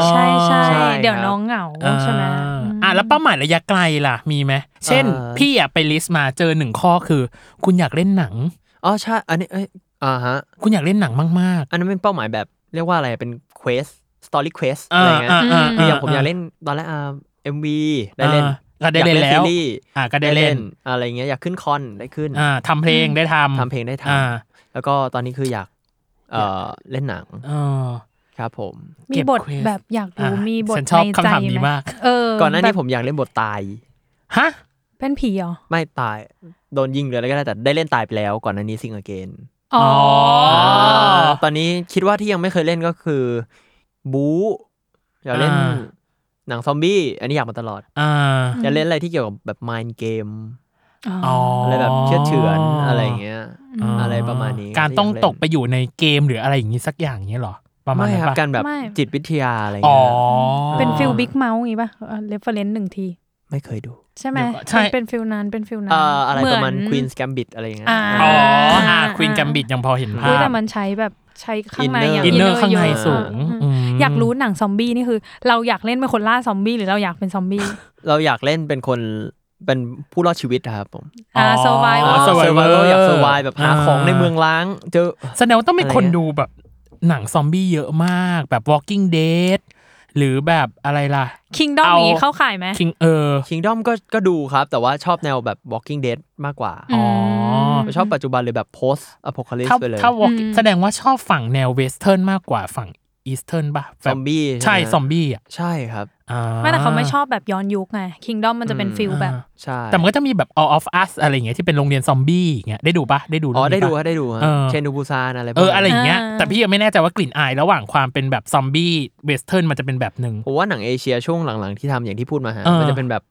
Speaker 2: ใช่ใช่
Speaker 4: ใช่
Speaker 2: เดี๋ยว
Speaker 4: ครับ
Speaker 2: น้องเหงาใช่ไหม
Speaker 3: อ่า
Speaker 2: อืม
Speaker 3: อ่ะแล้วเป้าหมายระยะไกลล่ะมีไหมเช่น
Speaker 4: เอ่อ
Speaker 3: พี่อ่ะไปลิสต์มาเจอหนึ่งข้อคือ คุณอยากเล่นหนัง
Speaker 4: อ๋อใช่ อันนี้เอ้ยอ่าฮะ
Speaker 3: คุณอยากเล่นหนังมาก
Speaker 4: อันนั้นเป็นเป้าหมายแบบเรียกว่าอะไรเป็น quest story quest
Speaker 3: ๆ
Speaker 4: อะไรเงี้ย
Speaker 2: อ่า
Speaker 4: คืออย่างผมอยากเล่นตอนแรกอ่า MV ได้เล่น
Speaker 3: ก็ได้เล่น
Speaker 4: อยาก
Speaker 3: แล้ว
Speaker 4: ซีรีส์
Speaker 3: อ่ะก็ได้เล่น
Speaker 4: อะไรเงี้ยอยากขึ้นคอนได้ขึ้น
Speaker 3: อ่าทำเพลงได้ทำ
Speaker 4: ทำเพลงได้ท
Speaker 3: อ่า
Speaker 4: ำแล้วก็ตอนนี้คืออยากเอ่อเล่นหนัง
Speaker 3: เออ
Speaker 4: ครับผม
Speaker 2: มี
Speaker 3: เก็บบ
Speaker 2: ท
Speaker 3: quiz
Speaker 2: แบบอยากรู้
Speaker 3: อ่ะ
Speaker 2: มีบท
Speaker 3: ฉันชอบ
Speaker 2: ใน
Speaker 3: คำถามนี้
Speaker 2: ใจไห
Speaker 3: มาก
Speaker 2: เออ
Speaker 4: ก่อนหน้า
Speaker 2: แบ
Speaker 4: นี้
Speaker 2: บ
Speaker 4: ผมอยากเล่นบทตาย
Speaker 3: ฮะ
Speaker 2: เป็นผีเหรอ
Speaker 4: ไม่ตายโดนยิงหรืออะไรก็ได้แต่ได้เล่นตายไปแล้ว ก่อนหน้านี้ซิงเกิล
Speaker 2: อ๋ออ
Speaker 4: ตอนนี้คิดว่าที่ยังไม่เคยเล่นก็คือบู๊อยากเล่น
Speaker 3: อ่า
Speaker 4: หนังซอมบี้อันนี้อยากมาตลอด
Speaker 3: อ่า
Speaker 2: อืม
Speaker 4: จะเล่นอะไรที่เกี่ยวกับแบบ mind game
Speaker 2: อ๋
Speaker 3: อ๋
Speaker 2: อ
Speaker 3: อ
Speaker 4: อะไรแบบเชื่อดเฉือนอะไรอย่างเงี้ย อะไรประมาณนี้
Speaker 3: การต้อง
Speaker 4: ที่ยเล่น
Speaker 3: ตกไปอยู่ในเกมหรืออะไรอย่างนี้สักอย่างเงี้ยเหรอประมาณ
Speaker 4: ไม่
Speaker 3: นั้น
Speaker 4: ครับ
Speaker 3: ปะ
Speaker 4: การแบบ
Speaker 2: ไม่
Speaker 4: จิตวิทยาอะไร
Speaker 3: อ๋อ
Speaker 4: เงี้ย
Speaker 2: เป็นฟิล
Speaker 4: อ่า
Speaker 2: บิ๊กเมาส์อย่างงี้ป่ะเรฟเฟอเรนซ์หนึ่งที
Speaker 4: ไม่เคยดู
Speaker 2: ใช่ไหม
Speaker 3: เดี๋ยวก่อนใช่
Speaker 2: มันเป็นฟิลนั้นเป็นฟิลนั้น
Speaker 4: เอ่ออะไร
Speaker 2: เห
Speaker 4: ประมาณ
Speaker 2: อน
Speaker 4: Queen's Gambit อะไรเงี้ย
Speaker 2: อ่า
Speaker 3: อ๋อ
Speaker 2: อ่า
Speaker 3: อ่าควีนแกมบิดยังพอเห็น
Speaker 2: อุ๊
Speaker 3: ภาย
Speaker 2: แต่
Speaker 3: พ
Speaker 2: มันใช้แบบใช้ข้างในอย่าง
Speaker 3: อินเนอร์ข้างใน
Speaker 2: เยอะ
Speaker 3: สูง
Speaker 2: อืม
Speaker 3: ม
Speaker 2: อยากรู้หนังซอมบี้นี่คือ เราอยากเล่นเป็นคนล่าซอมบี้หรือเราอยากเป็นซอมบี้
Speaker 4: เราอยากเล่นเป็นคนเป็นผู้รอดชีวิตอะครับผม
Speaker 2: อ่า
Speaker 3: อ๋อ
Speaker 2: เซอร์ไว
Speaker 3: อ๋
Speaker 2: ล์
Speaker 3: อ survivor
Speaker 4: เราอยาก survive แบบหา
Speaker 3: อ่า
Speaker 4: ของในเมืองล้าง เจอ
Speaker 3: แสดงว่าต้องเป็นคน
Speaker 4: อะไรอะ
Speaker 3: ดูแบบหนังซอมบี้เยอะมากแบบ Walking Dead หรือแบบอะไรล่ะ
Speaker 2: คิงดอม
Speaker 3: เอา
Speaker 2: นี้เข้าขายไหม
Speaker 3: คิงเออ
Speaker 4: Kingdom ก็ก็ดูครับ แต่ว่าชอบแนวแบบ Walking Dead มากกว่า
Speaker 3: อ๋ออ
Speaker 4: ชอบปัจจุบันเลยแบบ post apocalypse
Speaker 3: ถ้า
Speaker 4: ไปเลย
Speaker 3: ถ้าวอล
Speaker 2: อืม
Speaker 3: แสดงว่าชอบฝั่งแนวเวสเทิร์นมากกว่าฝั่งอีสเทิร์นป่ะ
Speaker 4: ซ
Speaker 3: แบบ
Speaker 4: อมบี้
Speaker 3: ใช่
Speaker 4: ไหฮะ
Speaker 3: ซอมบี้อ่ะ
Speaker 4: ใช่ครับ
Speaker 3: อ่
Speaker 2: ไม่แต่เขาไม่ชอบแบบย้อนยุคไงคิงดอมมันจะเป็น
Speaker 4: อืม
Speaker 2: ฟิลแบบ
Speaker 4: ใช่
Speaker 3: แต่มันก็จะมีแบบ All of Us อะไรอย่างเงี้ยที่เป็นโรงเรียนซอมบี้อย่างเงี้ยได้ดูป่ะได้ดู
Speaker 4: อ๋อ
Speaker 3: เรื่งนี้ปะ
Speaker 4: ได้ดูฮะได้ดูฮะ
Speaker 3: เออ
Speaker 4: เชนูบูซานอะไรพวก
Speaker 3: เออ
Speaker 4: นี้
Speaker 3: อะไรอย่างเงี้ย
Speaker 2: อ่า
Speaker 3: แต่พี่ยังไม่แน่ใจว่ากลิ่นอายระหว่างความเป็นแบบซอมบี้เวสเทิร์นมันจะเป็นแบบหนึ่ง
Speaker 4: ผมว่าหนังเอเชียช่วงหลังๆที่ทำอย่างที่พูดมาฮะ
Speaker 3: เออ
Speaker 4: มันจะเป็นแบบ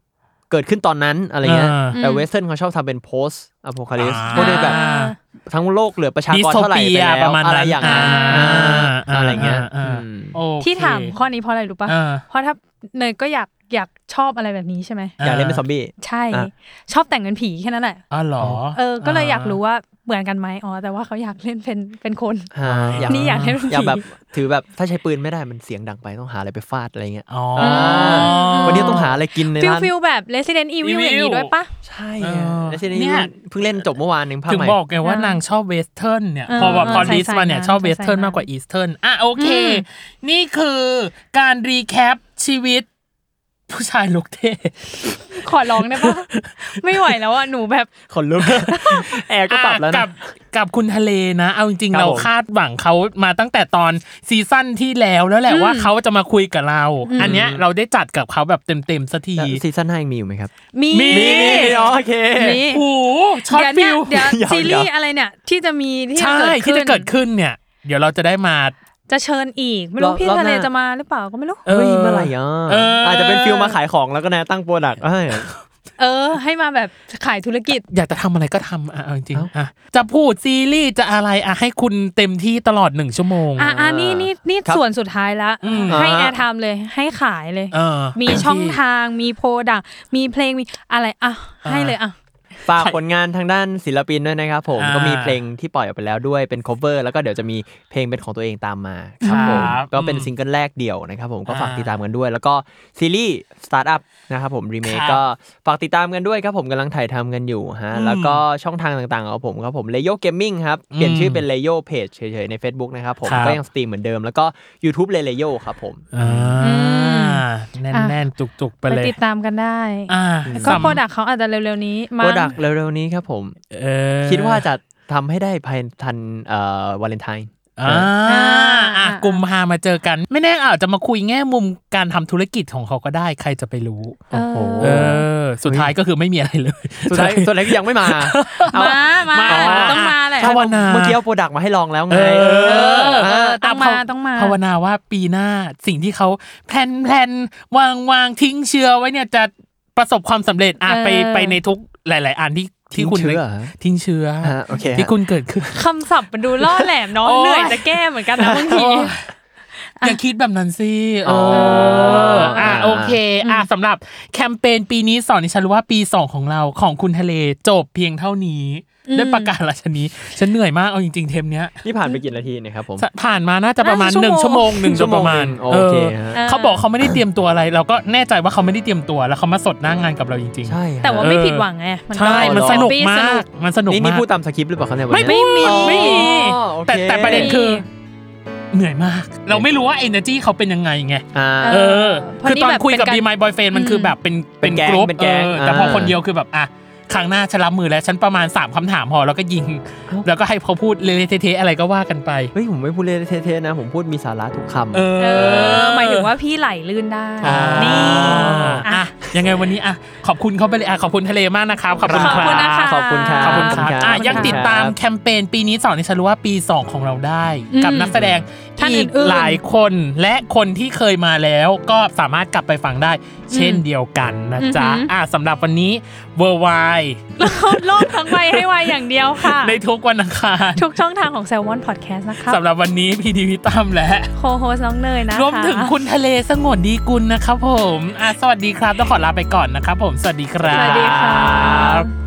Speaker 4: เกิดขึ้นตอนนั้นอะไรเงี้ย
Speaker 3: เออ
Speaker 4: แต่เวสเทิร์นเขาชอบทำเป็น post apocalypse
Speaker 3: อ่า
Speaker 4: พวกนี้แบบ
Speaker 2: อ่า
Speaker 4: ทั้งโลกเหลือประชากรเท่าไหร่ไป
Speaker 3: Dystopia
Speaker 4: แล้ว
Speaker 3: ประมาณนั้น
Speaker 4: อะไรอย่างเงี้ย
Speaker 3: อ่า
Speaker 4: อ่าอะไรเงี้ย
Speaker 3: อ่าอ่า
Speaker 4: อืม
Speaker 3: โอเค
Speaker 2: ที่ถามข้อนี้เพราะอะไรรู้ปะ
Speaker 3: อ่า
Speaker 2: เพราะถ้าเนยก็อยาก อยากชอบอะไรแบบนี้ใช่ไหม
Speaker 4: อยากเล่นเป็นซอมบี้
Speaker 2: ใช่
Speaker 4: อ่ะ
Speaker 2: ชอบแต่งเป็นผีแค่นั้นแหละ
Speaker 3: อ๋อเหรอ
Speaker 2: เออ ก็เลยอยากรู้ว่าเหมือนกันไหมอ๋อ แต่ว่าเขาอยากเล่นเป็นเป็นคน
Speaker 4: อ่าอยาก
Speaker 2: นี่อยากเล่นเป็น
Speaker 4: อยาก
Speaker 2: ผี
Speaker 4: แบบถือแบบถ้าใช้ปืนไม่ได้มันเสียงดังไปต้องหาอะไรไปฟาดอะไรเงี้ย
Speaker 3: อ๋อ
Speaker 4: อ่าวันนี้ต้องหาอะไรกินใน
Speaker 2: ฟิล
Speaker 4: ร้าน
Speaker 2: ฟิลแบบ Resident Evil
Speaker 3: Evil
Speaker 2: อย่างนี้ด้วยปะ
Speaker 4: ใช่
Speaker 3: เออ
Speaker 4: แล้วทีนี้
Speaker 3: เนี่ย
Speaker 4: เพิ่งเล่นจบเมื่อวานหนึ่งภาค
Speaker 3: ถึง
Speaker 4: ใหม่
Speaker 3: บอกไงว่านางชอบเวสเทิร์นเนี่ย
Speaker 2: เออ
Speaker 3: พอแบบพอ
Speaker 2: ใส่
Speaker 3: ลิสต์มาเนี่ย
Speaker 2: ใส่
Speaker 3: ชอบเวสเทิร์น
Speaker 2: ใส่
Speaker 3: มากกว่า
Speaker 2: ใส่
Speaker 3: อีสเทิร์นอ่ะโอเค
Speaker 2: อืม
Speaker 3: นี่คือการรีแคปชีวิต ผู้ชายลูกเทพ
Speaker 2: ขอร้องได้ปะ ไม่ไหวแล้วอ่ะ หนูแบบ
Speaker 4: คนลุก แอร์ก็ปรับแล้ว
Speaker 3: อ่ะ
Speaker 4: นะ
Speaker 3: บกับคุณทะเลนะ เอาจริง
Speaker 4: ค
Speaker 3: ๆ
Speaker 4: รับ
Speaker 3: เรา
Speaker 4: ผม
Speaker 3: คาดหวังเขามาตั้งแต่ตอนซีซั่นที่แล้วแล้วแหละว่าเขาจะมาคุยกับเรา อันเนี้ยเราได้จัดกับเขาแบบเต็มๆสักที
Speaker 4: แล้วซีซั่นห้ายังมีอยู่ไหมครับ
Speaker 2: มี
Speaker 3: มี
Speaker 4: อ๋อโอเค
Speaker 2: มี
Speaker 3: โอ้โหช็อต
Speaker 2: เดี๋ยว
Speaker 3: ฟิ
Speaker 2: เนี่ย
Speaker 3: ล
Speaker 2: เดี๋ยวยซีรี
Speaker 4: าวๆ
Speaker 2: ส์อะไรเนี่ย ที่จะมีที่
Speaker 3: ใช่ที่
Speaker 2: จะ
Speaker 3: จะ
Speaker 2: เกิ
Speaker 3: เกิ
Speaker 2: ด
Speaker 3: ด
Speaker 2: ขึ้น
Speaker 3: ขึ้นเนี่ย เดี๋ยวเราจะได้มา
Speaker 2: จะเชิญอีก ไม่รู้
Speaker 4: รอบ
Speaker 2: พี่
Speaker 4: รอบ
Speaker 2: ทะเล
Speaker 4: หน้า
Speaker 2: จะมาหรือเปล่าก็ไม่รู้
Speaker 3: เออ
Speaker 4: เฮ้ยเมื่อไหร่อ่ะ
Speaker 3: เอออ
Speaker 4: อาจจะเป็นฟิลมาขายของแล้วก็นะตั้งโปรดักต์เอ้ย
Speaker 2: เออ ให้มาแบบขายธุรกิจ
Speaker 3: อยากจะทำอะไรก็ทำอ่ะเอาจริง
Speaker 4: เอ้า
Speaker 3: ๆอ่ะจะพูดซีรีส์จะอะไรอ่ะให้คุณเต็มที่ตลอดหนึ่งชั่วโมง
Speaker 2: อ่ะอ่ะนี่นี่นี่
Speaker 4: ครับ
Speaker 2: ส่วนสุดท้ายละ
Speaker 3: อืม
Speaker 2: ให้
Speaker 4: อ่า
Speaker 2: แอร์ไทม์เลย ให้ขายเลย
Speaker 3: เออ
Speaker 2: มี
Speaker 3: เต็ที่
Speaker 2: ช่องทางมีโปรดักมีเพลงมีอะไรอ่ะให้เลยอ่ะ
Speaker 4: ฝากผลงานทางด้านศิลปินด้วยนะครับผม
Speaker 3: อ่า
Speaker 4: ก็มีเพลงที่ปล่อยออกไปแล้วด้วยเป็น cover แล้วก็เดี๋ยวจะมีเพลงเป็นของตัวเองตามมาครับผม
Speaker 3: ครับ
Speaker 4: ก็เป็น
Speaker 3: อืม
Speaker 4: ซิงเกิลแรกเดี่ยวนะครับผมก็ฝาก
Speaker 3: อ่า
Speaker 4: ติดตามกันด้วย แล้วก็ซีรีส์ Startup นะครับผม
Speaker 3: ค
Speaker 4: remake
Speaker 3: รับ
Speaker 4: ก็ฝากติดตามกันด้วยครับผมกำลังถ่ายทำกันอยู่ฮะ
Speaker 3: อืม
Speaker 4: แล้วก็ช่องทางต่างๆของผมครับผม Leo Gaming ครับเปลี่ยน
Speaker 3: อืม
Speaker 4: ชื่อเป็น Leo Page เฉยๆใน Facebook นะครับผม
Speaker 3: ครับ
Speaker 4: ก็ยังสตรีมเหมือนเดิมแล้วก็ YouTube Leo ครับผม
Speaker 3: อ่า
Speaker 2: อืม
Speaker 3: แน่นๆจุกๆไป
Speaker 2: ไป
Speaker 3: เลย
Speaker 2: ติดตามกันได้
Speaker 3: อ่า
Speaker 2: แล้วก็
Speaker 3: สำ
Speaker 2: โปรดักเขาอาจจะเร็วๆนี้มา
Speaker 4: โปรดักต์เร็วๆนี้ครับผม
Speaker 3: เออ
Speaker 4: คิดว่าจะทำให้ได้ภายทันเอ่อวาเลนไทน์
Speaker 3: อ่าอ่ะกุมภามาเจอกัน ไม่แน่อาจจะมาคุยแง่มุมการทำธุรกิจของเขาก็ได้ ใครจะไปรู้
Speaker 2: เออ
Speaker 3: เออ สุดท้ายก็คือไม่มีอะไรเลย
Speaker 4: สุดท้ายสุดท้ายก็ยังไม่มา เอา
Speaker 2: มามา
Speaker 3: มา
Speaker 2: ต้องมาแหละ
Speaker 3: ใช่ ภาวนา
Speaker 4: เมื่อกี้เอาโปรดักต์มาให้ลองแล้วไง
Speaker 3: เอ
Speaker 4: เอ
Speaker 3: อ
Speaker 4: อ
Speaker 2: เออต้องมา
Speaker 3: ะภว
Speaker 2: ต้องมา
Speaker 3: ภาวนาว่าปีหน้าสิ่งที่เขาแพลนแพลนวางวางทิ้งเชื้อไว้เนี่ยจะประสบความสำเร็จอ่ะไปไปในทุกหลาย ๆ อันที่ที่คุณ
Speaker 4: ทิ้งเชื่อเหรอ
Speaker 3: ทิ้งเชื้อ
Speaker 4: อ่ะโอเค
Speaker 3: ที่
Speaker 4: ฮะ
Speaker 3: คุณเกิดขึ้น
Speaker 2: คำศัพท์มันดูล่อแหลมเนาะ
Speaker 3: โอ้ย
Speaker 2: เหนื่อยจะแก้เหมือนกันนะบางที
Speaker 3: โอ้ยอย่าคิดแบบนั้นสิเออ
Speaker 4: ออ่
Speaker 3: อ่า
Speaker 4: า
Speaker 3: โอเค อ่าสำหรับแคมเปญปีนี้สอนให้ฉันรู้ว่าปี 2 ของเราของคุณทะเลจบเพียงเท่านี้ ด้วยประกาศราชนีฉันเหนื่อยมากเอาจริง ๆ เทมเนี้ย
Speaker 4: นี่ผ่านไปกี่นาทีเนะครับผม
Speaker 3: ผ่านมาน่าจะประมาณ 1
Speaker 2: ชั่
Speaker 3: ชั่ว
Speaker 2: ว
Speaker 3: โม
Speaker 2: โม
Speaker 3: ง
Speaker 2: ง
Speaker 3: หนึ่ง
Speaker 4: ชั่วโม
Speaker 3: ป
Speaker 4: ง
Speaker 3: ระมาณ
Speaker 4: หนึ่งโอเคฮะ
Speaker 3: ออเขาบอกเขาไม่ได้เตรียมตัวอะไร เราก็แน่ใจว่าเขาไม่ได้เตรียมตัวแล้วเขามาสดหน้างานกับเราจริง ๆ
Speaker 4: ใช่ฮะ
Speaker 2: แต่ว่าไม่ผิดหวังไง
Speaker 3: ใช่มันสนุก
Speaker 2: ปี้
Speaker 3: มากมันสนุก
Speaker 4: นี่
Speaker 3: มา
Speaker 4: นี่
Speaker 3: ก
Speaker 4: พูดตามสคริปต์หรือเปล่าครับเนี่ยวัน
Speaker 3: ไม่
Speaker 4: เนี้ย
Speaker 3: ไม่มีไม่มี
Speaker 4: อ๋อโอเค
Speaker 3: แต่แต่ประเด็นคือ เหนื่อยมาก เราไม่รู้ว่า energy เขาเป็นยังไงไง
Speaker 4: อ่า
Speaker 3: เออ
Speaker 2: เพราะ
Speaker 3: คือตอน
Speaker 2: แบบ
Speaker 3: คุยกับ
Speaker 2: เป็
Speaker 3: Be
Speaker 2: นาร
Speaker 3: My Boyfriend มันคือแบบเป็น
Speaker 4: เป็นแก๊ง
Speaker 3: กรุ๊ป
Speaker 4: เป็นแก๊ง
Speaker 3: เออแต่
Speaker 4: อ่า
Speaker 3: พอคนเดียวคือแบบอ่ะครั้งหน้าฉันรับมือแล้วฉันประมาณ 3คำถามพอแล้วก็ยิง แล้วก็ให้เขาพูดเลเทเทอะไรก็ว่ากันไป
Speaker 4: เฮ้ยผมไม่พูดเล่นเท่ๆนะ ผมพูดมีสาระทุกคำ
Speaker 3: เออ
Speaker 2: เออหมายถึงว่าพี่ไหลลื่นได้
Speaker 3: อ่า
Speaker 2: นี่
Speaker 3: อ่ะ
Speaker 2: อ่ะ
Speaker 3: ยังไงวันนี้อ่ะขอบคุณเขาไปเลยอ่ะขอบคุณทะเลมากนะครับขอบคุณ
Speaker 2: ขอบคุณ
Speaker 3: รั
Speaker 2: นะคะ
Speaker 4: ขอบคุณครับ
Speaker 3: ขอบคุณครั
Speaker 2: ขอบ
Speaker 3: บอ่ะ
Speaker 2: คุณครับ
Speaker 3: ยังติดตามแคมเปญปีนี้สอนในฉันรู้ว่าปี 2 ของเราได้
Speaker 2: อืม
Speaker 3: กับนักแสดง
Speaker 2: ท่าน
Speaker 3: อีก
Speaker 2: อื่นๆ
Speaker 3: หลายคนและคนที่เคยมาแล้วก็สามารถกลับไปฟังได้ เช่นเดียวกันนะจ๊ะ
Speaker 2: อือหืออ่
Speaker 3: อ่ะสำหรับวันนี้เวอร์ไว
Speaker 2: แล้วก็โลกทั้งใบให้วายอย่างเดียวค่ะ
Speaker 3: ในทุกวันอังคาร
Speaker 2: ทุกช่องทางของ s ซ l m o n Podcast นะครับ
Speaker 3: สำหรับวันนี้พี่ดีวิตั้มและ
Speaker 2: โคโฮสน้องเนยนะคะ
Speaker 3: รวมถึงคุณทะเลสงวนดีกุลนะครับผมอ่ะสวัสดีครับต้องขอลาไปก่อนนะครับผม สวัสดีครับ
Speaker 2: สวัสดีครับ